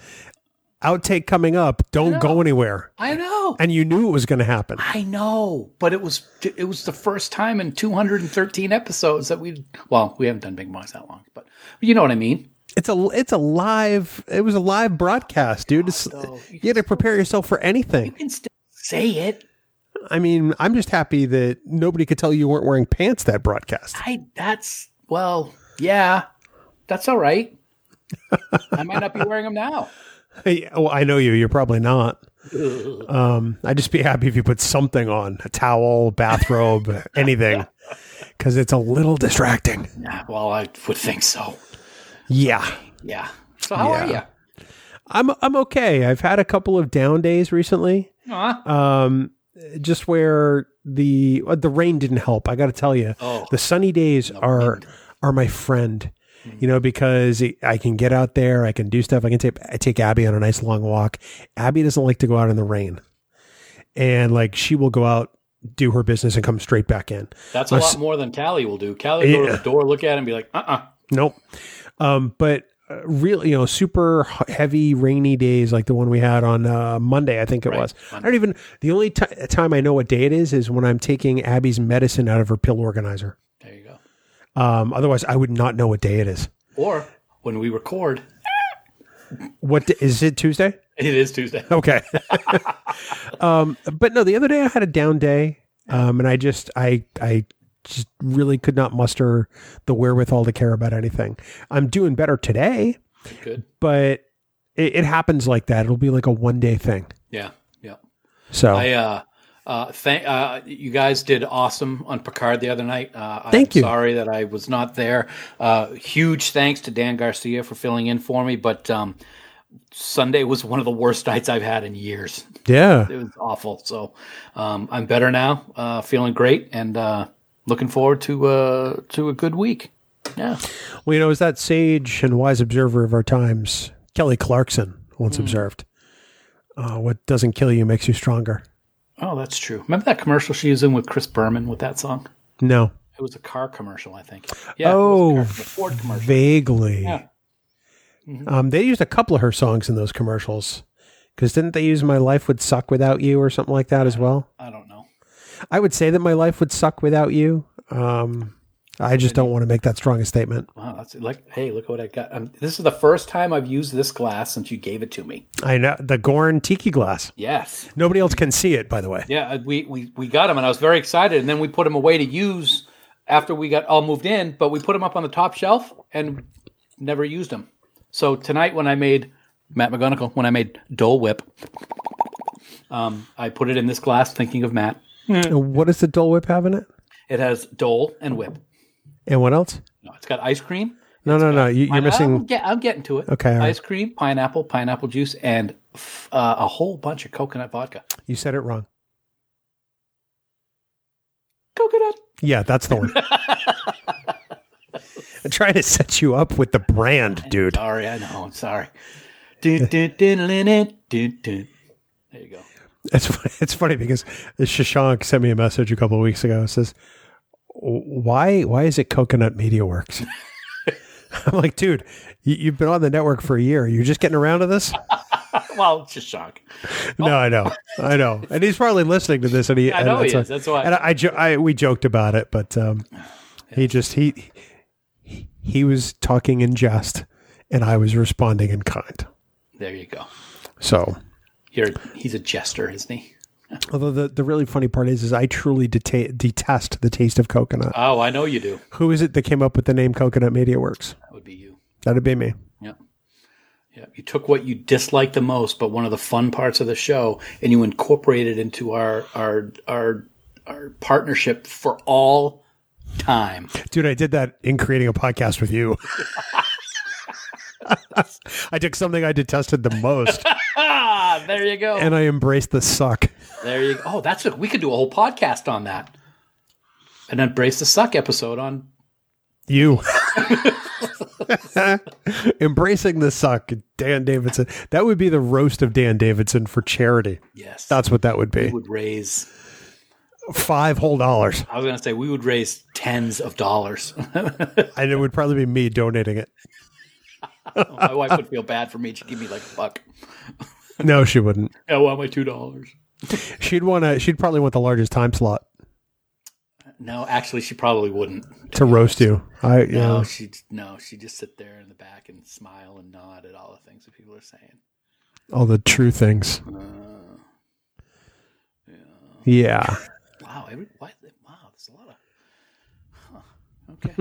C: "outtake coming up. Don't go anywhere,"
E: I know.
C: and you knew it was going to happen.
E: I know, but it was it was the first time in 213 episodes that we well we haven't done Bing Bongs that long, but you know what I mean.
C: It's a it's a live it was a live broadcast, dude. It's, you had to prepare yourself for anything.
E: You can still say it.
C: I mean, I'm just happy that nobody could tell you weren't wearing pants that broadcast.
E: I that's well, yeah, that's
C: [laughs]
E: all right. I might not be wearing them now.
C: Hey, oh, I know you. You're probably not. Um, I'd just be happy if you put something on a towel, bathrobe, anything, because it's a little distracting.
E: Nah, well, I would think so.
C: Yeah,
E: Yeah. So how are
C: Yeah.
E: you?
C: I'm I'm okay. I've had a couple of down days recently.
E: Aw,
C: um, just where the uh, the rain didn't help. I got to tell you,
E: Oh.
C: the sunny days are are my friend. You know, because it, I can get out there, I can do stuff. I can take I take Abby on a nice long walk. Abby doesn't like to go out in the rain, and like she will go out, do her business, and come straight back in.
E: That's a
C: I've s-
E: lot more than Callie will do. Callie will go
C: Yeah.
E: to the door, look at it, and be like, uh uh
C: Nope. Um, but uh, real, you know, super h- heavy rainy days like the one we had on uh, Monday, I think it was. I don't even. The only ti time I know what day it is is when I'm taking Abby's medicine out of her pill organizer.
E: There you go.
C: Um, otherwise, I would not know what day it is.
E: Or when we record,
C: What d- is it? Tuesday?
E: it is Tuesday.
C: Okay. um, but no, the other day I had a down day, um, and I just I I just really could not muster the wherewithal to care about anything. I'm doing better today,
E: Good.
C: but it, it happens like that. It'll be like a one day thing.
E: Yeah. Yeah.
C: So
E: I uh, uh, thank uh, you guys did awesome on Picard the other night. Uh,
C: Thank
E: I'm
C: you.
E: Sorry that I was not there. Uh, huge thanks to Dan Garcia for filling in for me, but um, Sunday was one of the worst nights I've had in years.
C: yeah,
E: It was awful. So um, I'm better now, uh, feeling great, and uh, looking forward to uh, to a good week. Yeah.
C: well, you know, as that sage and wise observer of our times, Kelly Clarkson once
E: Mm.
C: observed, uh, "What doesn't kill you makes you stronger."
E: Oh, that's true. Remember that commercial she was in with Chris Berman with that song?
C: No,
E: It was a car commercial, I think. Yeah. it
C: Oh,
E: was a car- the Ford commercial.
C: vaguely.
E: Yeah.
C: Um, they used a couple of her songs in those commercials. Because didn't they use "My Life Would Suck Without You" or something like that as well?
E: I don't know.
C: I would say that my life would suck without you. Um, I just don't want to make that strong a statement.
E: Wow, that's like, hey, look what I got. Um, this is the first time I've used this glass since you gave it to me.
C: I know the Gorn Tiki glass.
E: Yes.
C: Nobody else can see it, by the way.
E: Yeah, uh, we, we, we got them, and I was very excited. And then we put them away to use after we got all moved in, but we put them up on the top shelf and never used them. So tonight, when I made Matt McGonigal, when I made Dole Whip, um, I put it in this glass thinking of Matt.
C: And What does the Dole Whip have in it?
E: It has Dole and Whip.
C: And what else?
E: No, it's got ice cream.
C: No, no, no. You, you're
E: Pine- I'm,
C: missing.
E: get, I'm getting to it.
C: Okay, all right.
E: Ice cream, pineapple, pineapple juice, and f- uh, a whole bunch of coconut vodka.
C: You said it wrong.
E: Coconut.
C: Yeah, that's the
E: [laughs]
C: one. I'm trying to set you up with the brand, dude.
E: Sorry, I know. I'm sorry. [laughs] Dun, dun, dun, dun, dun, dun, dun. There you go.
C: It's [laughs] funny, it's funny because Shashank sent me a message a couple of weeks ago. It says, "Why why is it Coconut Media Works?" [laughs] I'm like, dude, you, you've been on the network for a year. You're just getting around to [laughs] this.
E: Well, it's just shock.
C: No, I know, I know, and he's probably listening to this. And he,
E: I know
C: and
E: he
C: that's
E: is. That's why.
C: And I, I, jo- I we joked about it, but um, he just he he was talking in jest, and I was responding in kind.
E: There you go.
C: So,
E: You're, he's a jester, isn't he?
C: although the, the really funny part is, is I truly deta- detest the taste of coconut.
E: Oh, I know you do.
C: Who is it that came up with the name Coconut Media Works?
E: That would be you.
C: That'd be me.
E: Yep. Yep. You took what you disliked the most, but one of the fun parts of the show, and you incorporated it into our our our our partnership for all time.
C: Dude, I did that in creating a podcast with you. [laughs] I took something I detested the most
E: Ah, there you go.
C: and I embraced the suck.
E: there you go. Oh, that's a, we could do a whole podcast on that. An embrace the suck episode on.
C: You. [laughs] Embracing the suck, Dan Davidson. That would be the roast of Dan Davidson for charity.
E: Yes,
C: That's what that would
E: we
C: be.
E: would raise.
C: Five whole dollars.
E: I was gonna say we would raise tens of dollars. [laughs]
C: And it would probably be me donating it.
E: My wife would feel bad for me. She'd give me like fuck.
C: No, she wouldn't.
E: I want my two dollars.
C: She'd want to, she'd probably want the largest time slot
E: No, actually, she probably wouldn't.
C: to roast you. I, you
E: No,
C: know,
E: she no, she just sit there in the back and smile and nod at all the things that people are saying.
C: all the true things. Yeah.
E: Wow, every, why, wow, there's a lot of. Huh, okay.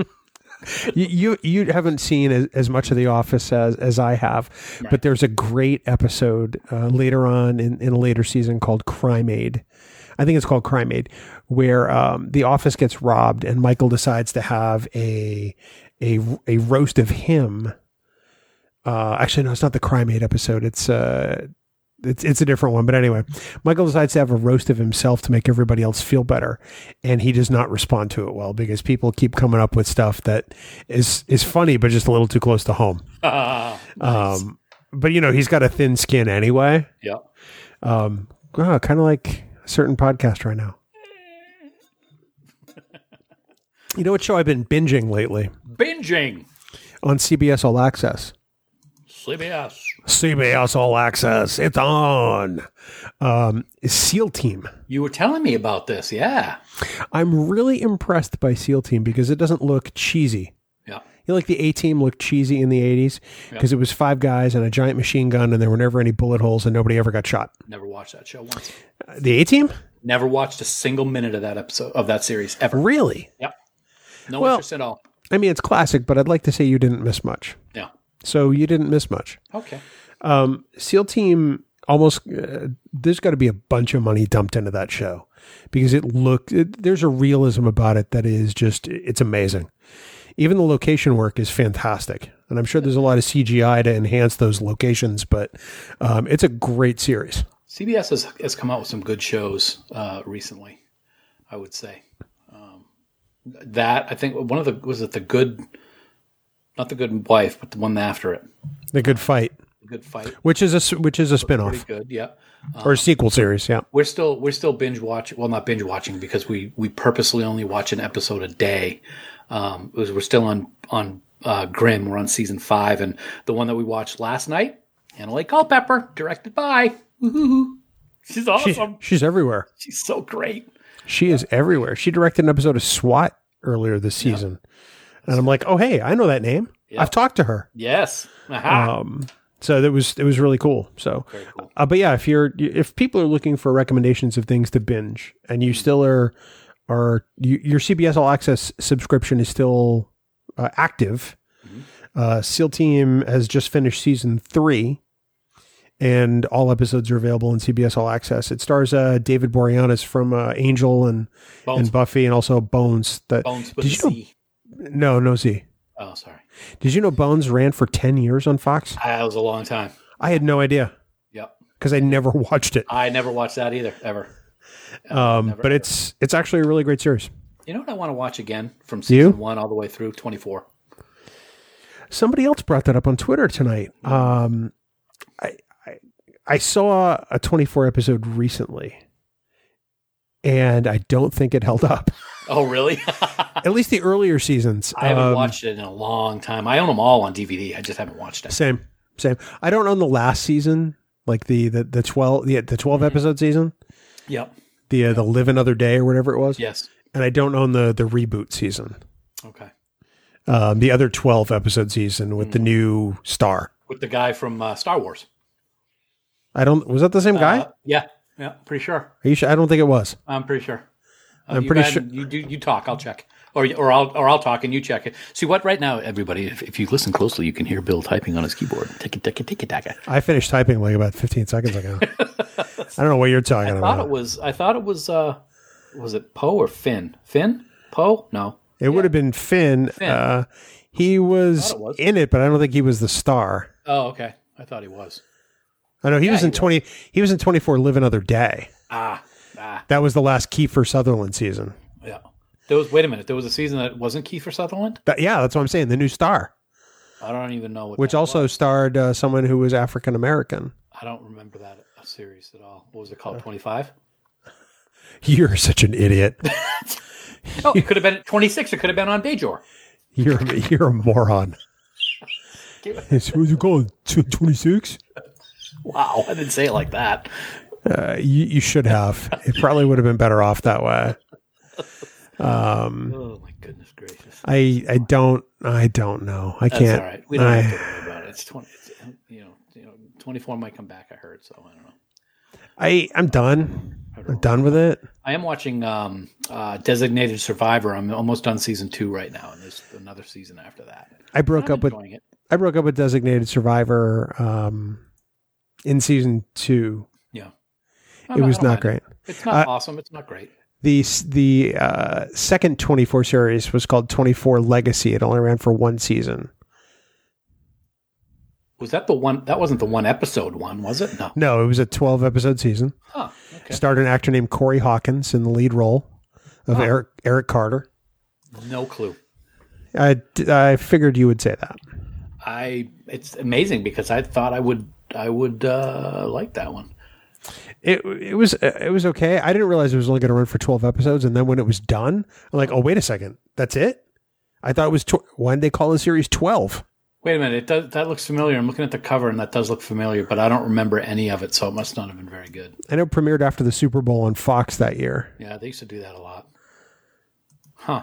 C: you, you you haven't seen as, as much of The Office as, as I have, but there's a great episode uh, later on in, in a later season called Crime Aid. I think it's called Crime Aid, where um, The Office gets robbed and Michael decides to have a a a roast of him. Uh, actually, no, it's not the Crime Aid episode. It's uh, It's, it's a different one. But anyway, Michael decides to have a roast of himself to make everybody else feel better. And he does not respond to it well because people keep coming up with stuff that is, is funny, but just a little too close to home. um, but, you know, he's got a thin skin anyway.
D: Yeah.
C: Um, kind of like a certain podcast right now. you know what show I've been binging lately?
E: Binging.
C: On CBS All Access.
E: CBS.
C: CBS All Access. It's on. Um, is SEAL Team.
E: You were telling me about this, yeah.
C: I'm really impressed by SEAL Team because it doesn't look cheesy.
E: Yeah.
C: You know, like the A Team looked cheesy in the 80s because it was five guys and a giant machine gun and there were never any bullet holes and nobody ever got shot.
E: Never watched that show once.
C: The A Team?
E: Never watched a single minute of that episode of that series ever.
C: Really?
E: No
C: Well-
E: interest at all.
C: I mean, it's classic, but I'd like to say you didn't miss much.
E: Yeah.
C: So you didn't miss much.
E: Okay.
C: Um, SEAL Team almost uh, there's got to be a bunch of money dumped into that show because it look it, there's a realism about it that is just it's amazing. Even the location work is fantastic, and I'm sure there's a lot of CGI to enhance those locations, but um, it's a great series.
E: CBS has, has come out with some good shows uh, recently, I would say. Um, that I think one of the was it the good, not the good wife, but the one after it,
C: The Good Fight,
E: the good fight,
C: which is a s- which is a
E: pretty
C: spinoff
E: good. Yeah,
C: or a sequel series, yeah.
E: we're still we're still binge watching. Well, not binge watching because we we purposely only watch an episode a day. Um, it was- we're still on on uh, Grimm. We're on season five, and the one that we watched last night, Anna Lake Culpepper, directed by. Woohoo! She's awesome.
C: She's everywhere.
E: [laughs] She's so great.
C: She is everywhere. She directed an episode of SWAT earlier this season, and I'm like, oh hey, I know that name. I've talked to her.
E: Yes. Aha.
C: um so that was it was really cool so
E: Very cool.
C: uh, but yeah if you're if people are looking for recommendations of things to binge and you still are are you, your cbs all access subscription is still uh, active uh seal team has just finished season three and all episodes are available in cbs all access it stars uh david boreanaz from uh, angel and
E: Bones.
C: and buffy and also bones that
E: Bones with
C: Did
E: a
C: you know-
E: C.
C: no no z
E: Oh, sorry.
C: did you know bones ran for 10 years on fox
E: That was a long time.
C: i had no idea
E: Yep.
C: because I never [laughs] watched it.
E: I never watched that either, ever.
C: Um,
E: never
C: but it's it's actually a really great series.
E: You know what I want to watch again from
C: you?
E: season one all the way through 24?
C: Somebody else brought that up on Twitter tonight. Um, I, I I saw a 24 episode recently, and I don't think it held
E: [laughs]
C: up.
E: Oh, really?
C: At least the earlier seasons.
E: I haven't
C: Um,
E: watched it in a long time. I own them all on DVD. I just haven't watched it.
C: Same, same. I don't own the last season, like the the the 12 the, the 12
E: Mm-hmm.
C: episode season,
E: Yep.
C: the uh, the live another day or whatever it was.
E: Yes.
C: And I don't own the the reboot season,
E: Okay.
C: um, the other 12 episode season with
E: Mm.
C: the new star.
E: With the guy from uh, Star Wars.
C: I don't. Was that the same guy?
E: Uh, yeah. Yeah. Pretty sure.
C: Are you sure? I don't think it was.
E: I'm pretty sure. Uh,
C: I'm
E: you
C: pretty
E: go ahead
C: sure-
E: and You, you you talk. I'll check, or or I'll or I'll talk and you check it. See what right now, everybody. If, if you listen closely, you can hear Bill typing on his keyboard. Ticka ticka ticka ticka.
C: I finished typing like about 15 seconds
E: [laughs]
C: ago. I don't know what you're talking
E: I thought
C: about.
E: it was. I thought it was. uh Was it Poe or Finn? Finn? Poe? No.
C: it would have been Finn. Uh, he was,
E: it was.
C: in it, but I don't think he was the star.
E: Oh, okay. I thought he was.
C: I know he was in 20. He was in 24. Live another day.
E: Ah, ah,
C: That was the last Kiefer Sutherland season.
E: yeah. There was. Wait a minute. There was a season that wasn't Kiefer Sutherland.
C: That, yeah, that's what I'm saying. The new star,
E: I don't even know what.
C: which
E: that
C: also
E: was.
C: starred uh, someone who was African American.
E: I don't remember that series at all. What was it
C: Uh.
E: called? Twenty five.
C: You're such an idiot.
E: Oh, it could have been twenty six. It could have been on Bajor.
C: You're you're a
E: [laughs]
C: moron. Yes, what you call it? 26?
E: Wow, I didn't say it like that.
C: Uh, you, you should have. It probably would have been better off that way.
E: Oh my goodness gracious!
C: I I don't I don't know. I
E: That's
C: can't.
E: all right. We don't
C: I-
E: have to worry about it. It's twenty. It's, you know, you know, twenty-four might come back. I heard, so I don't know.
C: I I'm done. I'm done with it.
E: I am watching um, uh, Designated Survivor. I'm almost done season two right now, and there's another season after that.
C: I broke up with
E: Enjoying it.
C: I broke up with Designated Survivor um in season 2.
E: Yeah,
C: It was not great.
E: It's not
C: Uh,
E: awesome. It's not great.
C: The s- the uh, second 24 series was called 24 Legacy. It only ran for one season.
E: Was that the one? That wasn't the one episode one, was it? No.
C: No, it was a 12 episode season.
E: Huh. Okay.
C: Starred an actor named Corey Hawkins in the lead role of
E: Huh.
C: Eric Eric Carter.
E: No clue.
C: I, I figured you would say that.
E: I. It's amazing because I thought I would. I would uh, like that one.
C: It it was it was okay. I didn't realize it was only going to run for 12 episodes and then when it was done, I'm like, "Oh, wait a second. That's it?" I thought it was tw- why did they call the series 12?
E: Wait a minute. It does, that looks familiar. I'm looking at the cover, and that does look familiar, but I don't remember any of it, so it must not have been very good.
C: I know it premiered after the Super Bowl on Fox that year.
E: Yeah, they used to do that a lot. Huh.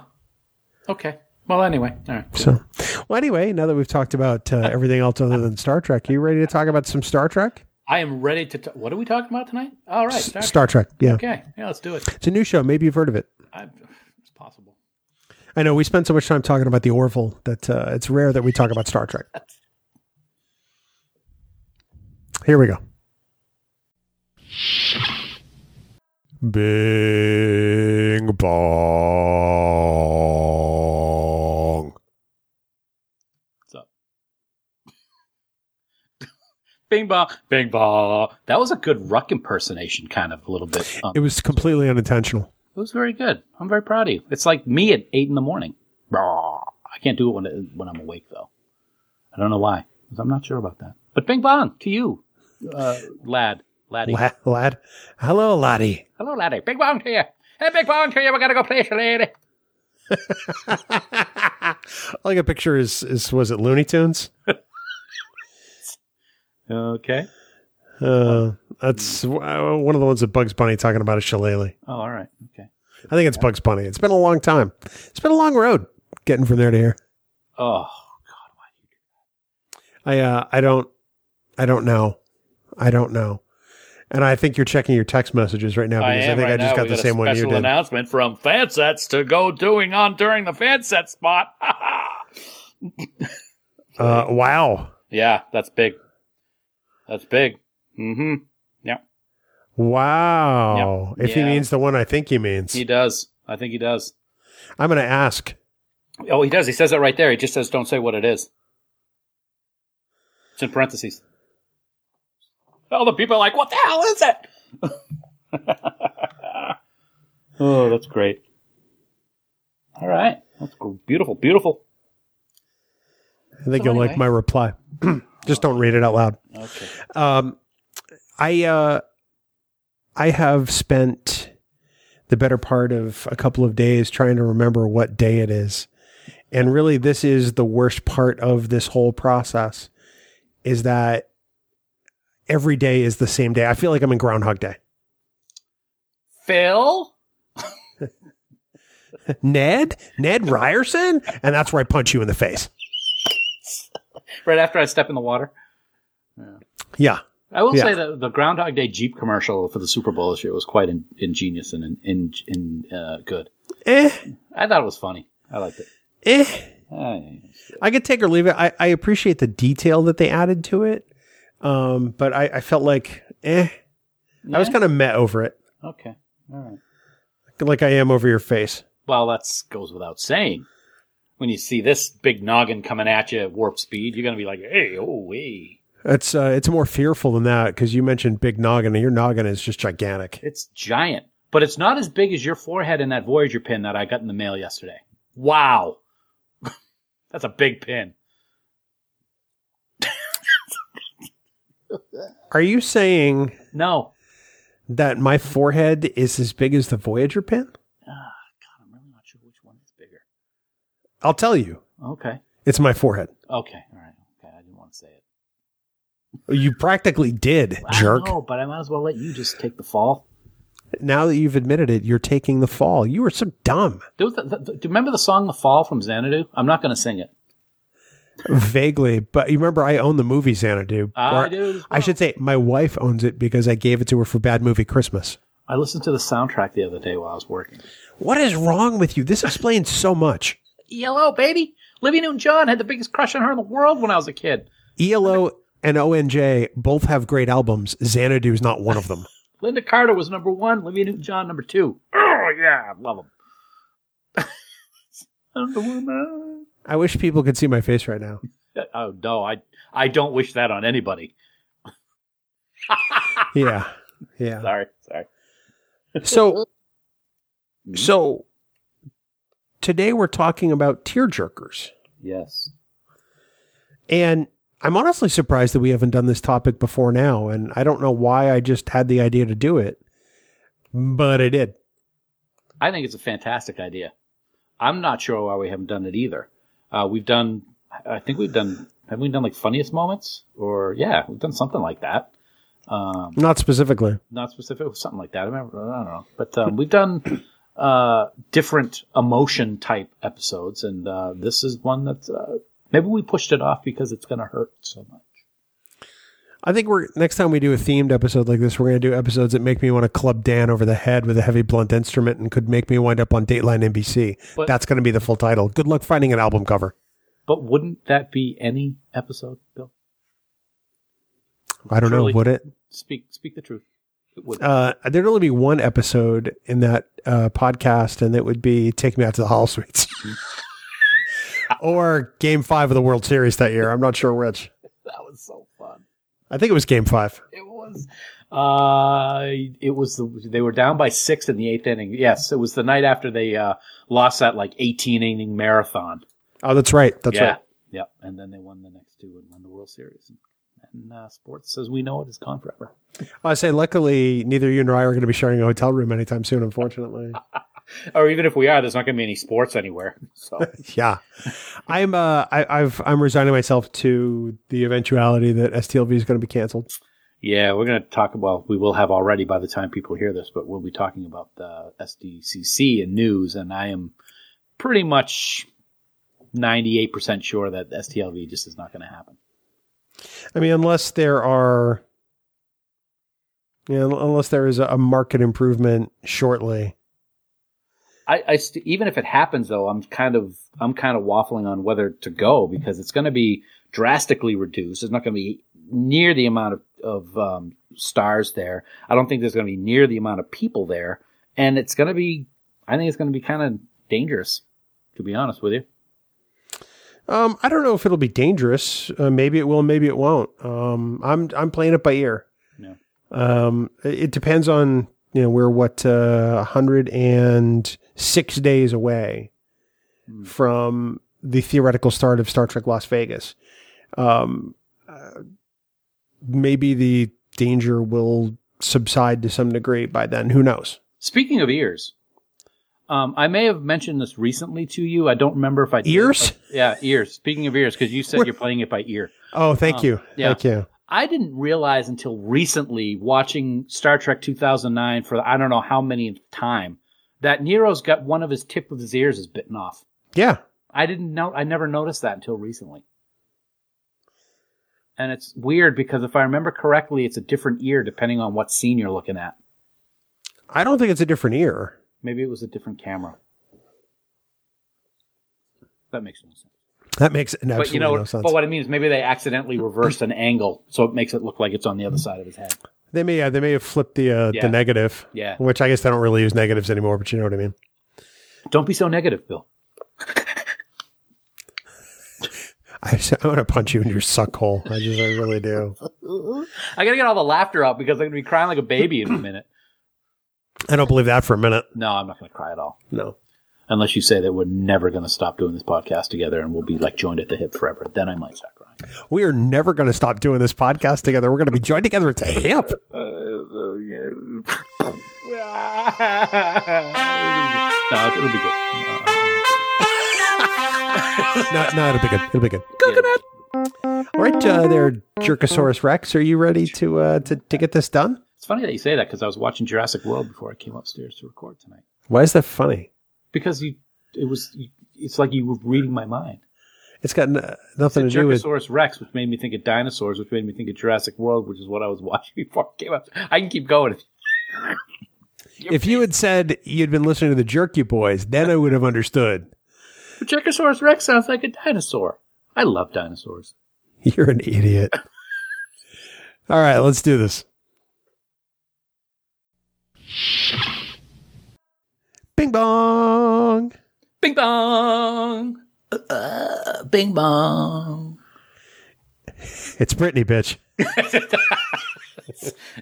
E: Okay. Well, anyway. All right.
C: So, well, anyway, now that we've talked about uh, everything else other than Star Trek, are you ready to talk about some Star Trek?
E: I am ready to. T- what are we talking about tonight? All right. Star-
C: Star Trek, yeah.
E: Okay. Yeah, let's do it.
C: It's a new show. Maybe you've heard of it.
E: I, it's possible.
C: I know we spend so much time talking about the Orville that uh, it's rare that we talk about Star
E: [laughs]
C: Trek. Here we go. Bing bong.
E: Bing bong, bing bong. That was a good Ruck impersonation, kind of a little bit. Um,
C: It was completely unintentional.
E: It was very good. I'm very proud of you. It's like me at eight in the morning. Blah. I can't do it when it, when I'm awake though. I don't know why. 'cause I'm not sure about that. But bing bong to you, uh, lad, laddie.
C: Lad, lad. Hello, laddie.
E: Hello, laddie. Bing bong to you. Hey, bing bong to you. We're gonna go play lady.
C: [laughs] All I can picture is, is was it Looney Tunes?
E: Okay.
C: Uh, that's w- uh, one of the ones that Bugs Bunny talking about a shillelagh.
E: Oh, all right. Okay.
C: I think it's Bugs Bunny. It's been a long time. It's been a long road getting from there to here.
E: Oh,
C: I uh, I don't I don't know. I don't know. And I think you're checking your text messages right now because I, think I just got the same one you
E: Special
C: did.
E: announcement from Fansets to go doing on during the Fansets spot. [laughs]
C: Uh, wow.
E: yeah, that's big. That's big. Mm-hmm.
C: Wow. If he
E: Yeah.
C: means the one I think he means.
E: He does. I think he does.
C: I'm going to ask.
E: Oh, he does. He says that right there. He just says, "Don't say what it is." It's in parentheses. All the people are like, "What the hell is it?" [laughs] oh, that's great. All right, that's cool. beautiful, beautiful.
C: I think
E: So
C: you'll like
E: anyway.
C: my reply. [clears throat] Just don't read it out loud.
E: Okay.
C: Um, I uh, I have spent the better part of a couple of days trying to remember what day it is, and really, this is the worst part of this whole process, is that every day is the same day. I feel like I'm in Groundhog Day.
E: Phil,
C: Ned, Ned Ryerson, and that's where I punch you in the face.
E: right after I step in the water.
C: Yeah,
E: I will
C: Yeah.
E: say that the Groundhog Day Jeep commercial for the Super Bowl this year was quite in, ingenious and in, in, in, uh, good.
C: eh,
E: I thought it was funny. I liked it.
C: eh.
E: Hey.
C: I could take or leave it. I, I appreciate the detail that they added to it, um, but I, I felt like, eh, I was kind of met over it,
E: Okay. All right.
C: like I am over your face.
E: Well, that goes without saying. When you see this big noggin coming at you at warp speed, you're going to be like, hey, oh, hey.
C: It's uh, it's more fearful than that because you mentioned big noggin and your noggin is just gigantic.
E: It's giant. But it's not as big as your forehead in that Voyager pin that I got in the mail yesterday. Wow. [laughs] That's a big pin.
C: Are you saying
E: No.
C: that my forehead is as big as the Voyager pin?
E: Ah, I'm really not sure which one is bigger.
C: I'll tell you,
E: Okay.
C: it's my forehead.
E: Okay. All right. Okay. I didn't want to say it.
C: You practically did, jerk.
E: No, but I might as well let you just take the fall.
C: Now that you've admitted it, you're taking the fall. You are so dumb.
E: Do, the, the, do you remember the song The Fall from Xanadu? I'm not going to sing it.
C: Vaguely, but you remember I own the movie Xanadu.
E: I
C: Or-
E: do as
C: I should say my wife owns it because I gave it to her for Bad Movie Christmas.
E: I listened to the soundtrack the other day while I was working.
C: What is wrong with you? This explains so much.
E: ELO, E baby. Livy Newton John had the biggest crush on her in the world when I was a kid.
C: ELO E and ONJ both have great albums. Xanadu is not one of
E: [laughs]
C: them.
E: Linda Carter was number one, Livy Newton John number two. Oh, yeah, I [laughs] love him. I'm the woman.
C: I wish people could see my face right now.
E: uh,
D: oh no, I I don't wish that on anybody.
C: yeah, yeah.
D: Sorry,
E: [clears throat]
D: sorry.
H: So, so today we're talking about tear jerkers,
D: Yes.
H: and I'm honestly surprised that we haven't done this topic before now, and I don't know why I just had the idea to do it, but I did.
D: I think it's a fantastic idea. I'm not sure why we haven't done it either. Uh, we've done, I think we've done, haven't we done like funniest moments? Or yeah, we've done something like that. Um,
C: Not specifically.
D: not specific, something like that. I remember, I don't know, but um,
C: [laughs]
D: we've done uh, different emotion type episodes, and uh, this is one that's uh, maybe we pushed it off because it's going to hurt so much.
C: I think we're next time we do a themed episode like this, we're going to do episodes that make me want to club Dan over the head with a heavy blunt instrument and could make me wind up on Dateline NBC.
D: But-
C: That's going to be the full title. Good luck finding an album cover.
D: But wouldn't that be any episode, Bill?
C: I don't
D: Truly.
C: know. Would it?
D: Speak, speak the truth. It would.
C: Uh, there'd only be one episode in that uh, podcast, and it would be "Take Me Out to the Hall Suites" [laughs] or Game Five of the World Series that year. I'm not sure which.
D: that was so fun.
C: I think it was Game Five.
D: It was. Uh, it was the, they were down by six in the eighth inning. Yes, it was the night after they uh, lost that like eighteen inning marathon.
C: Oh, that's right. That's
D: yeah.
C: right.
D: Yep. And then they won the next two and won the World Series. And uh, sports, as we know it, is gone forever.
C: Well, I say, luckily, neither you nor I are going to be sharing a hotel room anytime soon. Unfortunately. [laughs]
D: Or even if we are, there's not going to be any sports anywhere. So
C: [laughs] Yeah, I'm. Uh, I, I've. I'm resigning myself to the eventuality that STLV is going to be canceled.
D: yeah, we're going to talk about. We will have already by the time people hear this, but we'll be talking about the SDCC and news. And I am pretty much ninety-eight percent sure that STLV just is not going to happen.
C: I mean, unless there are, you know, unless there is a, a market improvement shortly.
D: I, I st- even if it happens though, I'm kind of I'm kind of waffling on whether to go because it's going to be drastically reduced. It's not going to be near the amount of of um, stars there. I don't think there's going to be near the amount of people there, and it's going to be. I think it's going to be kind of dangerous, to be honest with you.
C: Um, I don't know if it'll be dangerous. Uh, maybe it will. Maybe it won't. Um, I'm. I'm playing it by ear.
D: Yeah.
C: Um, it, it depends on you know we're what uh, 106 days away
D: Hmm.
C: from the theoretical start of Star Trek Las Vegas. Um, uh, maybe the danger will subside to some degree by then. Who knows?
D: Speaking of ears, um, I may have mentioned this recently to you. I don't remember if I did.
C: Ears?
D: Yeah, ears. Speaking of ears, because you said
C: We're-
D: you're playing it by ear.
C: Oh, thank
D: Um,
C: you.
D: yeah.
C: Thank you.
D: I didn't realize until recently watching Star Trek 2009 for I don't know how many time that Nero's got one of his tip of his ears is bitten off.
C: Yeah.
D: I didn't know I never noticed that until recently. And it's weird because if I remember correctly it's a different ear depending on what scene you're looking at.
C: I don't think it's a different ear.
D: Maybe it was a different camera. That makes no sense.
C: That makes absolutely
D: But you know,
C: no sense.
D: but what I mean is maybe they accidentally reversed an angle so it makes it look like it's on the other side of his head.
C: They may, yeah, they may have flipped the uh,
D: Yeah.
C: the negative,
D: Yeah.
C: which I guess they don't really use negatives anymore. But you know what I mean. [laughs]
D: Don't be so negative, Bill.
C: I, just, I want to punch you in your suck hole. I just, I really do.
D: I gotta get all the laughter out because I'm gonna be crying like a baby in a minute.
C: I don't believe that for a minute.
D: No, I'm not gonna cry at all.
C: No.
D: Unless you say that we're never gonna stop doing this podcast together and we'll be like joined at the hip forever. Then I might start crying.
C: We are never going to stop doing this podcast together. We're going to be joined together at the hip.
D: no, it'll be good.
C: No, no, it'll be good. It'll be good. All right, uh, there, Jerkosaurus Rex. Are you ready to uh, to to get this done?
D: It's funny that you say that because I was watching Jurassic World before I came upstairs to record tonight.
C: Why is that funny?
D: Because you, it was, you, it's like you were reading my mind.
C: It's got n- nothing to
D: It's a
C: do with.
D: Jerkosaurus Rex, which made me think of dinosaurs, which made me think of Jurassic World, which is what I was [laughs] watching before I came up. I can keep going. [laughs]
C: If you had said you'd been listening to the Jerky Boys, then I would have understood.
D: But Jerkosaurus Rex sounds like a dinosaur. I love dinosaurs.
C: [laughs] You're an idiot. All right, let's do this. Bing bong.
D: Bing bong! Uh, uh, bing bong!
C: It's Brittany, bitch.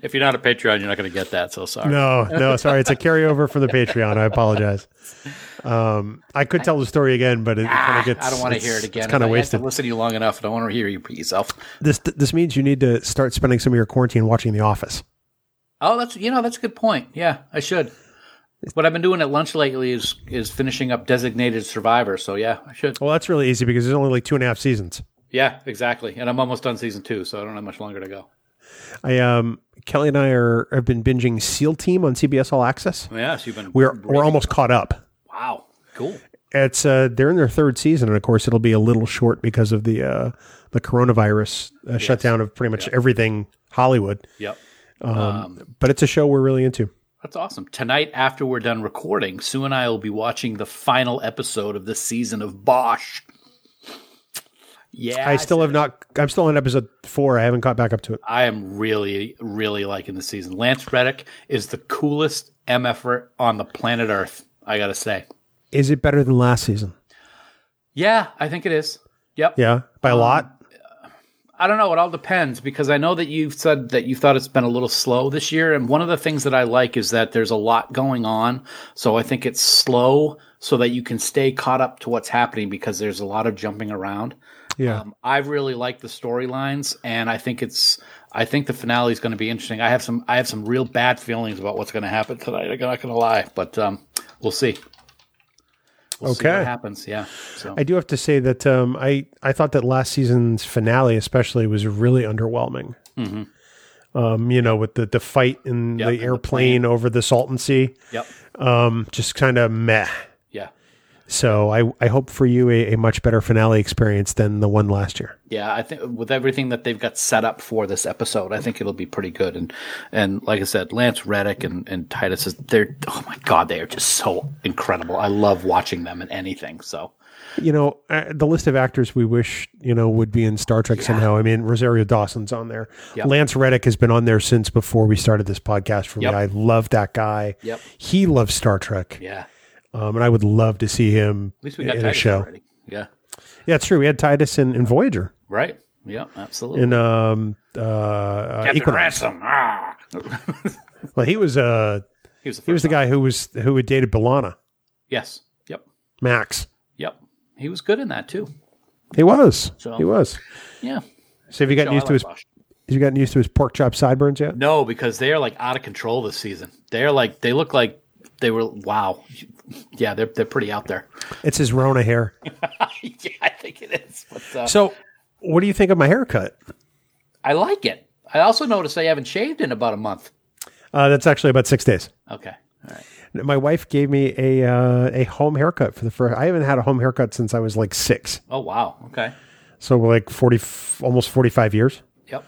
E: If you're not a Patreon, you're not going to get that. So sorry.
C: No, no, sorry. It's a carryover from the Patreon. I apologize. Um, I could tell the story again, but it, kind of gets.
E: Ah, I don't want to
C: it's-
E: hear it again.
C: It's kind
E: If
C: of
E: I had
C: wasted.
E: To listen to you long enough. I don't want to hear you repeat yourself.
C: This this means you need to start spending some of your quarantine watching The Office.
E: Oh, that's you know that's a good point. Yeah, I should. What I've been doing at lunch lately is is finishing up Designated Survivor. So yeah, I should.
C: Well, that's really easy because there's only like two and a half seasons.
E: Yeah, exactly. And I'm almost done season two, so I don't have much longer to go.
C: I um Kelly and I are have been binging SEAL Team on CBS All Access.
E: Yeah, so you've been.
C: We're we're almost caught up.
E: wow, cool.
C: It's uh they're in their third season, and of course it'll be a little short because of the uh the coronavirus uh, shutdown of pretty much everything Hollywood.
E: Yep.
C: Um, but it's a show we're really into.
E: That's awesome. Tonight, after we're done recording, Sue and I will be watching the final episode of this season of Bosch. Yeah,
C: I still have not. I'm still on episode four. I haven't caught back up to it.
E: I am really, really liking the season. Lance Reddick is the coolest MFer on the planet Earth. I gotta say.
C: Is it better than last season?
E: Yeah, I think it is. Yep.
C: Yeah, by
E: Um,
C: a lot.
E: I don't know. It all depends because I know that you've said that you thought it's been a little slow this year. And one of the things that I like is that there's a lot going on. So I think it's slow so that you can stay caught up to what's happening because there's a lot of jumping around.
C: Yeah.
E: Um, I really like the storylines and I think it's, I think the finale is going to be interesting. I have some, I have some real bad feelings about what's going to happen tonight. I'm not going to lie, but um, we'll see. We'll See
C: Okay.
E: what happens. Yeah. So.
C: I do have to say that um, I I thought that last season's finale especially was really underwhelming.
E: Mhm.
C: Um, you know, with the the fight in
E: Yeah,
C: the
E: and the
C: airplane over the Salton Sea,
E: Yep.
C: um, just kind of meh.
E: Yeah.
C: So I I hope for you a, a much better finale experience than the one last year.
E: Yeah, I think with everything that they've got set up for this episode, I think it'll be pretty good. And and like I said, Lance Reddick and, and Titus is they're oh my god, they are just so incredible. I love watching them in anything. So
C: You know, uh, the list of actors we wish you know would be in Star Trek somehow. I mean, Rosario Dawson's on there.
E: Yep.
C: Lance Reddick has been on there since before we started this podcast. For
E: Yep.
C: me, I love that guy.
E: Yep.
C: He loves Star Trek.
E: yeah,
C: Um, and I would love to see him
E: at least we got
C: in
E: Titus
C: a show.
E: already. Yeah,
C: Yeah, it's true. We had Titus in, in Voyager
E: right. Yeah, absolutely.
C: in um uh, uh
E: Captain
C: Equinox.
E: Ransom. Ah.
C: Well, he was uh
E: he was the,
C: he was the
E: first one.
C: guy who was who had dated Bellana
E: Yes. Yep.
C: Max.
E: Yep. He was good in that too.
C: He was.
E: So-
C: He was.
E: Yeah.
C: So have you
E: No,
C: gotten
E: I
C: used
E: like
C: to his
E: Bosch.
C: have you gotten used to his pork chop sideburns yet?
E: No, because they are like out of control this season. They're like they look like they were wow. Yeah, they're they're pretty out there. [laughs]
C: It's his Rona hair.
E: yeah, I think it is. But uh,
C: So what do you think of my haircut?
E: I like it. I also noticed I haven't shaved in about a month.
C: Uh, that's actually about six days.
E: Okay. All right.
C: My wife gave me a uh, a home haircut for the first. I haven't had a home haircut since I was like six,
E: Oh wow. Okay.
C: so we're like forty, almost forty five years.
E: Yep.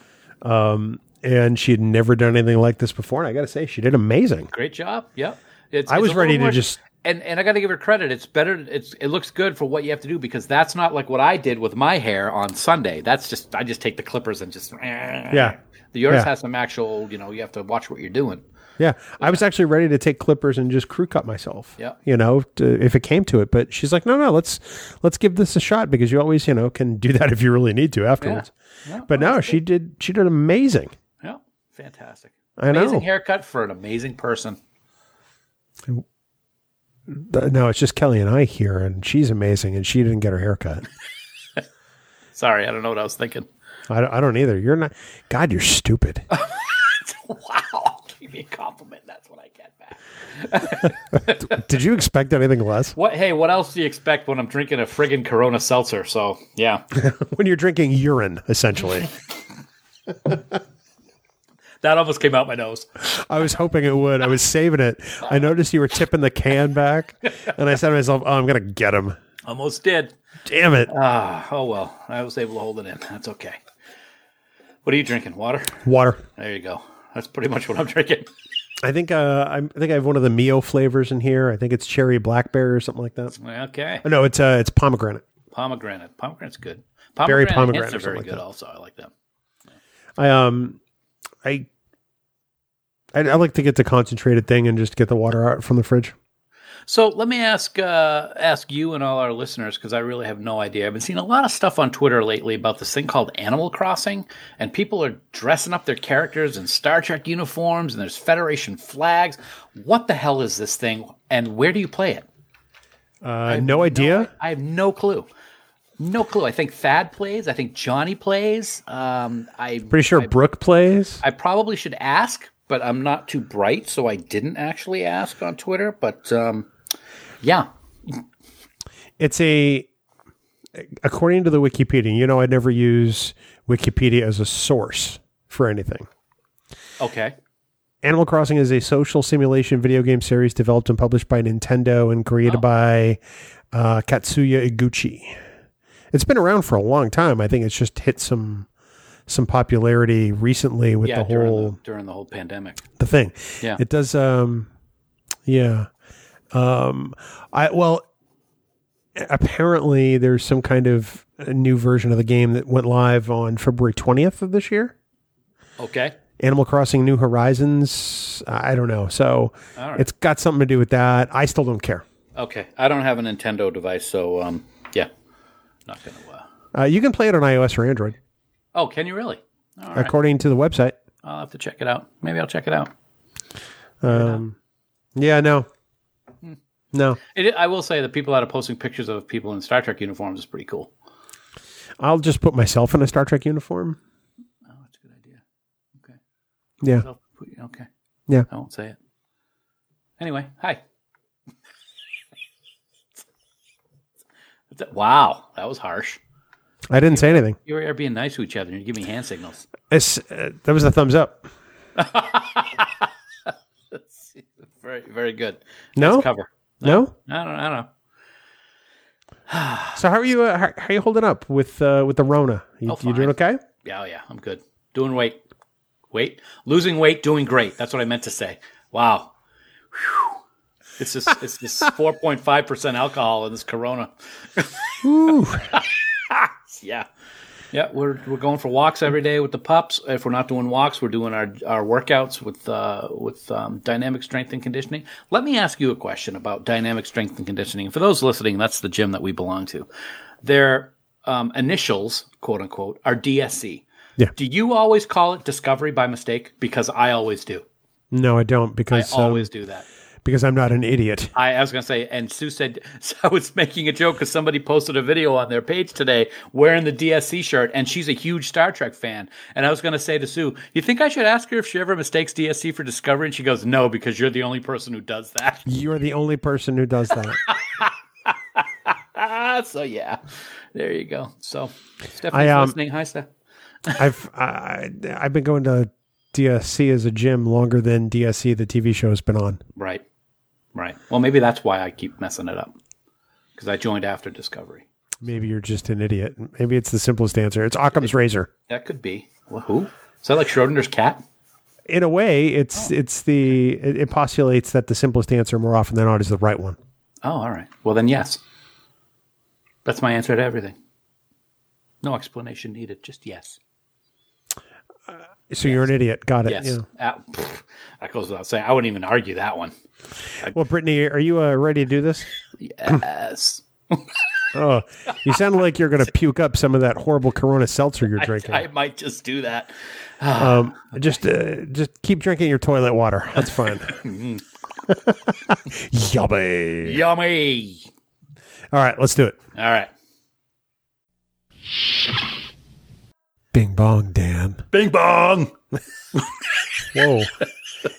C: and she had never done anything like this before. And I got to say, she did amazing.
E: Great job. Yep. It's,
C: I
E: it's
C: was
E: a little
C: ready to
E: more-
C: just-
E: and and I got to give her credit. It's better. It's it looks good for what you have to do because that's not like what I did with my hair on Sunday. That's just I just take the clippers and just
C: Yeah.
E: Yours
C: Yeah.
E: has some actual. You know, you have to watch what you're doing.
C: Yeah. I was actually ready to take clippers and just crew cut myself.
E: Yeah.
C: You know, to, if it came to it, but she's like, "No, no, let's let's give this a shot because you always, you know, can do that [laughs] if you really need to afterwards." but no, she did she did amazing.
E: Yeah. Fantastic.
C: I know.
E: amazing haircut for an amazing person.
C: Th- No, it's just Kelly and I here and she's amazing and she didn't get her haircut.
E: Sorry, I don't know what I was thinking.
C: I don't, I don't either. You're not God, you're
E: [laughs]
C: stupid.
E: Wow, [laughs] give me a compliment. That's what I get back.
C: did you expect anything less? [laughs]
E: What? Hey, what else do you expect when I'm drinking a friggin' Corona seltzer? So yeah,
C: When you're drinking urine essentially.
E: that almost came out my nose.
C: I was hoping it would. I was saving it. I noticed you were tipping the can back, and I said to myself, "Oh, I'm gonna get him."
E: Almost did.
C: Damn it!
E: Ah, oh well. I was able to hold it in. That's okay. What are you drinking? Water.
C: Water.
E: There you go. That's pretty much what I'm [laughs] drinking.
C: I think uh, I'm, I think I have one of the Mio flavors in here. I think it's cherry blackberry or something like that.
E: Okay.
C: Oh, No, it's uh, it's pomegranate.
E: Pomegranate. Pomegranate's good.
C: Berry
E: Pomegranate
C: pomegranate
E: hints are
C: or
E: very
C: something
E: good.
C: like that.
E: Also, I like them.
C: I um, I, I I like to get the concentrated thing and just get the water out from the fridge.
E: So let me ask uh, ask you and all our listeners because I really have no idea. I've been seeing a lot of stuff on Twitter lately about this thing called Animal Crossing, and people are dressing up their characters in Star Trek uniforms, and there's Federation flags. What the hell is this thing, and where do you play it?
C: Uh, no idea.
E: I have no clue. No clue. I think Thad plays. I think Johnny plays. Um, I
C: Pretty sure Brooke plays.
E: I probably should ask, but I'm not too bright, so I didn't actually ask on Twitter. But um, yeah,
C: It's a, according to the Wikipedia, you know, I never use Wikipedia as a source for anything.
E: okay,
C: Animal Crossing is a social simulation video game series developed and published by Nintendo and
E: Oh.
C: created by uh, Katsuya Iguchi. It's been around for a long time. I think it's just hit some some popularity recently with
E: yeah.
C: the
E: during
C: whole
E: the, during the whole pandemic,
C: the thing.
E: Yeah.
C: It does um yeah. Um I well apparently there's some kind of a new version of the game that went live on February 20th of this year.
E: okay,
C: Animal Crossing New Horizons, I don't know. So
E: All right.
C: it's got something to do with that. I still don't care.
E: okay. I don't have a Nintendo device, so um, yeah, not gonna. Uh...
C: Uh, you can play it on iOS or Android
E: Oh, can you really? All right,
C: according to the website.
E: I'll have to check it out. Maybe I'll check it out.
C: Um yeah, no.
E: Hmm.
C: No.
E: It, I will say the people that are posting pictures of people in Star Trek uniforms is pretty cool.
C: I'll just put myself in a Star Trek uniform.
E: Oh, that's a good idea.
C: Yeah.
E: Well, put- Okay.
C: Yeah.
E: I won't say it. Anyway, hi. [laughs] That- wow, that was harsh.
C: I didn't say anything.
E: You were being nice to each other and you give me hand signals.
C: It's, uh, that was a thumbs up.
E: Very, very good.
C: No?
E: Nice cover.
C: No?
E: I don't, I don't know.
C: So how are you? Uh, how, how are you holding up with uh, with the Rona? You,
E: Oh,
C: you doing okay?
E: Yeah, oh yeah, I'm good. Doing weight, weight, losing weight, doing great. That's what I meant to say. Wow. Whew. It's just it's this 4.5 percent alcohol in this Corona. [laughs] yeah, yeah. We're we're going for walks every day with the pups. If we're not doing walks, we're doing our our workouts with uh, with um, dynamic strength and conditioning. Let me ask you a question about dynamic strength and conditioning. For those listening, that's the gym that we belong to. Their um, initials, quote unquote, are DSC.
C: Yeah.
E: Do you always call it discovery by mistake? Because I always do.
C: No, I don't
E: I
C: because um,
E: always do that.
C: because I'm not an idiot.
E: I, I was going to say, and Sue said, [laughs] so I was making a joke because somebody posted a video on their page today wearing the DSC shirt, and she's a huge Star Trek fan. And I was going to say to Sue, you think I should ask her if she ever mistakes DSC for Discovery? And she goes, no, because you're the only person who does that. [laughs]
C: You are the only person who does that.
E: Ah, so yeah, there you go. So Stephanie's
C: I, um,
E: listening. Hi, Steph.
C: I've I, I've been going to DSC as a gym longer than DSC the TV show has been on.
E: Right, right. Well, maybe that's why I keep messing it up because I joined after Discovery.
C: Maybe you're just an idiot. Maybe it's the simplest answer. It's Occam's razor.
E: That could be. Well, who? Is that like Schrodinger's cat?
C: In a way, it's it's the it, it postulates that the simplest answer more often than not is the right one.
E: Oh, all right. Well, then, yes. That's my answer to everything. No explanation needed. Just yes.
C: So you're an idiot. Got it.
E: Yes.
C: Yeah.
E: Ah, pfft, that goes without saying. I wouldn't even argue that one.
C: Well, Brittany, are you uh, ready to do this?
E: Yes.
C: [laughs] Oh, you sound like you're going to puke up some of that horrible Corona seltzer you're drinking.
E: [laughs] I might just do that.
C: um, [laughs] Just, uh, just keep drinking your toilet water. That's
E: [laughs]
C: fine. [laughs] Yummy.
E: Yummy.
C: All right, let's do it.
E: All right.
C: Bing bong, Dan.
E: Bing bong.
C: [laughs] Whoa,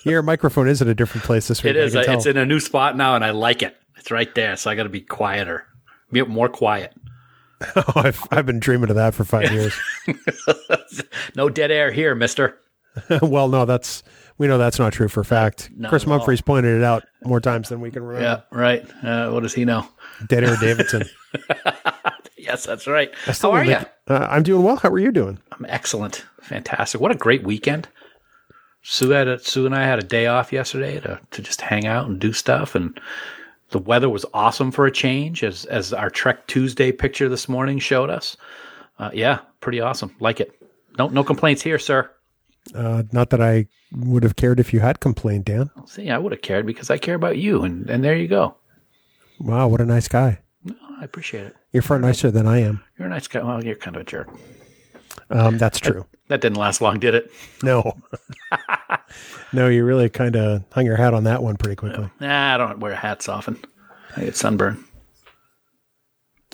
C: your microphone is at a different place this week.
E: It is.
C: I can
E: uh,
C: tell.
E: It's in a new spot now, and I like it. It's right there, so I got to be quieter, be more quiet.
C: [laughs]
E: [laughs]
C: Oh, I've, I've been dreaming of that for five years. [laughs]
E: no dead air here, Mister.
C: well, no, that's we know that's not true for a fact.
E: Not
C: Chris
E: at all.
C: Mumphrey's pointed it out more times than we can remember.
E: Yeah, right. Uh, what does he know?
C: Dead Air Davidson.
E: Yes, that's right.
C: I
E: [laughs] How are
C: think-
E: you?
C: Uh, I'm doing well. How are you doing?
E: I'm excellent. Fantastic. What a great weekend. Sue had a, Sue and I had a day off yesterday to, to just hang out and do stuff and the weather was awesome for a change as as our Trek Tuesday picture this morning showed us. Uh, yeah, pretty awesome. Like it. No no complaints here, sir.
C: Uh, not that I would have cared if you had complained, Dan.
E: See, I would have cared because I care about you and and there you go.
C: Wow, what a nice guy.
E: I appreciate it.
C: You're far nicer than I am.
E: You're a nice guy. Well, you're kind of a jerk.
C: Um, that's true.
E: That didn't last long, did it?
C: No. [laughs] no, you really kind of hung your hat on that one pretty quickly.
E: Nah, I don't wear hats often. I get sunburn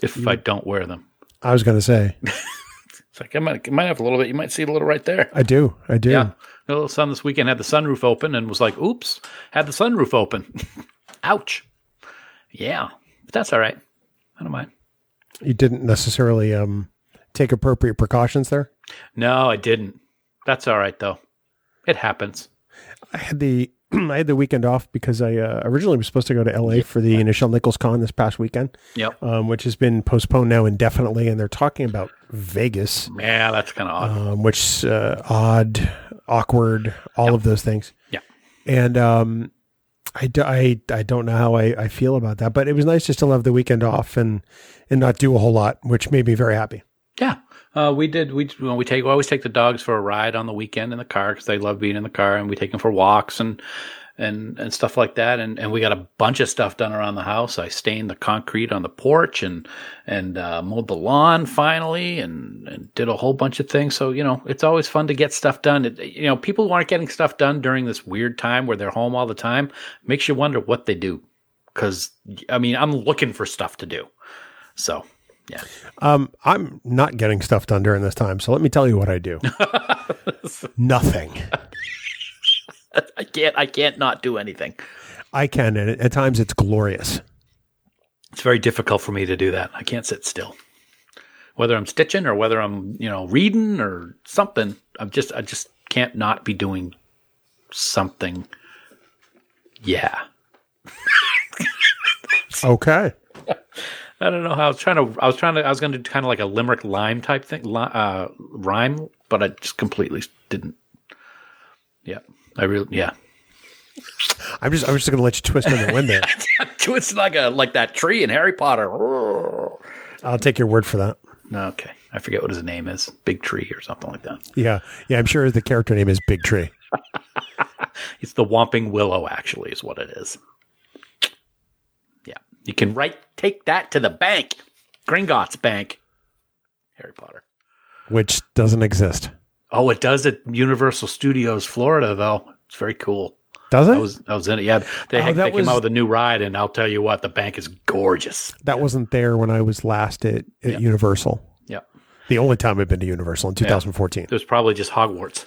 E: if I don't wear them.
C: I was going to say,
E: It's like I might, I might have a little bit. You might see it a little right there.
C: I do. I do.
E: Yeah. The little son this weekend had the sunroof open and was like, oops, had the sunroof open. [laughs] Ouch. Yeah. But that's all right. I don't mind.
C: You didn't necessarily um, take appropriate precautions there.
E: No, I didn't. That's all right, though. It happens.
C: I had the [clears throat] I had the weekend off because I uh, originally was supposed to go to LA for the initial Nichols Con this past weekend,
E: Yep.
C: um, which has been postponed now indefinitely, and they're talking about Vegas,
E: Yeah, that's kind of odd.
C: um, which uh, odd, awkward, all of those things.
E: Yeah.
C: and um, I, do, I I don't know how I, I feel about that, but it was nice just to have the weekend off and and not do a whole lot, which made me very happy.
E: Yeah, uh, we did. We well, we take we always take the dogs for a ride on the weekend in the car because they love being in the car, and we take them for walks and and and stuff like that. And and we got a bunch of stuff done around the house. I stained the concrete on the porch and and uh, mowed the lawn finally, and, and did a whole bunch of things. So you know, it's always fun to get stuff done. It, you know, people who aren't getting stuff done during this weird time where they're home all the time makes you wonder what they do. Because I mean, I'm looking for stuff to do. So
C: Um, I'm not getting stuff done during this time, so let me tell you what I
E: [laughs]
C: do. Nothing.
E: I can't I can't not do anything.
C: I can, and at times it's glorious.
E: It's very difficult for me to do that. I can't sit still. Whether I'm stitching or whether I'm, you know, reading or something, I'm just I just can't not be doing something. Yeah.
C: Okay.
E: I don't know how I was trying to I was trying to I was going to do kind of like a limerick lime type thing li- uh rhyme, but I just completely didn't. Yeah. I really yeah.
C: I'm just I'm just gonna let you twist on the wind
E: [laughs]
C: there.
E: [laughs] it's like a like that tree in Harry Potter.
C: I'll take your word for that.
E: Okay. I forget what his name is. Big Tree or something like that.
C: Yeah. Yeah, I'm sure the character name is Big Tree.
E: It's the Whomping Willow, actually, is what it is. Yeah. You can write, take that to the bank. Gringotts Bank. Harry Potter.
C: Which doesn't exist.
E: Oh, it does at Universal Studios Florida, though. It's very cool.
C: Does
E: I
C: it?
E: was, I was in it. Yeah. They,
C: Oh, that
E: they came
C: was-
E: out with a new ride, and I'll tell you what, the bank is gorgeous.
C: that wasn't there when I was last at, at
E: Yeah.
C: Universal.
E: Yeah.
C: The only time I've been to Universal in 2014.
E: There's probably just Hogwarts.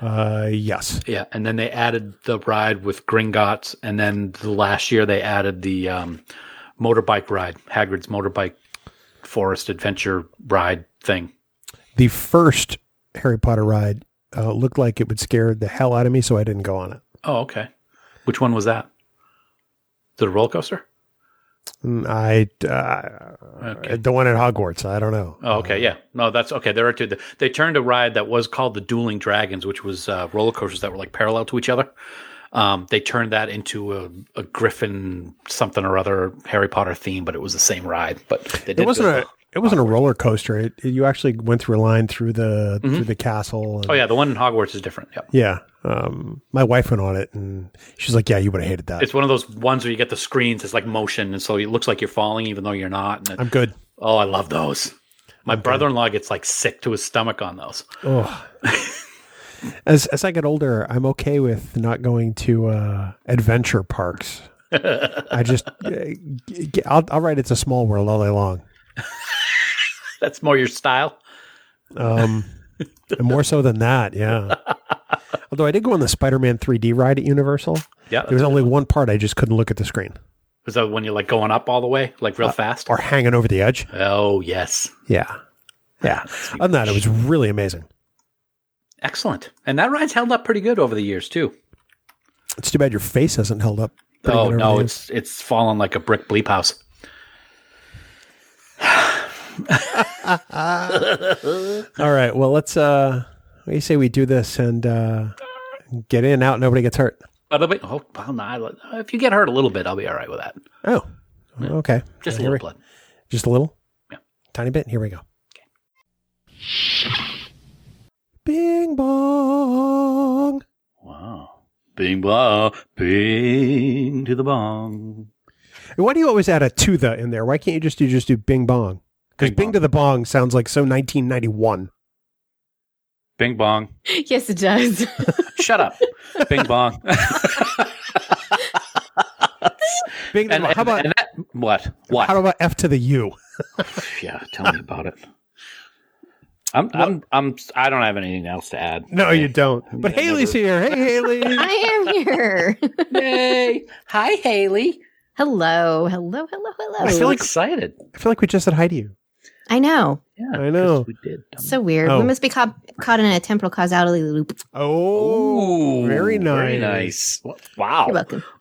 C: Uh yes.
E: Yeah, and then they added the ride with Gringotts, and then the last year they added the um, motorbike ride, Hagrid's motorbike forest adventure ride thing.
C: The first Harry Potter ride uh, looked like it would scare the hell out of me, so I didn't go on it.
E: Oh, okay. Which one was that? The roller coaster?
C: Mm, I uh,
E: Okay.
C: the one at Hogwarts. I don't know.
E: Oh, okay, yeah. No, that's okay. There are two. They turned a ride that was called the Dueling Dragons, which was uh, roller coasters that were like parallel to each other. Um, they turned that into a, a Griffin something or other Harry Potter theme, but it was the same ride. But they did
C: it wasn't
E: build
C: a it wasn't a roller coaster. It, it- you actually went through a line through the through the castle. And,
E: Mm-hmm. Oh yeah, the one in Hogwarts is different. Yep.
C: yeah. Um, my wife went on it, and she's like, "Yeah, you would have hated that."
E: It's one of those ones where you get the screens. It's like motion, and so it looks like you're falling, even though you're not. And it-
C: I'm good.
E: oh, I love those. My brother-in-law gets like sick to his stomach on those. [laughs]
C: Oh. [laughs] as as I get older, I'm okay with not going to uh, adventure parks. I
E: [laughs]
C: just, uh, g- g- I'll, I'll write it's a small world all day long,
E: That's more your style.
C: um, and more so than that, yeah. Although I did go on the Spider-Man 3D ride at Universal.
E: Yeah.
C: There was only one part I just couldn't look at the screen
E: Is that when you're like going up all the way, like real fast?
C: Uh, or hanging over the edge.
E: oh yes,
C: Yeah.
E: [laughs]
C: Yeah. Other than that, it was really amazing.
E: excellent. And that ride's held up pretty good over the years too.
C: It's too bad your face hasn't held up. pretty
E: oh
C: good over
E: no,
C: the years.
E: it's it's fallen like a brick bleep house.
C: [laughs] All right. Well, let's, uh, what do you say we do this and, uh, get in, out, nobody gets hurt.
E: But it'll be, oh well, no, I- if you get hurt a little bit, I'll be all right with that.
C: Oh, okay.
E: Just
C: Uh,
E: a
C: here
E: little
C: we-
E: blood.
C: Just a little?
E: Yeah.
C: Tiny bit? Here we go. Bing bong.
E: Wow. Bing bong, bing to the bong.
C: And why do you always add a to the in there? Why can't you just do just do bing bong? Because
D: Bing
C: bing,
D: bong.
C: to the bong sounds like so 1991.
D: Bing bong.
I: [laughs] Yes, it
C: [laughs]
I: does.
D: Shut up. [laughs] Bing
E: [laughs]
D: bong.
C: Bing to the bong.
D: and, and-
C: how about
D: and that, what? What?
C: how about F to the U? [laughs]
D: yeah, tell me about it. I'm, I'm, I'm, I don't have anything else to add.
C: No, you don't. But
D: Yeah,
C: Haley's here. Hey,
D: [laughs]
C: Haley.
I: I am here.
D: Yay! Hi, Haley.
I: Hello, hello, hello, hello.
C: I feel like-
D: excited.
C: I feel like we just said hi to you.
I: I know.
D: Yeah,
C: I know.
D: because We did.
I: So weird.
C: Oh.
I: We must be caught caught in a temporal causality loop.
C: Oh, very nice.
D: Very nice. Wow.
C: Oh.
I: You're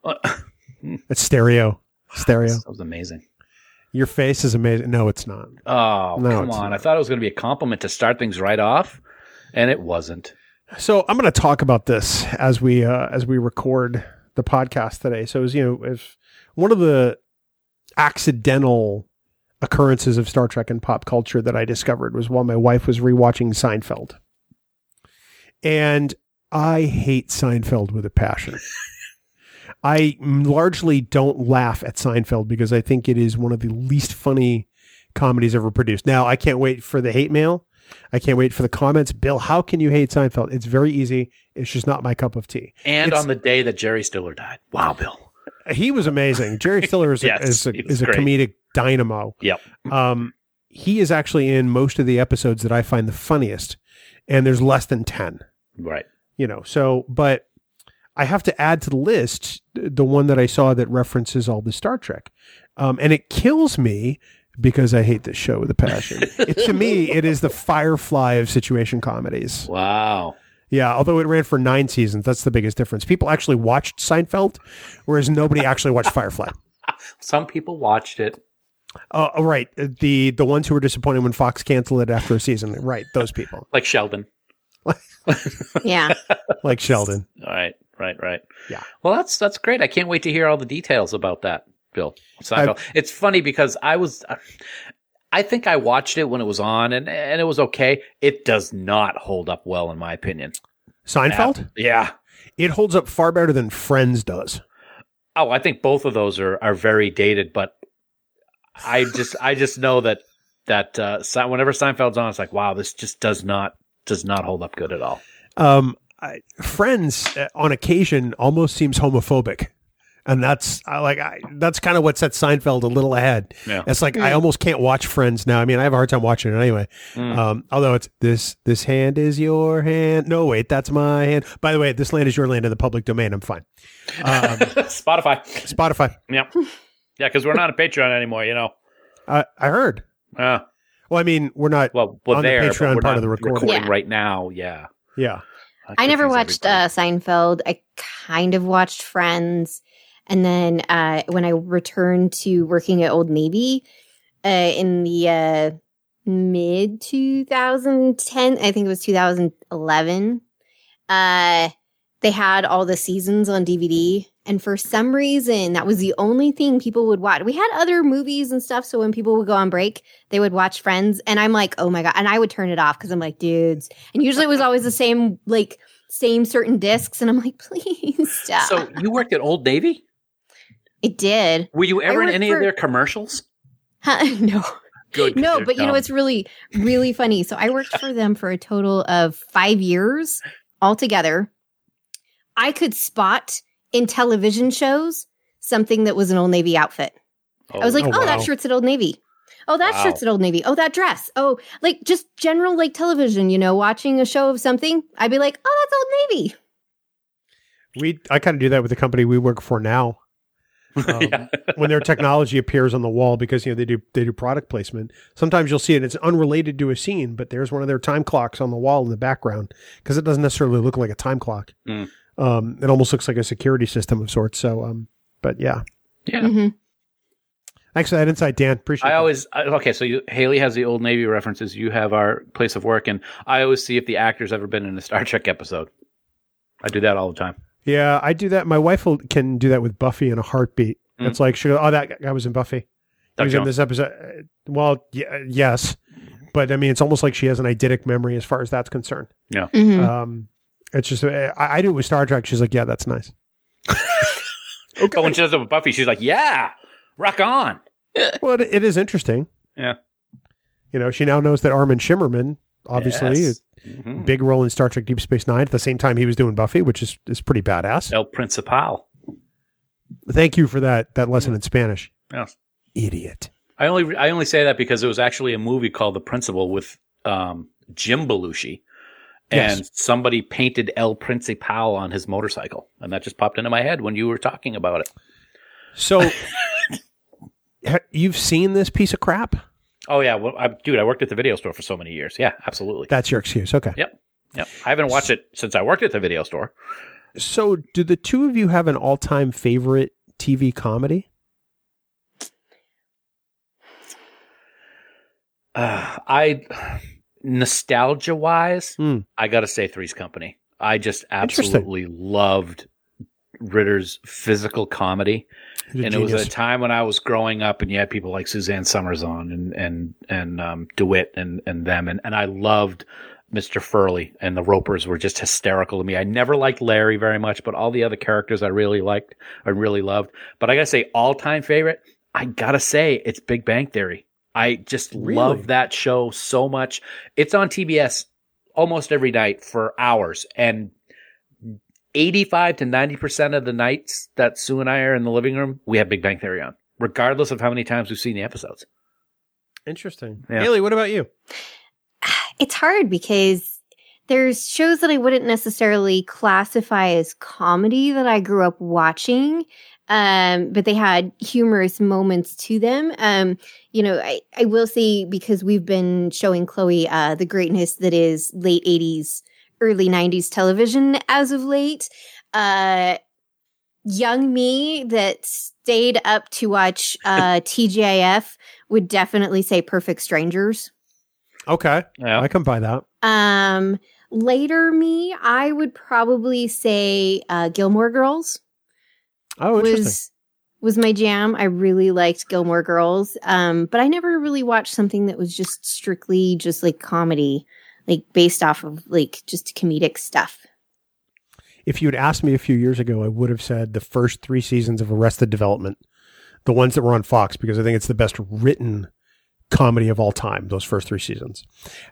I: welcome.
C: It's stereo. Stereo.
D: That was amazing.
C: Your face is amazing. No, it's not.
D: Oh,
C: No,
D: come
C: it's
D: on.
C: not.
D: I thought it was going to be a compliment to start things right off, and it wasn't.
C: So I'm going to talk about this as we uh, as we record the podcast today. So as you know, if one of the accidental occurrences of Star Trek and pop culture that I discovered was while my wife was rewatching Seinfeld, and I hate Seinfeld with a passion. [laughs] I largely don't laugh at Seinfeld because I think it is one of the least funny comedies ever produced. Now I can't wait for the hate mail. I can't wait for the comments. Bill, how can you hate Seinfeld? It's very easy. It's just not my cup of tea.
D: And
C: It's-
D: on the day that Jerry Stiller died. Wow, Bill.
C: He was amazing.
D: [laughs]
C: Jerry Stiller is a,
D: Yes,
C: is a,
D: he was
C: is a
D: great.
C: comedic dynamo.
D: Yep.
C: Um, he is actually in most of the episodes that I find the funniest, and there's less than 10,
D: Right.
C: you know. So, but I have to add to the list the one that I saw that references all the Star Trek. Um, and it kills me because I hate this show with a passion. it, to me, it is the Firefly of situation comedies.
D: Wow.
C: Yeah, although it ran for nine seasons, that's the biggest difference. People actually watched Seinfeld, whereas nobody actually watched Firefly.
D: Some people watched it.
C: Uh, [laughs] oh, right, the the ones who were disappointed when Fox canceled it after a season. Right, those people
D: Like Sheldon.
C: [laughs]
I: Yeah.
C: like Sheldon.
D: All right, right, right.
C: Yeah.
D: Well, that's that's great. I can't wait to hear all the details about that, Bill. Seinfeld. it's funny because I was, uh, I think I watched it when it was on, and and it was okay. It does not hold up well, in my opinion.
C: Seinfeld.
D: Yeah.
C: It holds up far better than Friends does.
D: Oh, I think both of those are are very dated, but I just I just know that that uh, Se- whenever Seinfeld's on, it's like wow, this just does not does not hold up good at all.
C: Um, I, Friends uh, on occasion almost seems homophobic, and that's I, like I, that's kind of what sets Seinfeld a little ahead.
D: Yeah.
C: It's like I almost can't watch Friends now. I mean, I have a hard time watching it anyway.
D: Mm.
C: Um, although it's this this hand is your hand. No, wait, that's my hand. By the way, this land is your land in the public domain. I'm fine. Um,
D: Spotify.
C: Spotify.
D: Yep. Yeah, because we're not a Patreon anymore, you know.
C: I I heard.
D: Uh,
C: Well, I mean, we're not.
D: well, we're
C: On the
D: there, but
C: Patreon
D: we're
C: part
D: not
C: of the recording.
I: Yeah.
D: right now. Yeah,
C: Yeah.
I: I never
D: confuse
I: watched
D: everybody.
I: uh, Seinfeld. I kind of watched Friends, and then uh, when I returned to working at Old Navy uh, in the uh, mid 2010, I think it was 2011, uh, they had all the seasons on DVD. And for some reason, that was the only thing people would watch. We had other movies and stuff. So when people would go on break, they would watch Friends. And I'm like, oh my God. And I would turn it off because I'm like, dudes. And usually it was always the same, like, same certain discs. And I'm like, [laughs] please stop.
D: So you worked at Old Navy?
I: it did. [laughs]
D: Were you ever in
I: worked
D: any
I: for-
D: of their commercials?
I: Huh? no.
D: [laughs] Good. 'cause
I: No,
D: they're
I: but you know
D: dumb.
I: it's really really funny. So I worked for them for a total of 5 years altogether. I could spot in television shows something that was an Old Navy outfit. I was like,
C: oh,
I: "Oh, that
C: wow.
I: shirt's at Old Navy." Oh, that
D: Wow.
I: shirt's at Old Navy. Oh, that dress. Oh, like just general like television, you know, watching a show of something, I'd be like, "Oh, that's Old Navy."
C: We I kind of do that with the company we work for now. Um,
D: [laughs] Yeah.
C: when their technology appears on the wall because you know they do they do product placement. Sometimes you'll see it. It's unrelated to a scene, but there's one of their time clocks on the wall in the background because it doesn't necessarily look like a time clock.
D: Mm.
C: Um, it almost looks like a security system of sorts. So, um, but yeah,
D: Yeah.
I: Mhm.
C: thanks for that insight, Dan. Appreciate.
D: I
C: that.
D: always I- okay. So you, Haley has the Old Navy references. You have our place of work, and I always see if the actor's ever been in a Star Trek episode. I do that all the time.
C: Yeah, I do that. My wife will, can do that with Buffy in a heartbeat.
D: Mm.
C: It's like she goes, "Oh, that guy was in Buffy. He
D: Doug
C: was in
D: Jones.
C: this episode." Uh, Well, yeah, yes, but I mean, it's almost like she has an eidetic memory as far as that's concerned.
I: Mhm.
C: Um, it's just uh, I, I do it with Star Trek. She's like, "Yeah, that's nice."
D: Oh, But when she does it with Buffy, she's like, "Yeah, Rock on.
C: Well, it, it is interesting.
D: Yeah.
C: You know, she now knows that Armin Shimmerman, obviously,
D: Yes.
C: is
D: Mhm.
C: big role in Star Trek Deep Space Nine at the same time he was doing Buffy, which is, is pretty badass.
D: El Principal.
C: Thank you for that that lesson in Spanish.
D: Yeah.
C: Idiot.
D: I only I only say that because it was actually a movie called The Principal with um, Jim Belushi, and somebody painted El Principal on his motorcycle, and that just popped into my head when you were talking about it.
C: So [laughs] ha- you've seen this piece of crap?
D: Oh yeah, well, I, dude, I worked at the video store for so many years. Yeah, absolutely.
C: That's your excuse. Okay.
D: Yep. I haven't watched it since I worked at the video store. [sighs]
C: So do the two of you have an all time favorite TV comedy?
D: Uh, I nostalgia wise,
C: Hmm.
D: I gotta say Three's Company. I just
C: Interesting.
D: absolutely loved Ritter's physical comedy.
C: He's a
D: and it was
C: genius.
D: at a time when I was growing up, and you had people like Suzanne Summers on, and and and um, Dewitt, and and them, and and I loved Mr. Furley, and the Ropers were just hysterical to me. I never liked Larry very much, but all the other characters I really liked, I really loved. But I gotta say, all time favorite, I gotta say, it's Big Bang Theory. I just
C: Really?
D: love that show so much. It's on TBS almost every night for hours, and 85 to 90% of the nights that Sue and I are in the living room, we have Big Bang Theory on, regardless of how many times we've seen the episodes.
C: interesting.
D: Yeah.
C: Haley, what about you?
I: It's hard because there's shows that I wouldn't necessarily classify as comedy that I grew up watching, um, but they had humorous moments to them. Um, you know, I, I will say because we've been showing Chloe uh, the greatness that is late 80s, early 90s television as of late. Uh, young me that stayed up to watch uh, TGIF would definitely say Perfect Strangers.
C: Okay.
D: Yeah.
C: I come by that.
I: Um, later me, I would probably say uh, Gilmore Girls
C: Oh, interesting.
I: was was my jam. I really liked Gilmore Girls, um, but I never really watched something that was just strictly just like comedy, like based off of like just comedic stuff.
C: if you'd asked me a few years ago, I would have said the first three seasons of Arrested Development, the ones that were on Fox, because I think it's the best written comedy of all time, those first three seasons.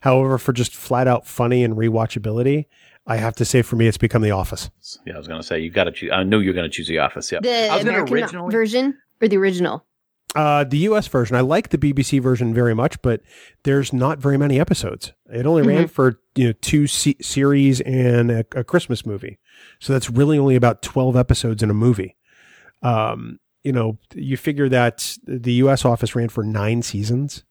C: However, for just flat out funny and rewatchability, I have to say for me, it's become The Office.
D: Yeah, I was going to say, you got to choose. I knew you were going to choose The Office. Yeah. I
I: The
D: was gonna
I: American
D: originally-
I: version or the original?
C: Uh, the US version, I like the BBC version very much, but there's not very many episodes. It only ran for you know two se- series and a, a Christmas movie, so that's really only about twelve episodes in a movie. Um, you know, you figure that the US office ran for nine seasons,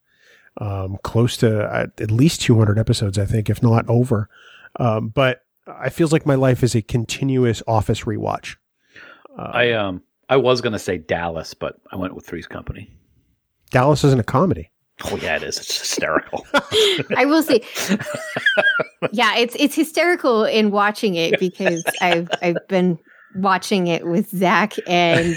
C: um, close to uh, at least two hundred episodes, I think, if not over. Um, but it feels like my life is a continuous office rewatch. Uh,
D: I, um, I was going to say Dallas, but I went with Three's Company.
C: Dallas isn't a comedy.
D: Oh, yeah, it is. It's [laughs] hysterical.
I: I
D: [laughs]
I: will say, yeah, it's it's hysterical in watching it because I've I've been watching it with Zach, and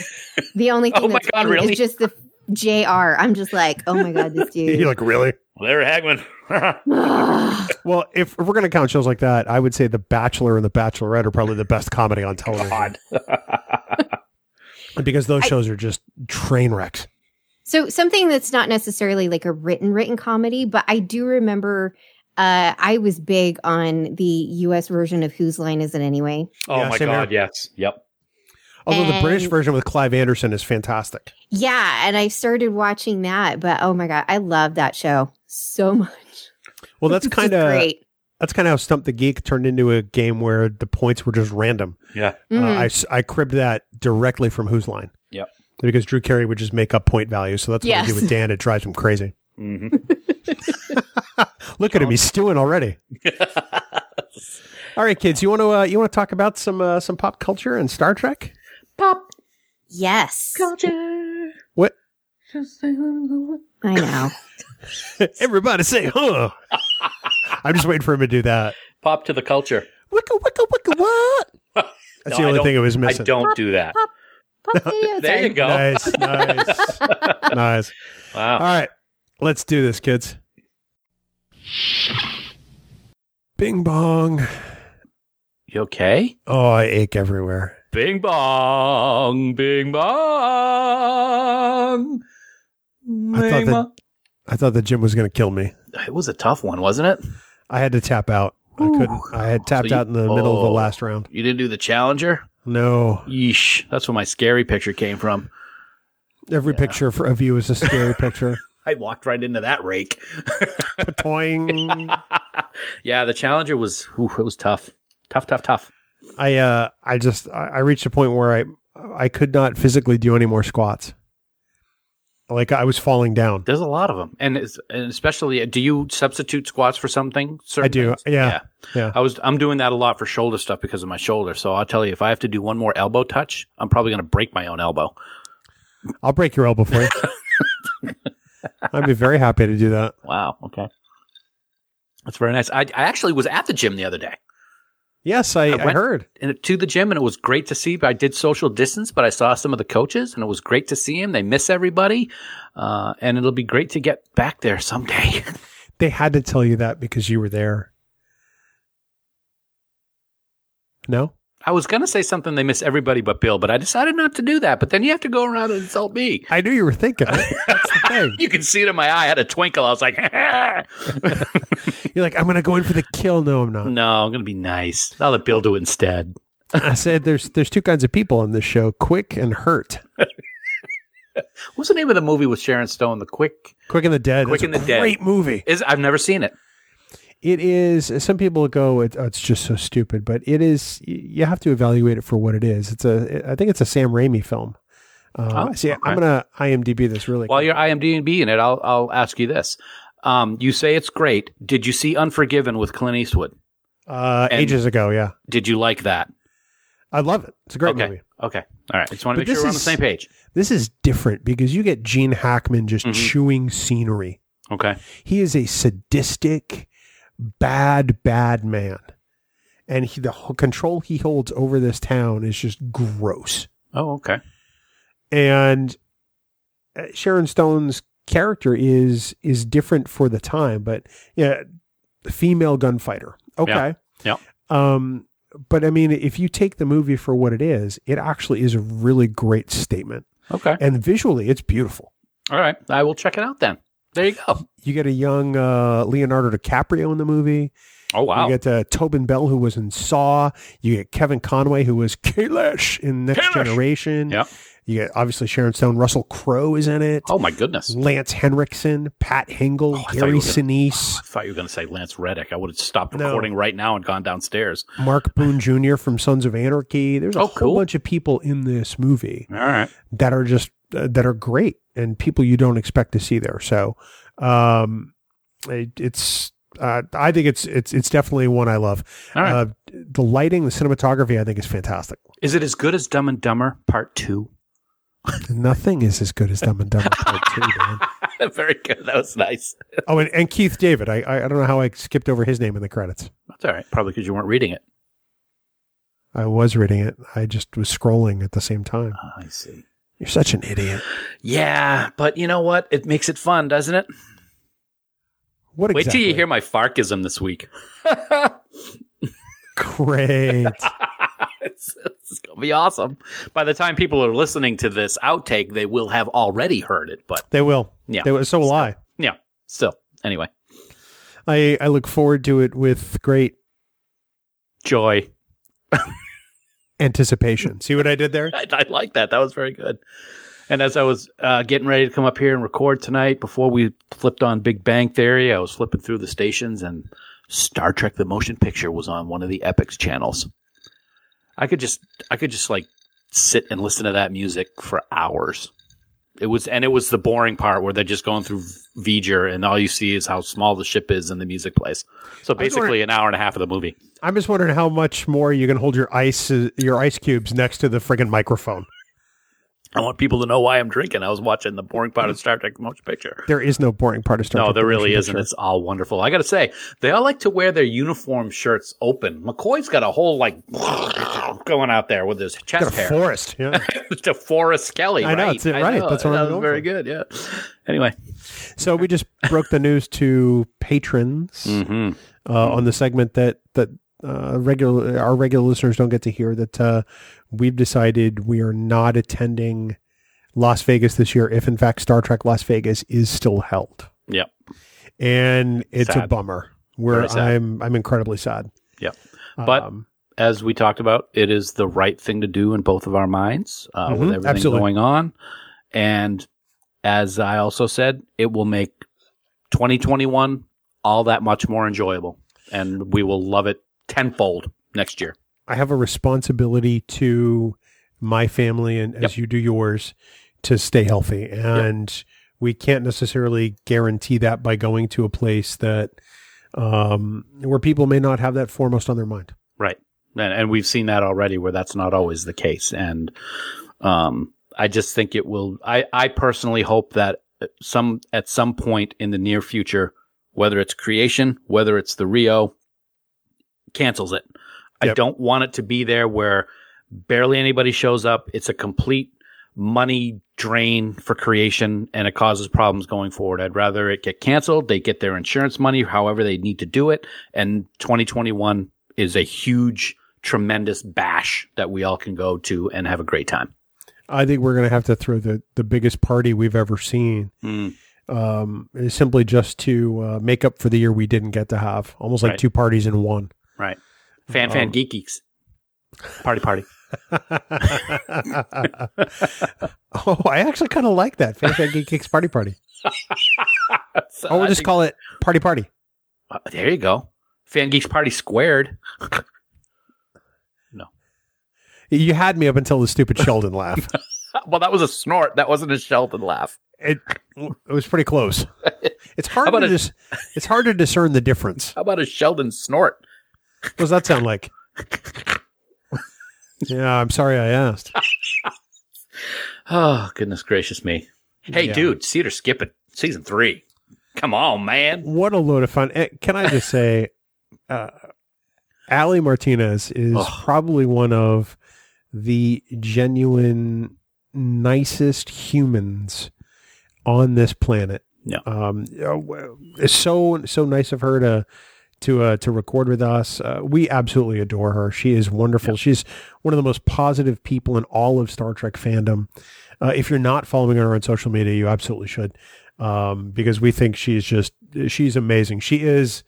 I: the only
D: [laughs] Oh
I: thing
D: my
I: that's
D: God,
I: funny
D: really?
I: is just the Jr. I'm just like, oh my god,
C: [laughs] [laughs]
I: this
C: You're
I: dude.
C: like, really?
D: Larry Hagman. [laughs]
I: Ugh.
C: Well, if, if we're going to count shows like that, I would say The Bachelor and The Bachelorette are probably the best comedy on television
D: God. Oh
C: because those
I: I-
C: shows are just train wrecks.
I: so something that's not necessarily like a written written comedy, but I do remember. Uh, I was big on the U.S. version of Whose Line Is It Anyway?
D: oh,
C: Yeah,
D: my
C: same
D: God. Yes. Yep.
C: Although the British
I: And-
C: version with Clive Anderson is fantastic.
I: Yeah, and I started watching that, but oh my god, I love that show so much.
C: Well, that's
I: [laughs] It's just
C: kind of
I: great.
C: that's kind of how Stump the Geek turned into a game where the points were just random.
D: Yeah.
C: Uh,
I: Mhm.
C: I s- I cribbed that directly from Who's Line.
D: Yep.
C: Because Drew Carey would just make up point values, so that's what I do
I: Yes.
C: with Dan. It drives him crazy.
D: hmm
C: Look at him; he's stewing already. All right, kids, you want to uh, you want to talk about some uh, some pop culture and Star Trek?
I: Yes.
C: What?
I: I know.
C: [laughs] Everybody say, huh? I'm just waiting for him to do that.
D: Pop to the culture.
C: Wicka, wicka, wicka, what? That's the
D: No, I
C: only
D: don't-
C: thing it was
D: I
C: missing.
D: don't do that.
C: [laughs]
I: Pop video
D: There you
I: time.
D: go.
C: Nice,
D: [laughs]
C: nice, nice.
D: Wow.
C: All right, let's do this, kids. Bing bong.
D: You okay?
C: Oh, I ache everywhere.
E: Bing bong, bing bong.
C: I thought
E: Bing
C: that-
E: bong.
C: I thought that Jim was going to kill me.
E: it was a tough one, wasn't it?
C: I had to tap out. I couldn't. I had tapped
E: you-
C: out in the middle of the
E: oh.
C: last round.
E: You didn't do the challenger?
C: No,
E: Yeesh. That's where my scary picture came from.
C: every
E: Yeah.
C: picture for, of you is a scary
D: [laughs]
C: picture.
E: I walked right into that rake. [laughs]
C: Toing.
E: yeah, the challenger was ooh, it was tough. Tough, tough, tough.
C: I uh, I just I, I reached a point where I I could not physically do any more squats. Like I was falling down.
E: There's a lot of them, and, it's, and especially, uh, do you substitute squats for something? Certain
C: I do.
E: things?
C: Yeah. Yeah.
E: I was. I'm doing that a lot for shoulder stuff because of my shoulder. So I'll tell you, if I have to do one more elbow touch, I'm probably going to break my own elbow.
C: I'll break your elbow for you.
E: [laughs]
C: I'd be very happy to do that.
E: Wow. Okay. That's very nice. I, I actually was at the gym the other day,
C: Yes, I,
E: I
C: I,
E: went-
C: heard.
E: and it- to the gym, and it was great to see. I did social distance, but I saw some of the coaches, and it was great to see them. They miss everybody, uh, and it'll be great to get back there someday. [laughs]
C: They had to tell you that because you were there. No?
E: I was going to say something. They miss everybody but Bill, but I decided not to do that. But then you have to go around and insult me.
C: I knew you were thinking.
E: [laughs]
C: it. That's the thing.
E: you can see it in my eye. I had a twinkle. I was like, [laughs]
C: You're like, I'm going to go in for the kill. No, I'm not.
E: no, I'm going to be nice. I'll let Bill do it instead.
C: I said, there's there's two kinds of people on this show: quick and hurt.
E: What's the name of the movie with Sharon Stone? The Quick
C: Quick and the dead. It's
E: Quick and the
C: a
E: Dead.
C: Great movie.
E: is I've never seen it.
C: It is. Some people go, it, oh, it's just so stupid, but it is. y- You have to evaluate it for what it is. It's a. I think it's a Sam Raimi film. Uh,
E: Oh,
C: see,
E: okay.
C: I'm gonna IMDb this really.
E: While
C: quick.
E: you're IMDb in it, I'll I'll ask you this. Um, you say it's great. Did you see Unforgiven with Clint Eastwood?
C: uh,
E: and-
C: ages ago, yeah.
E: Did you like that?
C: I love it. It's a great
E: okay.
C: movie.
E: Okay. All right. Just want
C: But
E: to make sure
C: this
E: we're on the
C: is-
E: same page.
C: This is different because you get Gene Hackman just
E: Mhm.
C: chewing scenery.
E: Okay.
C: He is a sadistic, bad, bad man, and he, the whole control he holds over this town is just gross.
E: Oh, okay.
C: and uh, Sharon Stone's character is is different for the time, but yeah, female gunfighter. Okay.
E: Yeah.
C: Um, but I mean, if you take the movie for what it is, it actually is a really great statement,
E: Okay.
C: and visually, it's beautiful.
E: All right. I will check it out then. There you go.
C: You get a young uh, Leonardo DiCaprio in the movie.
E: Oh wow.
C: You get uh, Tobin Bell, who was in Saw. You get Kevin Conway, who was Kalish in Next
E: Kalish!
C: Generation.
E: Yeah.
C: You get obviously Sharon Stone. Russell Crowe is in it.
E: oh my goodness.
C: Lance Henriksen, Pat Hingle,
E: Oh, I thought you
C: Harry
E: were
C: Sinise,
E: I thought you were going to say Lance Reddick. I would have stopped
C: No.
E: recording right now and gone downstairs.
C: Mark Boone Jr. from Sons of Anarchy. There's a
E: Oh,
C: whole
E: cool.
C: bunch of people in this movie
E: All right.
C: that are just uh, that are great and people you don't expect to see there. So, um, it, it's uh, I think it's it's it's definitely one I love.
E: All right.
C: Uh, the lighting, the cinematography, I think is fantastic.
E: Is it as good as Dumb and Dumber Part Two?
C: Nothing is as good as Dumb and Dumber Part
E: [laughs]
C: Two. Man.
E: Very good. That was nice.
C: Oh, and, and Keith David. I, I I don't know how I skipped over his name in the credits.
E: That's all right. Probably because you weren't reading it.
C: I was reading it. I just was scrolling at the same time.
E: I see.
C: You're such an idiot.
E: Yeah, but you know what? It makes it fun, doesn't it?
C: What
E: Wait till
C: exactly?
E: you hear my farkism this [laughs] week.
C: Great.
E: it's, it's gonna be awesome. By the time people are listening to this outtake, they will have already heard it. But
C: they will.
E: Yeah.
C: They will. So will I.
E: yeah, still. Anyway,
C: I. I look forward to it with great
E: joy.
C: anticipation. See what I did there?
E: [laughs] I, I like that. That was very good. And as I was uh, getting ready to come up here and record tonight, before we flipped on Big Bang Theory, I was flipping through the stations, and Star Trek: The Motion Picture was on one of the Epics channels. I could just, I could just like sit and listen to that music for hours. It was, and it was the boring part where they're just going through V'ger, and all you see is how small the ship is and the music plays. So
C: was
E: basically, an hour and a half of the movie.
C: I'm just wondering how much more you can hold your ice uh, your ice cubes next to the friggin' microphone.
E: I want people to know why I'm drinking. I was watching the boring part of Star Trek: The Motion Picture.
C: There is no boring part of Star
E: No,
C: Trek
E: there
C: The
E: really
C: Motion
E: isn't.
C: Picture.
E: It's all wonderful. I got to say, they all like to wear their uniform shirts open. McCoy's got a
D: [laughs]
E: whole like going out there with his chest
C: Got a
E: hair.
C: forest. Yeah.
E: it's a Forrest Kelly.
C: I know,
E: Right?
C: it's it right. That's what I'm
E: that was
C: going
E: very
C: for.
E: good. Yeah. Anyway,
C: so
E: Mm.
C: we just broke the news to patrons uh, on the segment that that
J: uh,
C: regular our regular listeners don't get to hear that uh, we've decided we are not attending Las Vegas this year. If in fact Star Trek Las Vegas is still held,
D: Yep.
C: and it's a
D: Sad.
C: bummer. Where
D: Very sad.
C: I'm I'm incredibly sad.
D: Yep. But-
C: Um,
D: as we talked about, it is the right thing to do in both of our minds uh,
C: Mhm,
D: with everything
C: absolutely.
D: going on. And as I also said, it will make 2021 all that much more enjoyable. And we will love it tenfold next year.
C: I have a responsibility to my family and as you do yours to stay healthy. And we can't necessarily guarantee that by going to a place that um, where people may not have that foremost on their mind.
D: and, and we've seen that already where that's not always the case and um i just think it will i i personally hope that at some at some point in the near future whether it's creation whether it's the rio cancels it i
C: Yep.
D: don't want it to be there where barely anybody shows up it's a complete money drain for creation and it causes problems going forward i'd rather it get canceled they get their insurance money however they need to do it and 2021 is a huge tremendous bash that we all can go to and have a great time.
C: I think we're going to have to throw the, the biggest party we've ever seen um, simply just to uh, make up for the year we didn't get to have, almost like
D: Right.
C: two parties in one.
D: Fan fan
C: Um,
D: geek geeks. Party party.
C: oh, I actually kind of like that. Fan Fan Geek Kicks Party Party.
D: So
C: [laughs] Oh, we'll
D: I
C: just
D: think-
C: call it Party Party.
D: Uh, there you go. Fan geeks party squared. [laughs]
C: You had me up until the stupid Sheldon laugh.
D: Well, that was a snort. That wasn't a Sheldon laugh.
C: It it was pretty close. It's hard
D: about
C: to
D: a-
C: dis- it's hard to discern the difference.
D: How about a Sheldon snort?
C: What does that sound
D: [laughs]
C: like? Yeah, I'm sorry I asked.
D: Oh, goodness gracious me. Hey,
C: Yeah.
D: dude, Cedar skipping season three. Come on, man.
C: What a load of fun! Eh, Can I just
D: [laughs]
C: say, uh, Ali Martinez is
D: Ugh.
C: probably one of the genuine nicest humans on this planet.
D: Yeah.
C: Um, uh, w- it's so so nice of her to to uh, to record with us. Uh, we absolutely adore her. She is wonderful. She's one of the most positive people in all of Star Trek fandom. Uh, if you're not following her on social media, you absolutely should, um, because we think she's just she's amazing. She is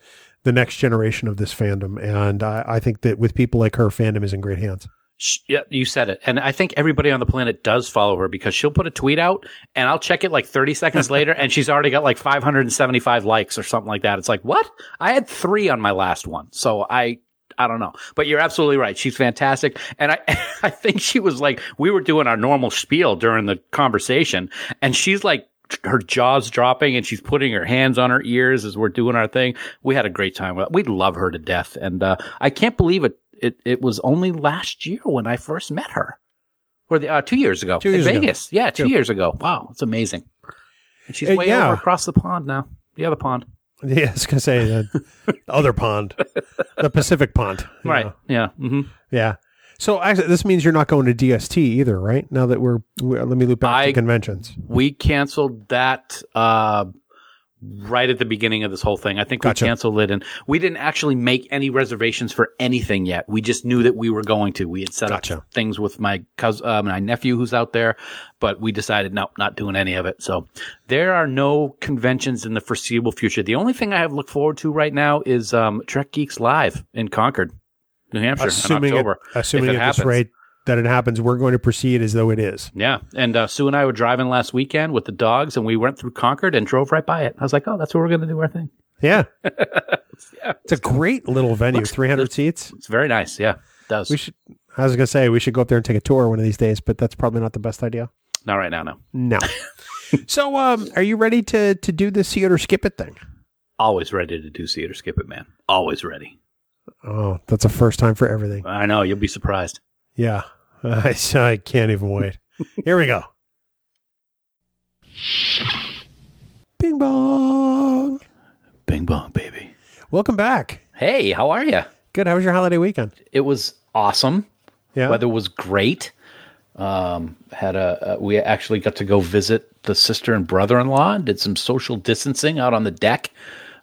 C: the next generation of this fandom, and I, I think that with people like her, fandom is in great hands. [laughs]
D: Sh- Yeah, you said it. And I think everybody on the planet does follow her because she'll put a tweet out and I'll check it like
C: [laughs]
D: 30 seconds later and she's already got like 575 likes or something like that. It's like, what? I had three on my last one. So I, I don't know, but you're absolutely right. She's fantastic. And I, [laughs] I think she was like, we were doing our normal spiel during the conversation and she's like, her jaws dropping and she's putting her hands on her ears as we're doing our thing. We had a great time. with We love her to death. And, uh, I can't believe it. It, it was only last year when I first met her or the, uh, two years ago
C: Two
D: in
C: years ago.
D: Vegas. Yeah. Two
C: Two.
D: years ago. Wow. It's amazing. And she's
C: Uh,
D: way
C: yeah.
D: over across the pond now. The other pond.
C: Yeah, I was gonna say uh, the other pond, the Pacific pond, you
D: Right.
C: know.
D: Yeah. hmm
C: Yeah. So actually, this means you're not going to DST either, right? Now that we're, we let me loop back to
D: I-
C: conventions.
D: We canceled that uh, right at the beginning of this whole thing. I think
C: Gotcha.
D: we canceled it, and we didn't actually make any reservations for anything yet. We just knew that we were going to. We had set
C: Gotcha.
D: up things with my cousin, uh, my nephew who's out there, but we decided no, not doing any of it. So there are no conventions in the foreseeable future. The only thing I have looked forward to right now is um, Trek Geeks Live in Concord, New Hampshire,
C: assuming
D: in
C: it,
D: October.
C: assuming
D: if it
C: at this
D: happens.
C: rate that it happens, we're going to proceed as though it is.
D: Yeah. And uh, Sue and I were driving last weekend with the dogs, and we went through Concord and drove right by it. I was like, oh, that's where we're going to do our thing.
C: Yeah.
D: [laughs] Yeah.
C: It's a great little venue,
D: Looks-
C: 300 seats.
D: It's very nice. Yeah. it Does.
C: We should, I was going to say, we should go up there and take a tour one of these days, but that's probably not the best idea.
D: Not right now, no.
C: No. so, um, are you ready to, to do the see it or skip it thing?
D: Always ready to do see it or skip it, man. Always ready.
C: Oh, that's a first time for everything.
D: I know. You'll be surprised.
C: Yeah. [laughs] I, I can't even wait. Here we go. Bing bong.
D: Bing bong, baby.
C: Welcome back.
D: Hey, how are you?
C: Good. How was your holiday weekend?
D: It was awesome.
C: Yeah.
D: Weather was great. Um, had a uh, we actually got to go visit the sister and brother in law. Did some social distancing out on the deck.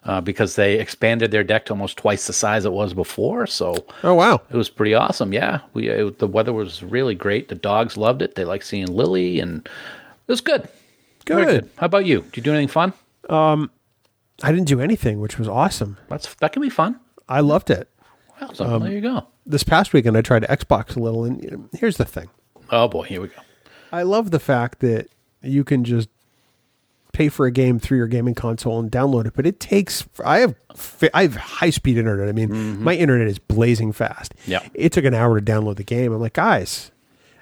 D: uh, because they expanded their deck to almost twice the size it was before. So
C: Oh wow.
D: it was pretty awesome. Yeah, we it, the weather was really great. The dogs loved it. They liked seeing Lily, and it was good. Very
C: Good.
D: How about you? Did you do anything fun?
J: I didn't do anything, which was awesome.
D: That's that can be fun.
C: I loved it.
D: Well, so there you go.
C: This past weekend I tried Xbox a little and you know, here's the thing.
D: Oh boy, here we go.
C: I love the fact that you can just pay for a game through your gaming console and download it, but it takes I have fa- I have high speed internet. I mean, my internet is blazing fast.
D: Mm-hmm. Yeah.
C: It took an hour to download the game. I'm like, "Guys,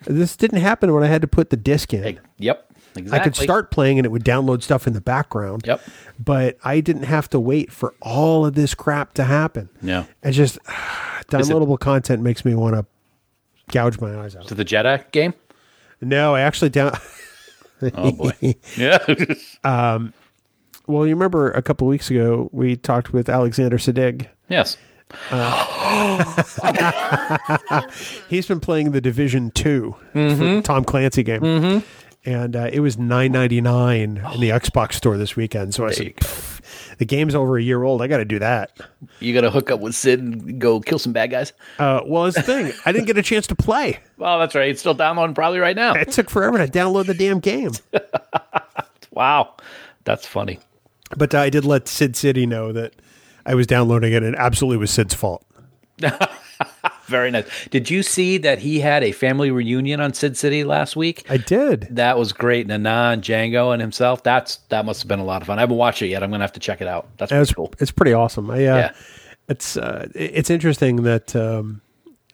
C: this didn't happen when I had to put the disc in.
D: Hey, yep, exactly.
C: I could start playing and it would download stuff in the background.
D: Yep.
C: But I didn't have to wait for all of this crap to happen.
D: Yeah.
C: It just [sighs] downloadable content makes me want to gouge my eyes out.
D: to the Jedi game.
C: No, I actually down. [laughs]
D: Oh boy. yeah. [laughs]
C: Well, you remember a couple of weeks ago we talked with Alexander Sadig.
D: yes.
C: He's been playing the Division 2 for Tom Clancy game, and uh, it was nine ninety nine in the Xbox store this weekend. So I said, "Pff, the game's over a year old. I got to do that.
D: You gotta hook up with Sid and go kill some bad guys.
C: Uh, well, it's the thing. I didn't get a chance to play.
D: Well, that's right. It's still downloading probably right [laughs] now.
C: It took forever to download the damn game.
D: Wow, that's funny.
C: But uh, I did let Sid City know that I was downloading it, and it absolutely was Sid's fault.
D: Very nice. Did you see that he had a family reunion on Sid City last week?
C: I did.
D: That was great. Nana and Django and himself. That's that must have been a lot of fun. I haven't watched it yet. I'm gonna have to check it out. That's
C: It
D: pretty
C: was,
D: cool.
C: It's pretty awesome. I, uh,
D: Yeah.
C: It's uh, it- it's interesting that um,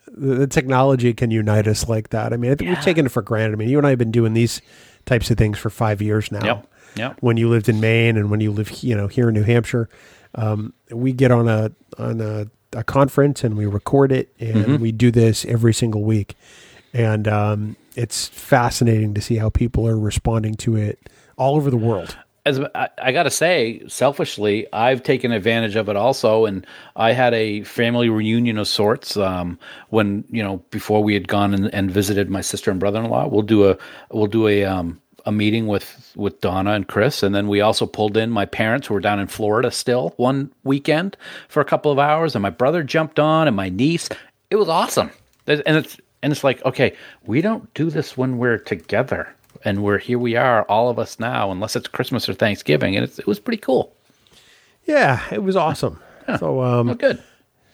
C: the, the technology can unite us like that. I mean, I think we've taken it for granted. I mean, you and I have been doing these types of things for five years now.
D: Yep. Yep.
C: When you lived in Maine and when you live, you know, here in New Hampshire, um, we get on a on a, a conference and we record it and
D: Mm-hmm.
C: we do this every single week, and um, it's fascinating to see how people are responding to it all over the world.
D: as I, I gotta say, selfishly, I've taken advantage of it also, and I had a family reunion of sorts um, when you know before we had gone and, and visited my sister and brother in law. We'll do a we'll do a um, a meeting with with Donna and Chris, and then we also pulled in my parents who were down in Florida still one weekend for a couple of hours, and my brother jumped on, and my niece. It was awesome, There's- and it's and it's like okay, we don't do this when we're together and we're here we are all of us now unless it's christmas or thanksgiving and it's, it was pretty cool
C: Yeah, it was awesome. So um,
D: well, good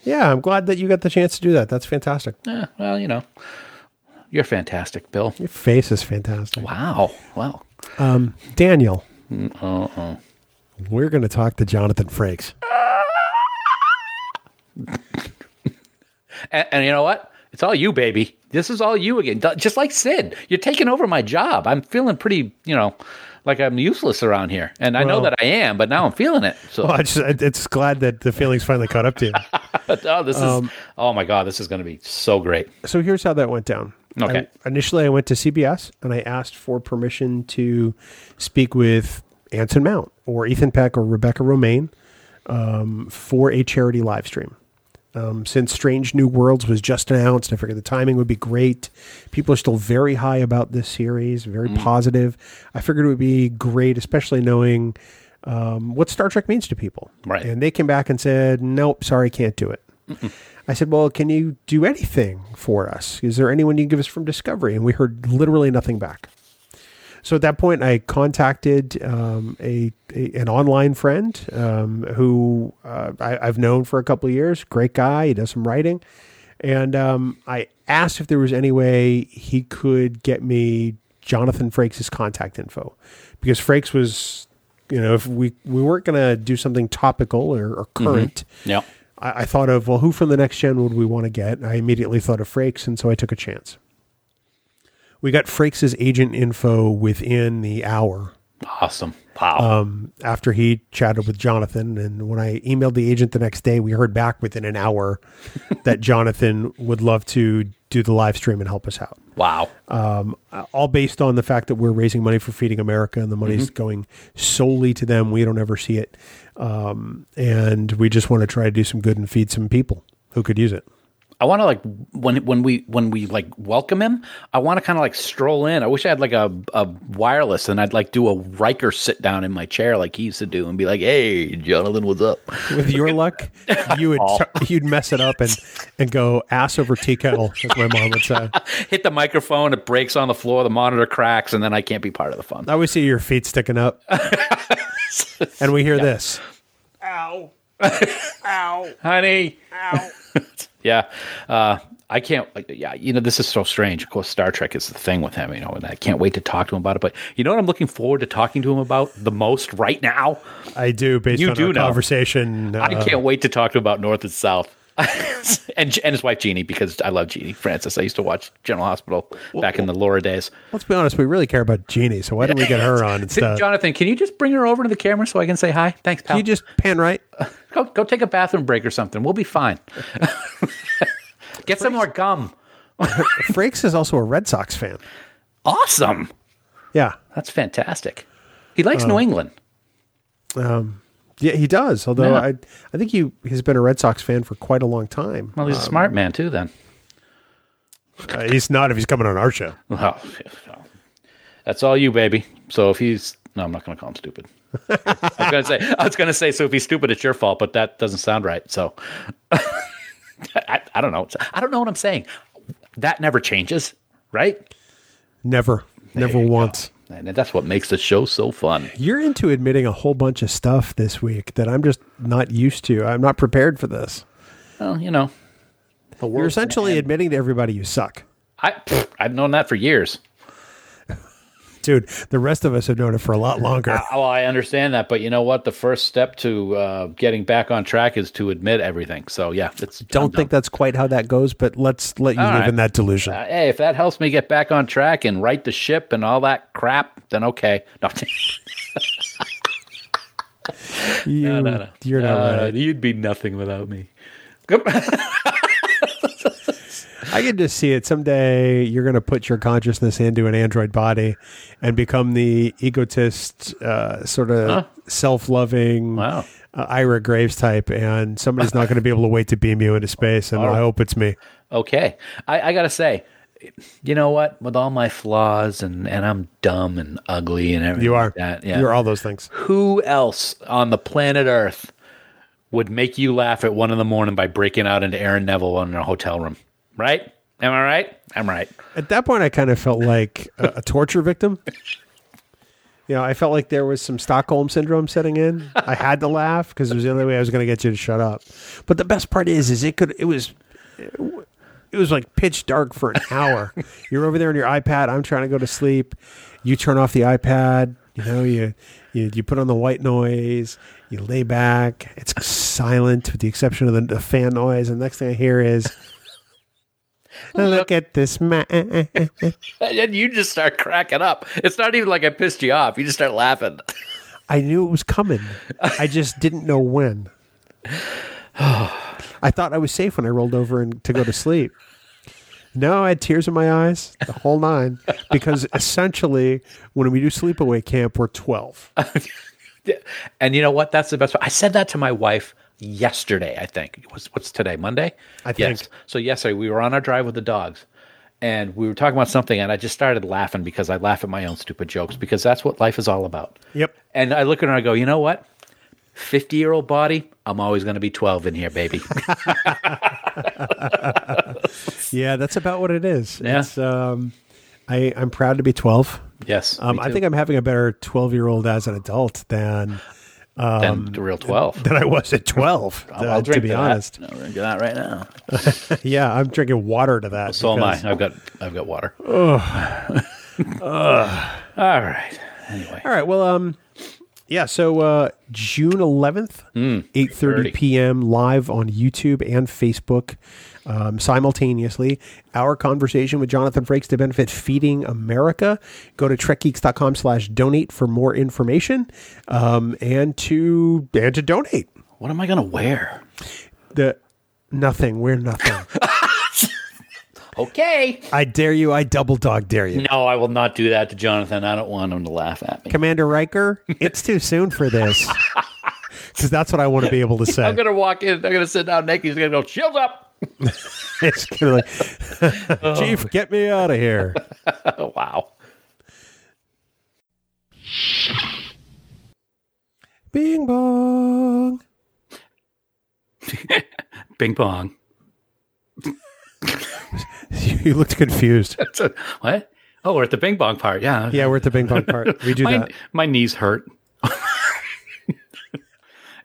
C: Yeah, I'm glad that you got the chance to do that. That's fantastic.
D: yeah, well you know you're fantastic bill
C: Your face is fantastic.
D: wow wow
C: Daniel,
D: uh-oh
C: we're going to talk to Jonathan Frakes.
D: and, and you know what it's all you baby this is all you again D- just like sid you're taking over my job i'm feeling pretty you know like i'm useless around here and i know
C: Well-
D: that i am but now i'm feeling it so
C: Well, I just, I- it's glad that the feelings finally caught up to you.
D: [laughs] oh, this
C: um,
D: is oh my god this is going to be so great
C: so here's how that went down.
D: Okay.
C: I- initially, I went to CBS and I asked for permission to speak with Anson Mount or Ethan Peck or Rebecca Romaine um, for a charity live stream. Um, since Strange New Worlds was just announced, I figured the timing would be great. People are still very high about this series, very positive. I figured it would be great, especially knowing um, what Star Trek means to people.
D: Right.
C: And they came back and said, nope, sorry, can't do it. I said, Well, can you do anything for us? Is there anyone you can give us from Discovery? And we heard literally nothing back. So at that point, I contacted um, a, a an online friend um, who uh, I, I've known for a couple of years. Great guy. He does some writing, and um, I asked if there was any way he could get me Jonathan Frakes' contact info, because Frakes was, you know, if we we weren't going to do something topical or, or current,
D: yeah
C: I, I thought of, well, who from the next gen would we want to get? And I immediately thought of Frakes, and so I took a chance. We got Frakes' agent info within the hour
D: awesome wow
C: um, after he chatted with Jonathan. And when I emailed the agent the next day, we heard back within an hour that Jonathan would love to do the live stream and help us out Um,
D: wow
C: all based on the fact that we're raising money for Feeding America and the money's going solely to them. We don't ever see it. Um, and we just want to try to do some good and feed some people who could use it.
D: I want to like when when we when we like welcome him. I want to kind of like stroll in. I wish I had like a, a wireless and I'd like do a Riker sit down in my chair like he used to do and be like, "Hey, Jonathan, what's up?"
C: With your luck, you would you'd mess it up and and go ass over tea kettle, as my mom would say.
D: Hit the microphone, it breaks on the floor, the monitor cracks, and then I can't be part of the fun.
C: I always see your feet sticking
D: [laughs]
C: up, and we hear this.
D: honey. [laughs] yeah. Uh, I can't, like, yeah, you know, this is so strange. Of course, Star Trek is the thing with him, you know, and I can't wait to talk to him about it. But you know what I'm looking forward to talking to him about the most right now?
C: I do based
D: You
C: on
D: do
C: our
D: know.
C: conversation.
D: I
C: uh,
D: can't wait to talk to him about North and South. [laughs] and and his wife Jeannie because I love Jeannie Francis. I used to watch General Hospital back in the Laura days.
C: Let's be honest, we really care about Jeannie, so why don't we get her
D: [laughs]
C: on instead?
D: Jonathan, can you just bring her over to the camera so I can say hi? Thanks, pal.
C: Can you just pan right?
D: go go take a bathroom break or something. We'll be fine. [laughs] Get some more gum.
C: Frakes is also a Red Sox fan.
D: Awesome.
C: Yeah,
D: That's fantastic. He likes New England.
C: yeah, he does. Although
D: Yeah.
C: I, I think he has been a Red Sox fan for quite a long time.
D: Well, he's a smart man too. Then.
C: Uh, he's not if he's coming on our show.
D: Well, that's all you, baby. So if he's no, I'm not going to call him stupid. I was going to say I was going to say so if he's stupid, it's your fault. But that doesn't sound right. So [laughs] I, I don't know. I don't know what I'm saying. That never changes, right?
C: Never, never once.
D: And that's what makes the show so fun.
C: You're into admitting a whole bunch of stuff this week that I'm just not used to. I'm not prepared for this.
D: Well, you know, the
C: You're
D: world's gonna
C: essentially
D: end.
C: admitting to everybody you suck.
D: I pfft, I've known that for years.
C: Dude, the rest of us have known it for a lot longer.
D: Oh, I understand that, but you know what? The first step to uh, getting back on track is to admit everything. So yeah, it's I'm
C: [laughs] Don't think that's quite how that goes, but let's let you live
D: right.
C: in that delusion.
D: done. Uh, hey, if that helps me get back on track and right the ship and all that crap, then okay. [laughs] No,
C: you, You're not right.
D: You'd be nothing without me.
C: I can just see it. Someday you're going to put your consciousness into an android body and become the egotist, uh, sort of self loving
D: Wow.
C: uh, Ira Graves type. And somebody's not going to be able to wait to beam you into space. And I hope it's me.
D: [laughs] Okay, I, I gotta say, you know what? With all my flaws and and I'm dumb and ugly and everything,
C: You are.
D: like that. Yeah,
C: You're all those things.
D: who else on the planet Earth would make you laugh at one in the morning by breaking out into Aaron Neville in a hotel room? Right? Am I right? I'm right. [laughs]
C: At that point, I kind of felt like a, a torture victim. You know, I felt like there was some Stockholm syndrome setting in. I had to laugh because it was the only way I was going to get you to shut up. But the best part is, is it could it was it was like pitch dark for an hour. [laughs] You're over there on your iPad. I'm trying to go to sleep. You turn off the iPad. You know, you you, you put on the white noise. You lay back. It's silent with the exception of the, the fan noise. And the next thing I hear is, "Look at this man."
D: And then you just start cracking up. It's not even like I pissed you off. You just start laughing.
C: [laughs] I knew it was coming. I just didn't know when. [sighs] I thought I was safe when I rolled over and to go to sleep. No, I had tears in my eyes, the whole nine, because essentially when we do sleepaway camp, we're 12.
D: And you know what? That's the best part. I said that to my wife yesterday, I think. What's, what's today? Monday?
C: I
D: Yes.
C: think.
D: So yesterday we were on our drive with the dogs and we were talking about something and I just started laughing because I laugh at my own stupid jokes because that's what life is all about.
C: Yep.
D: And I look at her and I go, you know what? 50 year old body, I'm always going to be 12 in
C: [laughs]
D: here, baby.
C: Yeah, that's about what it is.
D: Yeah.
C: It's, um, I, I'm proud to be 12.
D: yes.
C: Um, I think I'm having a better 12 year old as an adult than,
D: I'm the real 12.
C: than I was at 12, um, uh, to be
D: that.
C: honest.
D: No, we're gonna do that right now.
C: Yeah, I'm drinking water to that.
D: So am
C: because-
D: I. I've got, I've got water. [laughs] All right. Anyway.
C: All right. Well, um, yeah. So uh, June eleventh, Hmm, eight thirty p.m. live on YouTube and Facebook um, simultaneously. Our conversation with Jonathan Frakes to benefit Feeding America. Go to trekgeeks.com/slash/donate for more information um, and to and to donate.
D: What am I going to wear?
C: The nothing. We're [laughs] nothing.
D: Okay.
C: I dare you. I double dog dare you.
D: No, I will not do that to Jonathan. I don't want him to laugh at me.
C: Commander Riker, it's too soon for [laughs] this. Because that's what I want to be able to say.
D: I'm going to walk in. I'm going to sit down naked. He's going to go, shield up. [laughs]
C: [laughs] it's kind of like, Chief, get me out of here.
K: wow.
C: Bing bong. [laughs]
D: Bing pong.
C: You looked confused.
D: That's a, what? Oh, we're at the bing pong part. Yeah.
C: Yeah, we're at the bing bong part. [laughs] We do
D: my,
C: that.
D: my knees hurt. [laughs]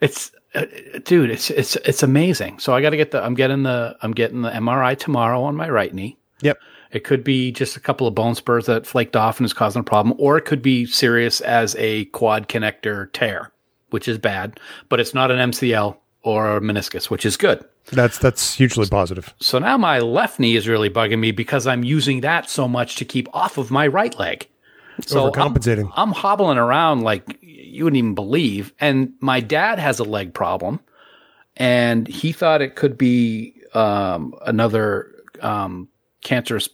D: it's uh, dude, it's it's it's amazing. So I got to get the I'm getting the I'm getting the MRI tomorrow on my right knee.
C: Yep.
D: It could be just a couple of bone spurs that flaked off and is causing a problem, or it could be serious as a quad connector tear, which is bad, but it's not an MCL or a meniscus, which is good.
C: That's that's hugely positive.
D: So now my left knee is really bugging me because I'm using that so much to keep off of my right leg. So I'm,
C: Overcompensating.
D: I'm hobbling around like you wouldn't even believe. And my dad has a leg problem, and he thought it could be um, another um, cancerous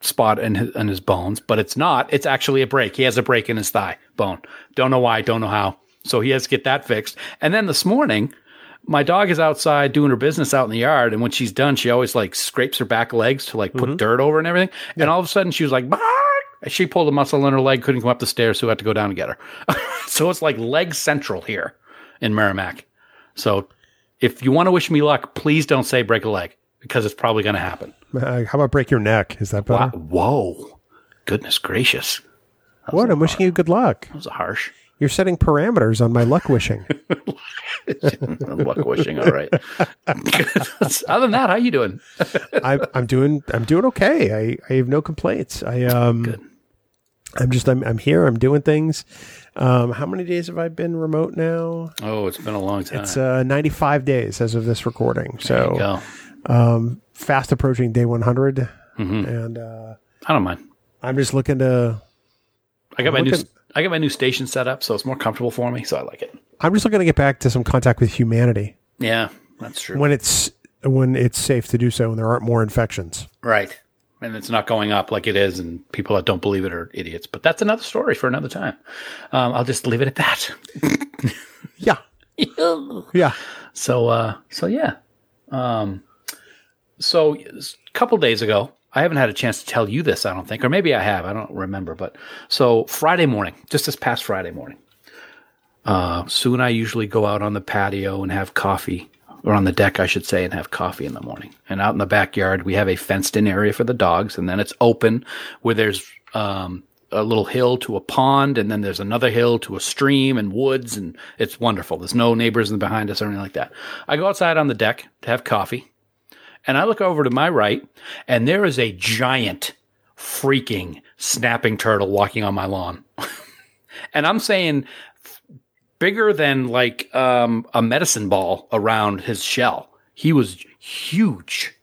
D: spot in his, in his bones, but it's not. It's actually a break. He has a break in his thigh bone. Don't know why. Don't know how. So he has to get that fixed. And then this morning, my dog is outside doing her business out in the yard, and when she's done, she always like scrapes her back legs to like put
C: Mm-hmm.
D: dirt over and everything. And all of a sudden, she was like, "Bark!" And she pulled a muscle in her leg, couldn't come up the stairs, so we had to go down and get her. [laughs] so it's like leg central here in Merrimack. So if you want to wish me luck, please don't say break a leg because it's probably going to happen.
C: Uh, how about break your neck? Is that better?
D: Wow. Whoa. Goodness gracious.
C: What? I'm wishing you good luck.
D: That was harsh.
C: You're setting parameters on my luck [laughs] wishing.
D: [laughs] luck wishing. All right. [laughs] Other than that, how you doing?
C: I'm I'm doing I'm doing okay. I, I have no complaints. I um I'm just I'm I'm here. I'm doing things. Um, how many days have I been remote now?
D: Oh, it's been a long time.
C: It's uh 95 days as of this recording. So
D: Go.
C: um, fast approaching day 100,
D: Mm-hmm.
C: and uh,
D: I don't mind.
C: I'm just looking to.
D: I got my new
C: Look at-
D: I got my new station set up, so it's more comfortable for me. So I like it.
C: I'm just looking to get back to some contact with humanity
D: Yeah, that's true.
C: when it's when it's safe to do so, and there aren't more infections.
D: right. And it's not going up like it is, and people that don't believe it are idiots. But that's another story for another time. Um, I'll just leave it at that.
C: Yeah, [laughs] yeah.
D: So uh so yeah. Um so a couple days ago, I haven't had a chance to tell you this, I don't think, or maybe I have, I don't remember, but so Friday morning, just this past Friday morning. Uh Sue and I usually go out on the patio and have coffee or on the deck I should say and have coffee in the morning. And out in the backyard, we have a fenced in area for the dogs and then it's open where there's um a little hill to a pond, and then there's another hill to a stream and woods, and it's wonderful. There's no neighbors in behind us or anything like that. I go outside on the deck to have coffee, and I look over to my right, and there is a giant freaking snapping turtle walking on my lawn. [laughs] and I'm saying f- bigger than like um, a medicine ball around his shell. He was huge.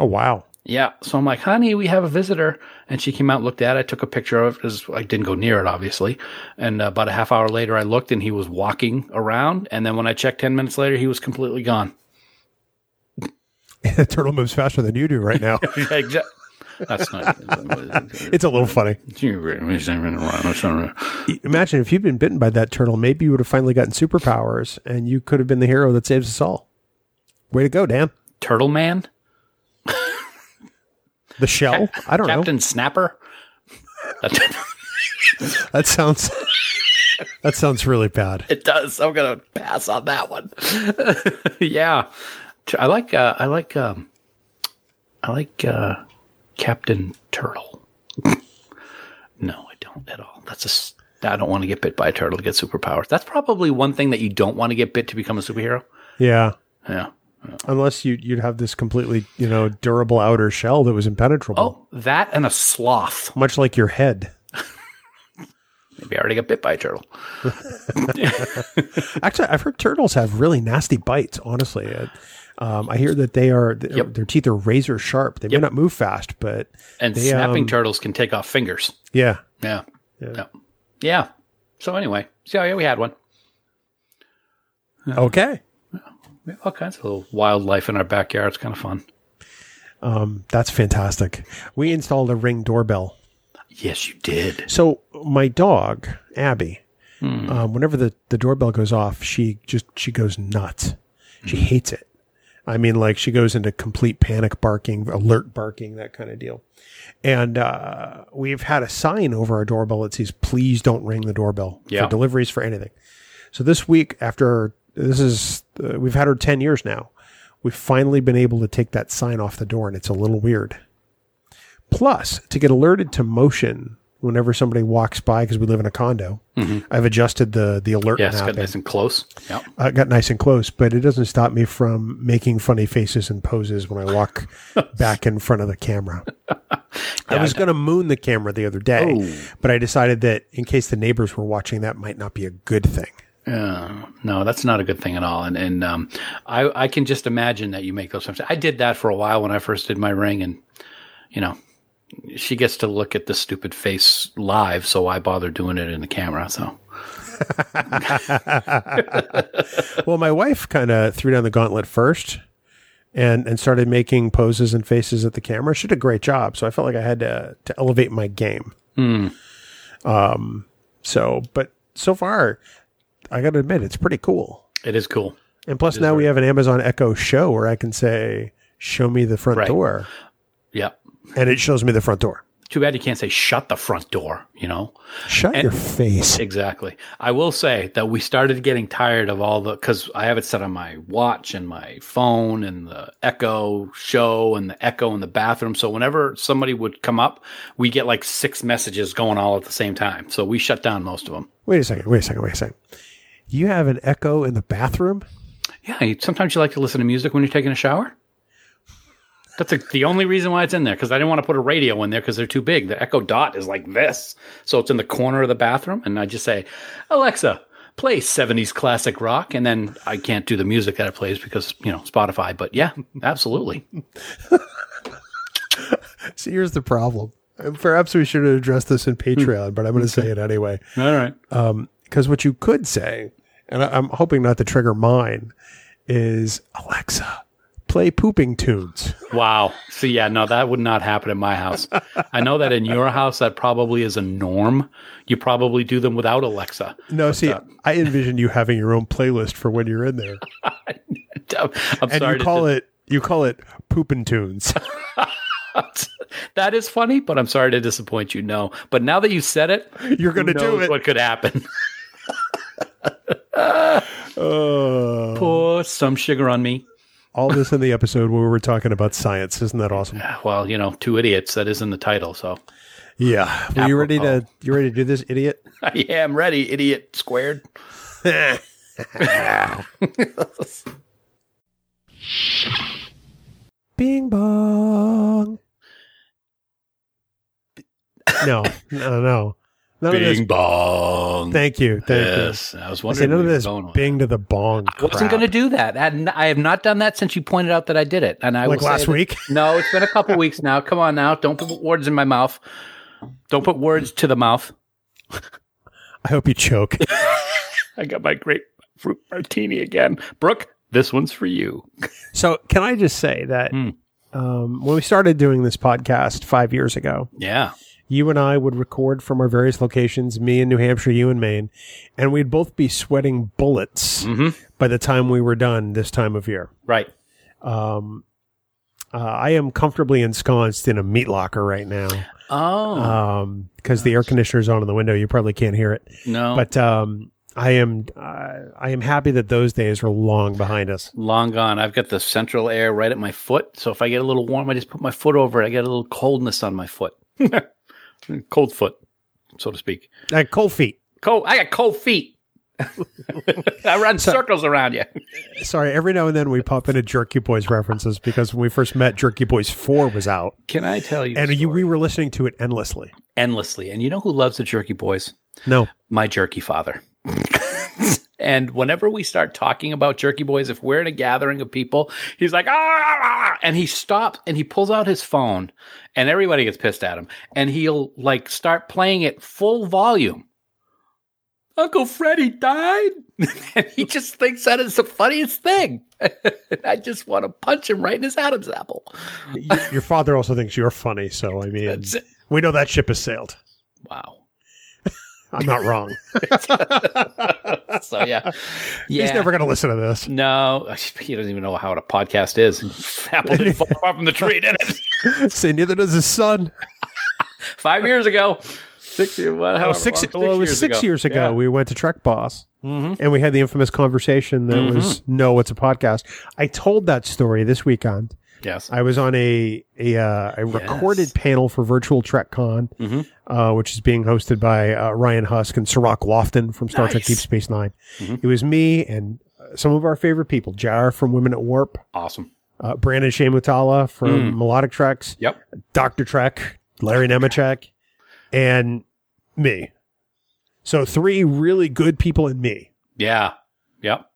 C: Oh wow.
D: Yeah. So I'm like, honey, we have a visitor. And she came out, looked at it, took a picture of it 'cause I didn't go near it, obviously. And uh, about a half hour later, I looked and he was walking around. And then when I checked 10 minutes later, he was completely gone. [laughs]
C: the [laughs] turtle moves faster than you do right [laughs] now.
D: Exa- That's not. [laughs]
C: it's a little funny. Imagine if you'd been bitten by that turtle, maybe you would have finally gotten superpowers and you could have been the hero that saves us all. Way to go, Dan.
D: Turtle Man?
C: The shell? Oh, I don't
D: Captain Snapper? [laughs]
C: know. That sounds [laughs] That sounds really bad.
D: it does. I'm gonna pass on that one. [laughs] yeah, I like. Uh, I like. Um, I like uh, Captain Turtle. [laughs] no, I don't at all. That's a. s- I don't want to get bit by a turtle to get superpowers. That's probably one thing that you don't want to get bit to become a superhero.
C: Yeah.
D: Yeah.
C: Unless you you'd have this completely, you know, durable outer shell that was impenetrable.
D: Oh, that and a sloth.
C: Much like your head.
D: Maybe I already got bit by a turtle.
C: Actually, I've heard turtles have really nasty bites, honestly. Uh, Um, I hear that they are th-
D: Yep.
C: their teeth are razor sharp. They may not move fast, but
D: And
C: They,
D: snapping
C: um,
D: turtles can take off fingers.
C: yeah.
D: Yeah. Yeah. Yeah. So anyway, so yeah, we had one.
C: Okay.
D: We have all kinds of little wildlife in our backyard. It's kind of fun.
C: Um, that's fantastic. We installed a ring doorbell.
D: Yes, you did.
C: So my dog Abby, um, whenever the the doorbell goes off, she just she goes nuts. She hates it. I mean, like she goes into complete panic barking, alert barking, that kind of deal. And uh, we've had a sign over our doorbell that says, please don't ring the doorbell
L: Yeah.
C: for deliveries for anything. So this week, after this is, uh, we've had her 10 years now. We've finally been able to take that sign off the door, and it's a little weird. Plus, to get alerted to motion whenever somebody walks by, because we live in a condo, I've adjusted the the alert
D: Yeah, it's
C: now.
D: Mm-hmm. got nice and close. Yeah.
C: Uh, it got nice and close, but it doesn't stop me from making funny faces and poses when I
D: [laughs]
C: walk back in front of the camera. I was going to moon the camera the other day,
D: Oh.
C: but I decided that in case the neighbors were watching, that might not be a good thing.
D: Uh, no, that's not a good thing at all. And and um, I I can just imagine that you make those. Mistakes. I did that for a while when I first did my ring, and you know, she gets to look at the stupid face live, so why bother doing it in the camera? So
C: Well, my wife kind of threw down the gauntlet first and, and started making poses and faces at the camera. She did a great job. So I felt like I had to, to elevate my game.
D: Hmm.
C: Um, so, but so far, I got to admit, it's pretty cool.
D: it is cool.
C: And plus, now we have an Amazon Echo show where I can say, show me the front
D: Right.
C: door.
D: Yeah.
C: And it shows me the front door.
D: Too bad you can't say shut the front door. You know.
C: Shut your face.
D: Exactly. I will say that we started getting tired of all the because I have it set on my watch and my phone and the Echo show and the Echo in the bathroom. So whenever somebody would come up, we get like six messages going all at the same time. So we shut down most of them.
C: Wait a second. Wait a second. Wait a second. You have an Echo in the bathroom?
D: Yeah. You, sometimes you like to listen to music when you're taking a shower. That's like the only reason why it's in there because I didn't want to put a radio in there because they're too big. The Echo Dot is like this. So it's in the corner of the bathroom. And I just say, Alexa, play 70s classic rock. And then I can't do the music that it plays because, you know, Spotify. But yeah, absolutely.
C: See, here's the problem. And Perhaps we should have addressed this in Patreon, but I'm going to say it anyway.
D: [laughs] All right.
C: Because what you could say, and I- I'm hoping not to trigger mine, is Alexa, play pooping tunes.
D: Wow. See, yeah, no, that would not happen in my house. I know that in your house, that probably is a norm. You probably do them without Alexa.
C: No, see, I envision you having your own playlist for when you're in there,
D: I'm
C: and
D: sorry.
C: you call
D: to,
C: it you call it pooping tunes. [laughs]
D: [laughs] that is funny, but I'm sorry to disappoint you. No. But now that you said it,
C: You're going to
D: who knows
C: do it.
D: what could happen. [laughs]
C: Oh.
D: Pour some sugar on me.
C: all this in the episode where we were talking about science. Isn't that awesome?
D: Well, you know, two idiots. That is in the title. [laughs] So
C: Yeah. oh. Well, you ready to you ready to do this, idiot?
D: I am ready, idiot squared.
C: [laughs] Bing bong. No, no, no. None of this.
D: bong.
C: Thank you. Thank
D: Yes, I was
C: you. I say
D: wondering.
C: none of
D: where you were
C: this
D: going with
C: bing to the bong.
D: I wasn't going to do that. And I have not done that since you pointed out that I did it. And I
C: Like
D: will say
C: last
D: that-
C: week? [laughs]
D: No, it's been a [laughs] couple weeks now. Come on now, don't put words in my mouth. Don't put words to the mouth.
C: I hope you
D: [laughs]
C: choke.
D: I got my great fruit martini again, Brooke. This one's for you.
C: so, can I just say that
D: Hmm.
C: um, when we started doing this podcast five years ago,
D: Yeah,
C: you and I would record from our various locations, me in New Hampshire, you in Maine, and we'd both be sweating bullets
D: Mhm.
C: by the time we were done this time of year.
D: right.
C: Um, uh, I am comfortably ensconced in a meat locker right now
D: Oh
C: because the air conditioner's on in the window. You probably can't hear it,
D: no,
C: but um, I am uh, I am happy that those days are long behind us.
D: long gone. I've got the central air right at my foot. So if I get a little warm, I just put my foot over it. I get a little coldness on my foot, [laughs] cold foot, so to speak.
C: Uh, cold feet.
D: Cold. I got cold feet. [laughs] I run circles around you.
C: Sorry, every now and then we pop into Jerky Boys references because when we first met, Jerky Boys Four was out,
D: Can I tell you?
C: and
D: a
C: you,
D: story?
C: we were listening to it endlessly.
D: endlessly. And you know who loves the jerky boys?
C: No,
D: My jerky father. [laughs] and whenever we start talking about jerky boys, if we're in a gathering of people, he's like, ah, ah, ah," and he stops and he pulls out his phone, and everybody gets pissed at him. And he'll like start playing it full volume. Uncle Freddy died. [laughs] and he just thinks that is the funniest thing. [laughs] I just want to punch him right in his Adam's apple.
C: Y- your father
D: [laughs]
C: also thinks you're funny, so I mean,
D: That's it.
C: we know that ship has sailed.
D: Wow.
C: I'm not wrong.
D: so yeah, yeah.
C: [laughs] He's never going to listen to this.
D: no, [laughs] he doesn't even know how a podcast is. [laughs] Apple didn't fall far from the tree, did
C: [laughs]
D: it?
C: Say neither does his son.
D: [laughs] Five years ago, six years. Well,
C: Oh,
D: however
C: six,
D: long,
C: well, it was six years ago. Mm-hmm. We went to Trek Boss
D: Mhm.
C: and we had the infamous conversation that was no, it's a podcast. I told that story this weekend.
D: Yes.
C: I was on a a, uh, a recorded panel for Virtual TrekCon,
D: Mhm.
C: uh, which is being hosted by uh, Ryan Husk and Sirach Lofton from Star Trek
D: Nice.
C: Deep Space 9 It was me and uh, some of our favorite people: Jar from Women at Warp,
D: Awesome.
C: uh, Brandon Shamutala from Melodic Treks,
D: Mm. Yep.
C: Doctor Trek, Larry Nemechek, and me. So three really good people and me.
D: Yeah. Yep.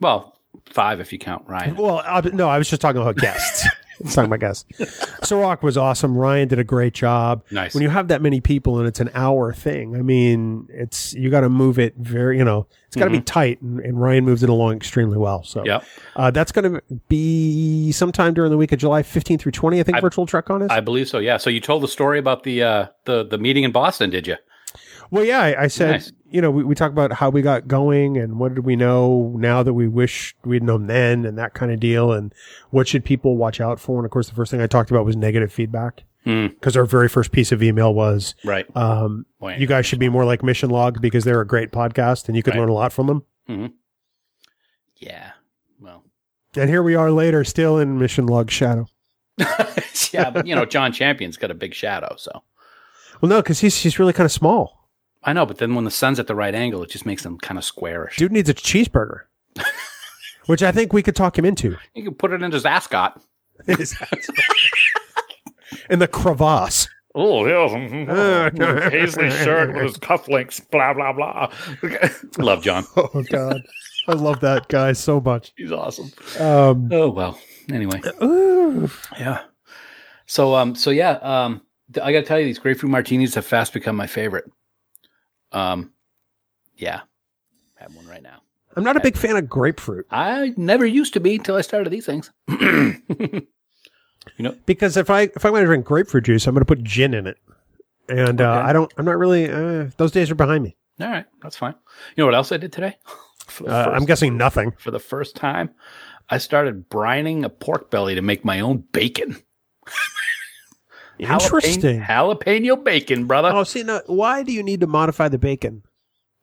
D: Well, five if you count Ryan.
C: Well, I, no, I was just talking about guests.
D: [laughs]
C: It's talking about guests. Sirach was awesome. Ryan did a great job.
D: Nice.
C: When you have that many people and it's an hour thing, I mean, it's you got to move it very. You know, it's got to be tight, and, and Ryan moves it along extremely well. So,
D: Mm-hmm. Yep.
C: uh, that's going to be sometime during the week of July 15th through 20. I think
D: I-
C: virtual truck on is.
D: I believe so. Yeah. So you told the story about the uh, the the meeting in Boston, did you?
C: Well, yeah, I, I said,
D: Nice.
C: you know, we, we talk about how we got going and what did we know now that we wish we'd known then and that kind of deal. And what should people watch out for? And of course, the first thing I talked about was negative feedback
D: Hmm.
C: because our very first piece of email was,
D: Right.
C: um,
D: Wait.
C: you guys should be more like Mission Log because they're a great podcast and you could
D: Right.
C: learn a lot from them.
D: yeah. Well.
C: And here we are later, still in Mission Log shadow.
D: [laughs] yeah, but you know, John Champion's got a big shadow, so
C: Well, no, because he's, he's really kind of small.
D: I know. But then when the sun's at the right angle, it just makes them kind of squarish.
C: Dude needs a
D: [laughs]
C: cheeseburger, which I think we could talk him into.
D: You can put it in his ascot.
C: and the crevasse. [laughs]
D: Oh, yeah. mm. Paisley shirt with his cufflinks, blah, blah, blah. [laughs] Love
C: [laughs]
D: John.
C: Oh God, I love that guy so much.
D: He's awesome.
C: Um,
D: Oh, well. Anyway.
C: Uh,
D: Yeah. So, um, so yeah, um, th- I got to tell you, these grapefruit martinis have fast become my favorite. Um, yeah. Have one right now.
C: I'm not a big fan of grapefruit
D: I never used to be until I started these things. [clears throat]
C: because if I if I'm going to drink grapefruit juice, I'm going to put gin in it, and uh, I don't. I'm not really. Uh, those days are behind me.
D: All right, that's fine. You know what else I did today? For the,
C: Uh,
D: first,
C: I'm guessing nothing.
D: for the first time, I started brining a pork belly to make my own bacon. Jalapeno-
C: Interesting.
D: Jalapeno bacon, brother.
C: Oh, see, now why do you need to modify the bacon?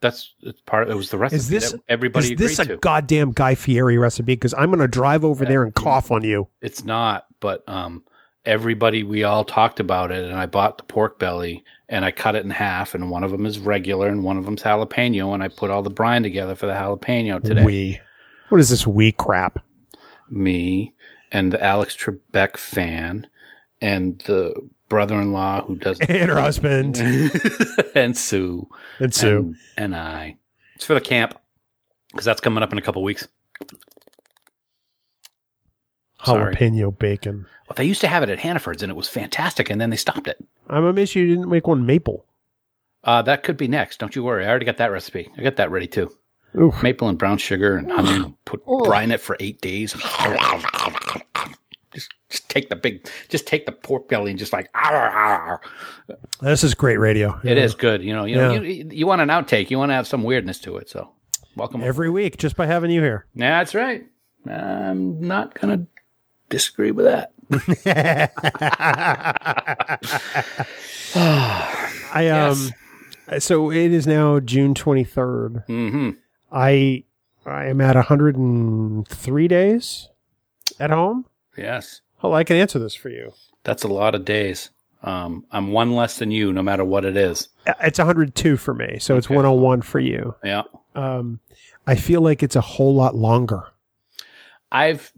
D: That's that's part. It was the recipe
C: Is this-
D: that everybody
C: Is this a
D: agreed to.
C: goddamn Guy Fieri recipe? Because I'm going to drive over there and cough on you.
D: it's not, but um, everybody we all talked about it, and I bought the pork belly and I cut it in half, and one of them is regular and one of them's jalapeno, and I put all the brine together for the jalapeno today.
C: We. What is this wee crap? [laughs]
D: me and the Alex Trebek fan and the brother-in-law who does
C: And her husband
D: [laughs] and Sue
C: and Sue.
D: and, and I. It's for the camp because that's coming up in a couple weeks. Sorry.
C: Jalapeno bacon.
D: Well, they used to have it at Hannaford's and it was fantastic, and then they stopped it.
C: I'm amazed you didn't make one maple.
D: Uh, that could be next. Don't you worry. I already got that recipe. I got that ready too.
C: Oof.
D: Maple and brown sugar and honey. Put
C: Oh.
D: brine it for eight days. just, just take the big, just take the pork belly and just like.
C: This is great radio.
D: It is good. You know, you know,
C: Yeah.
D: you, you want an outtake. You want to have some weirdness to it. So, welcome.
C: every week just by having you here.
D: Yeah, that's right. I'm not gonna disagree with that.
C: I um so it is now June 23rd.
D: Mm-hmm.
C: I I am at 103 days at home.
D: Yes,
C: Well, I can answer this for you.
D: that's a lot of days. Um, I'm one less than you, no matter what it is.
C: It's 102 for me, so it's 101 for you.
D: Yeah,
C: Um I feel like it's a whole lot longer.
D: I've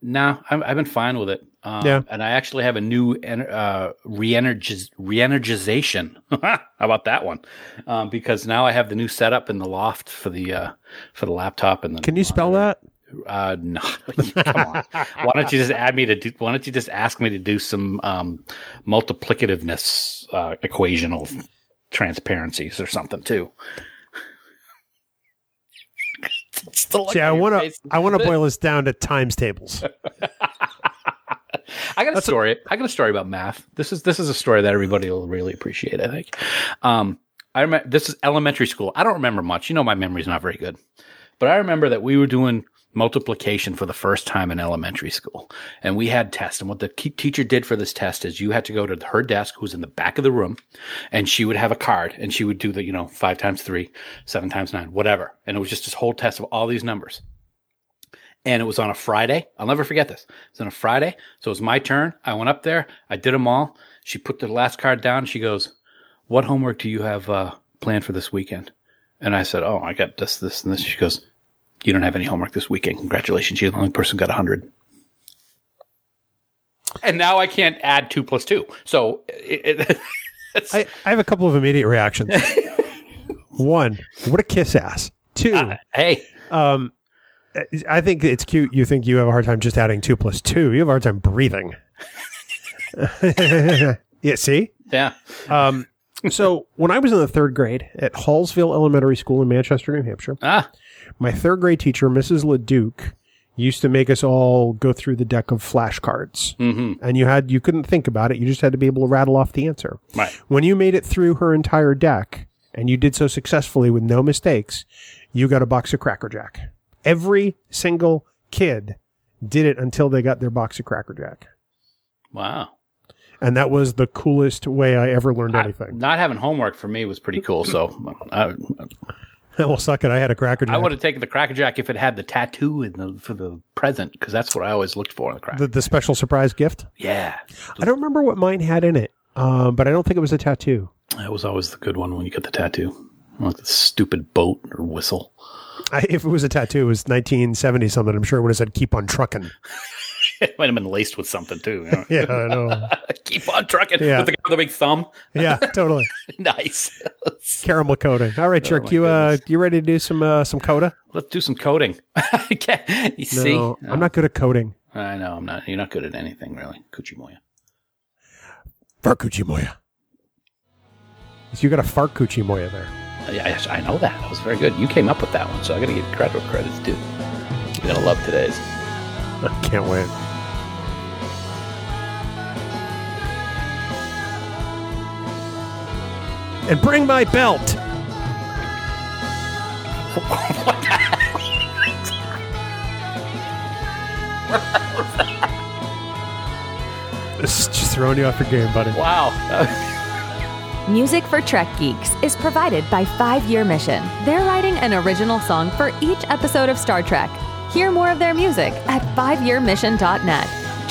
D: nah, I'm, I've been fine with it. Um,
C: Yeah.
D: and I actually have a new en- uh, re-energiz- re-energization. [laughs] How about that one? Um, because now I have the new setup in the loft for the uh, for the laptop and the
C: Can you spell that?
D: Uh, no, [laughs] come on. Why don't you just add me to do? Why don't you just ask me to do some um, multiplicativeness uh, equational transparencies or something too?
C: [laughs]
D: [laughs]
C: See, I want to I want to boil this down to times tables.
D: I got a story. I got a story about math. This is this is a story that everybody will really appreciate. I think. Um, I remember this is elementary school. I don't remember much. You know, my memory's not very good, but I remember that we were doing multiplication for the first time in elementary school, and we had tests. And what the ke- teacher did for this test is, you had to go to her desk, who's in the back of the room, and she would have a card, and she would do the you know five times three, seven times nine, whatever. And it was just this whole test of all these numbers. And it was on a Friday. I'll never forget this. It was on a Friday. So it was my turn. I went up there. I did them all. She put the last card down. She goes, what homework do you have uh, planned for this weekend? And I said, oh, I got this, this, and this. She goes, you don't have any homework this weekend. Congratulations. You're the only person who got 100. And now I can't add two plus two. So it, it, it's,
C: I, I have a couple of immediate reactions. One, what a kiss ass.
D: [laughs]
C: Two,
D: uh, hey,
C: um, I think it's cute. You think you have a hard time just adding two plus two. You have a hard time breathing. [laughs] yeah, see?
D: yeah.
C: Um, so when I was in the third grade at Hallsville Elementary School in Manchester, New Hampshire,
D: Ah,
C: my third grade teacher, Mrs. LeDuc, used to make us all go through the deck of flashcards.
D: mm-hmm.
C: And you had you couldn't think about it. You just had to be able to rattle off the answer.
D: Right.
C: When you made it through her entire deck and you did so successfully with no mistakes, you got a box of Cracker Jack. Every single kid did it until they got their box of Cracker Jack.
D: Wow.
C: And that was the coolest way I ever learned
D: I-
C: anything. [laughs]
D: not having homework for me was pretty cool. So uh, I,
C: well, suck it. I had a Cracker Jack.
D: I would have taken the Cracker Jack if it had the tattoo in the, for the present, because that's what I always looked for in the Cracker
C: the, the special surprise gift.
D: Yeah.
C: I don't remember what mine had in it, um, but I don't think it was a tattoo. [laughs]
D: That was always the good one when you got the tattoo. Like the stupid boat or whistle.
C: I, if it was a tattoo, it was 1970 something. I'm sure it would have said "Keep on trucking."
D: [laughs]
C: [laughs]
D: it might have been laced with something too. you [laughs] know.
C: Yeah, I know.
D: Keep on trucking
C: Yeah.
D: with the guy with the big thumb. [laughs]
C: yeah, totally.
D: nice. let's,
C: Caramel coating. All right, Jerk,
D: my
C: you uh, you ready to do some uh, some coda?
D: [laughs] let's do some coding. [laughs] Okay. you see?
C: No, I'm not good at coding.
D: I know I'm not. You're not good at anything really, Kuchimoya.
C: Farkuchi moya. So you got a fart coochie moya there.
D: Uh, Yeah, I, I know that. That was very good. You came up with that one, so I got to give you credit where credit's due. You're gonna love today's.
C: Can't wait. And bring my [laughs] belt. This is just throwing you off your game, buddy.
D: Wow.
M: Music for Trek Geeks is provided by Five Year Mission. They're writing an original song for each episode of Star Trek. Hear more of their music at fiveyearmission.net.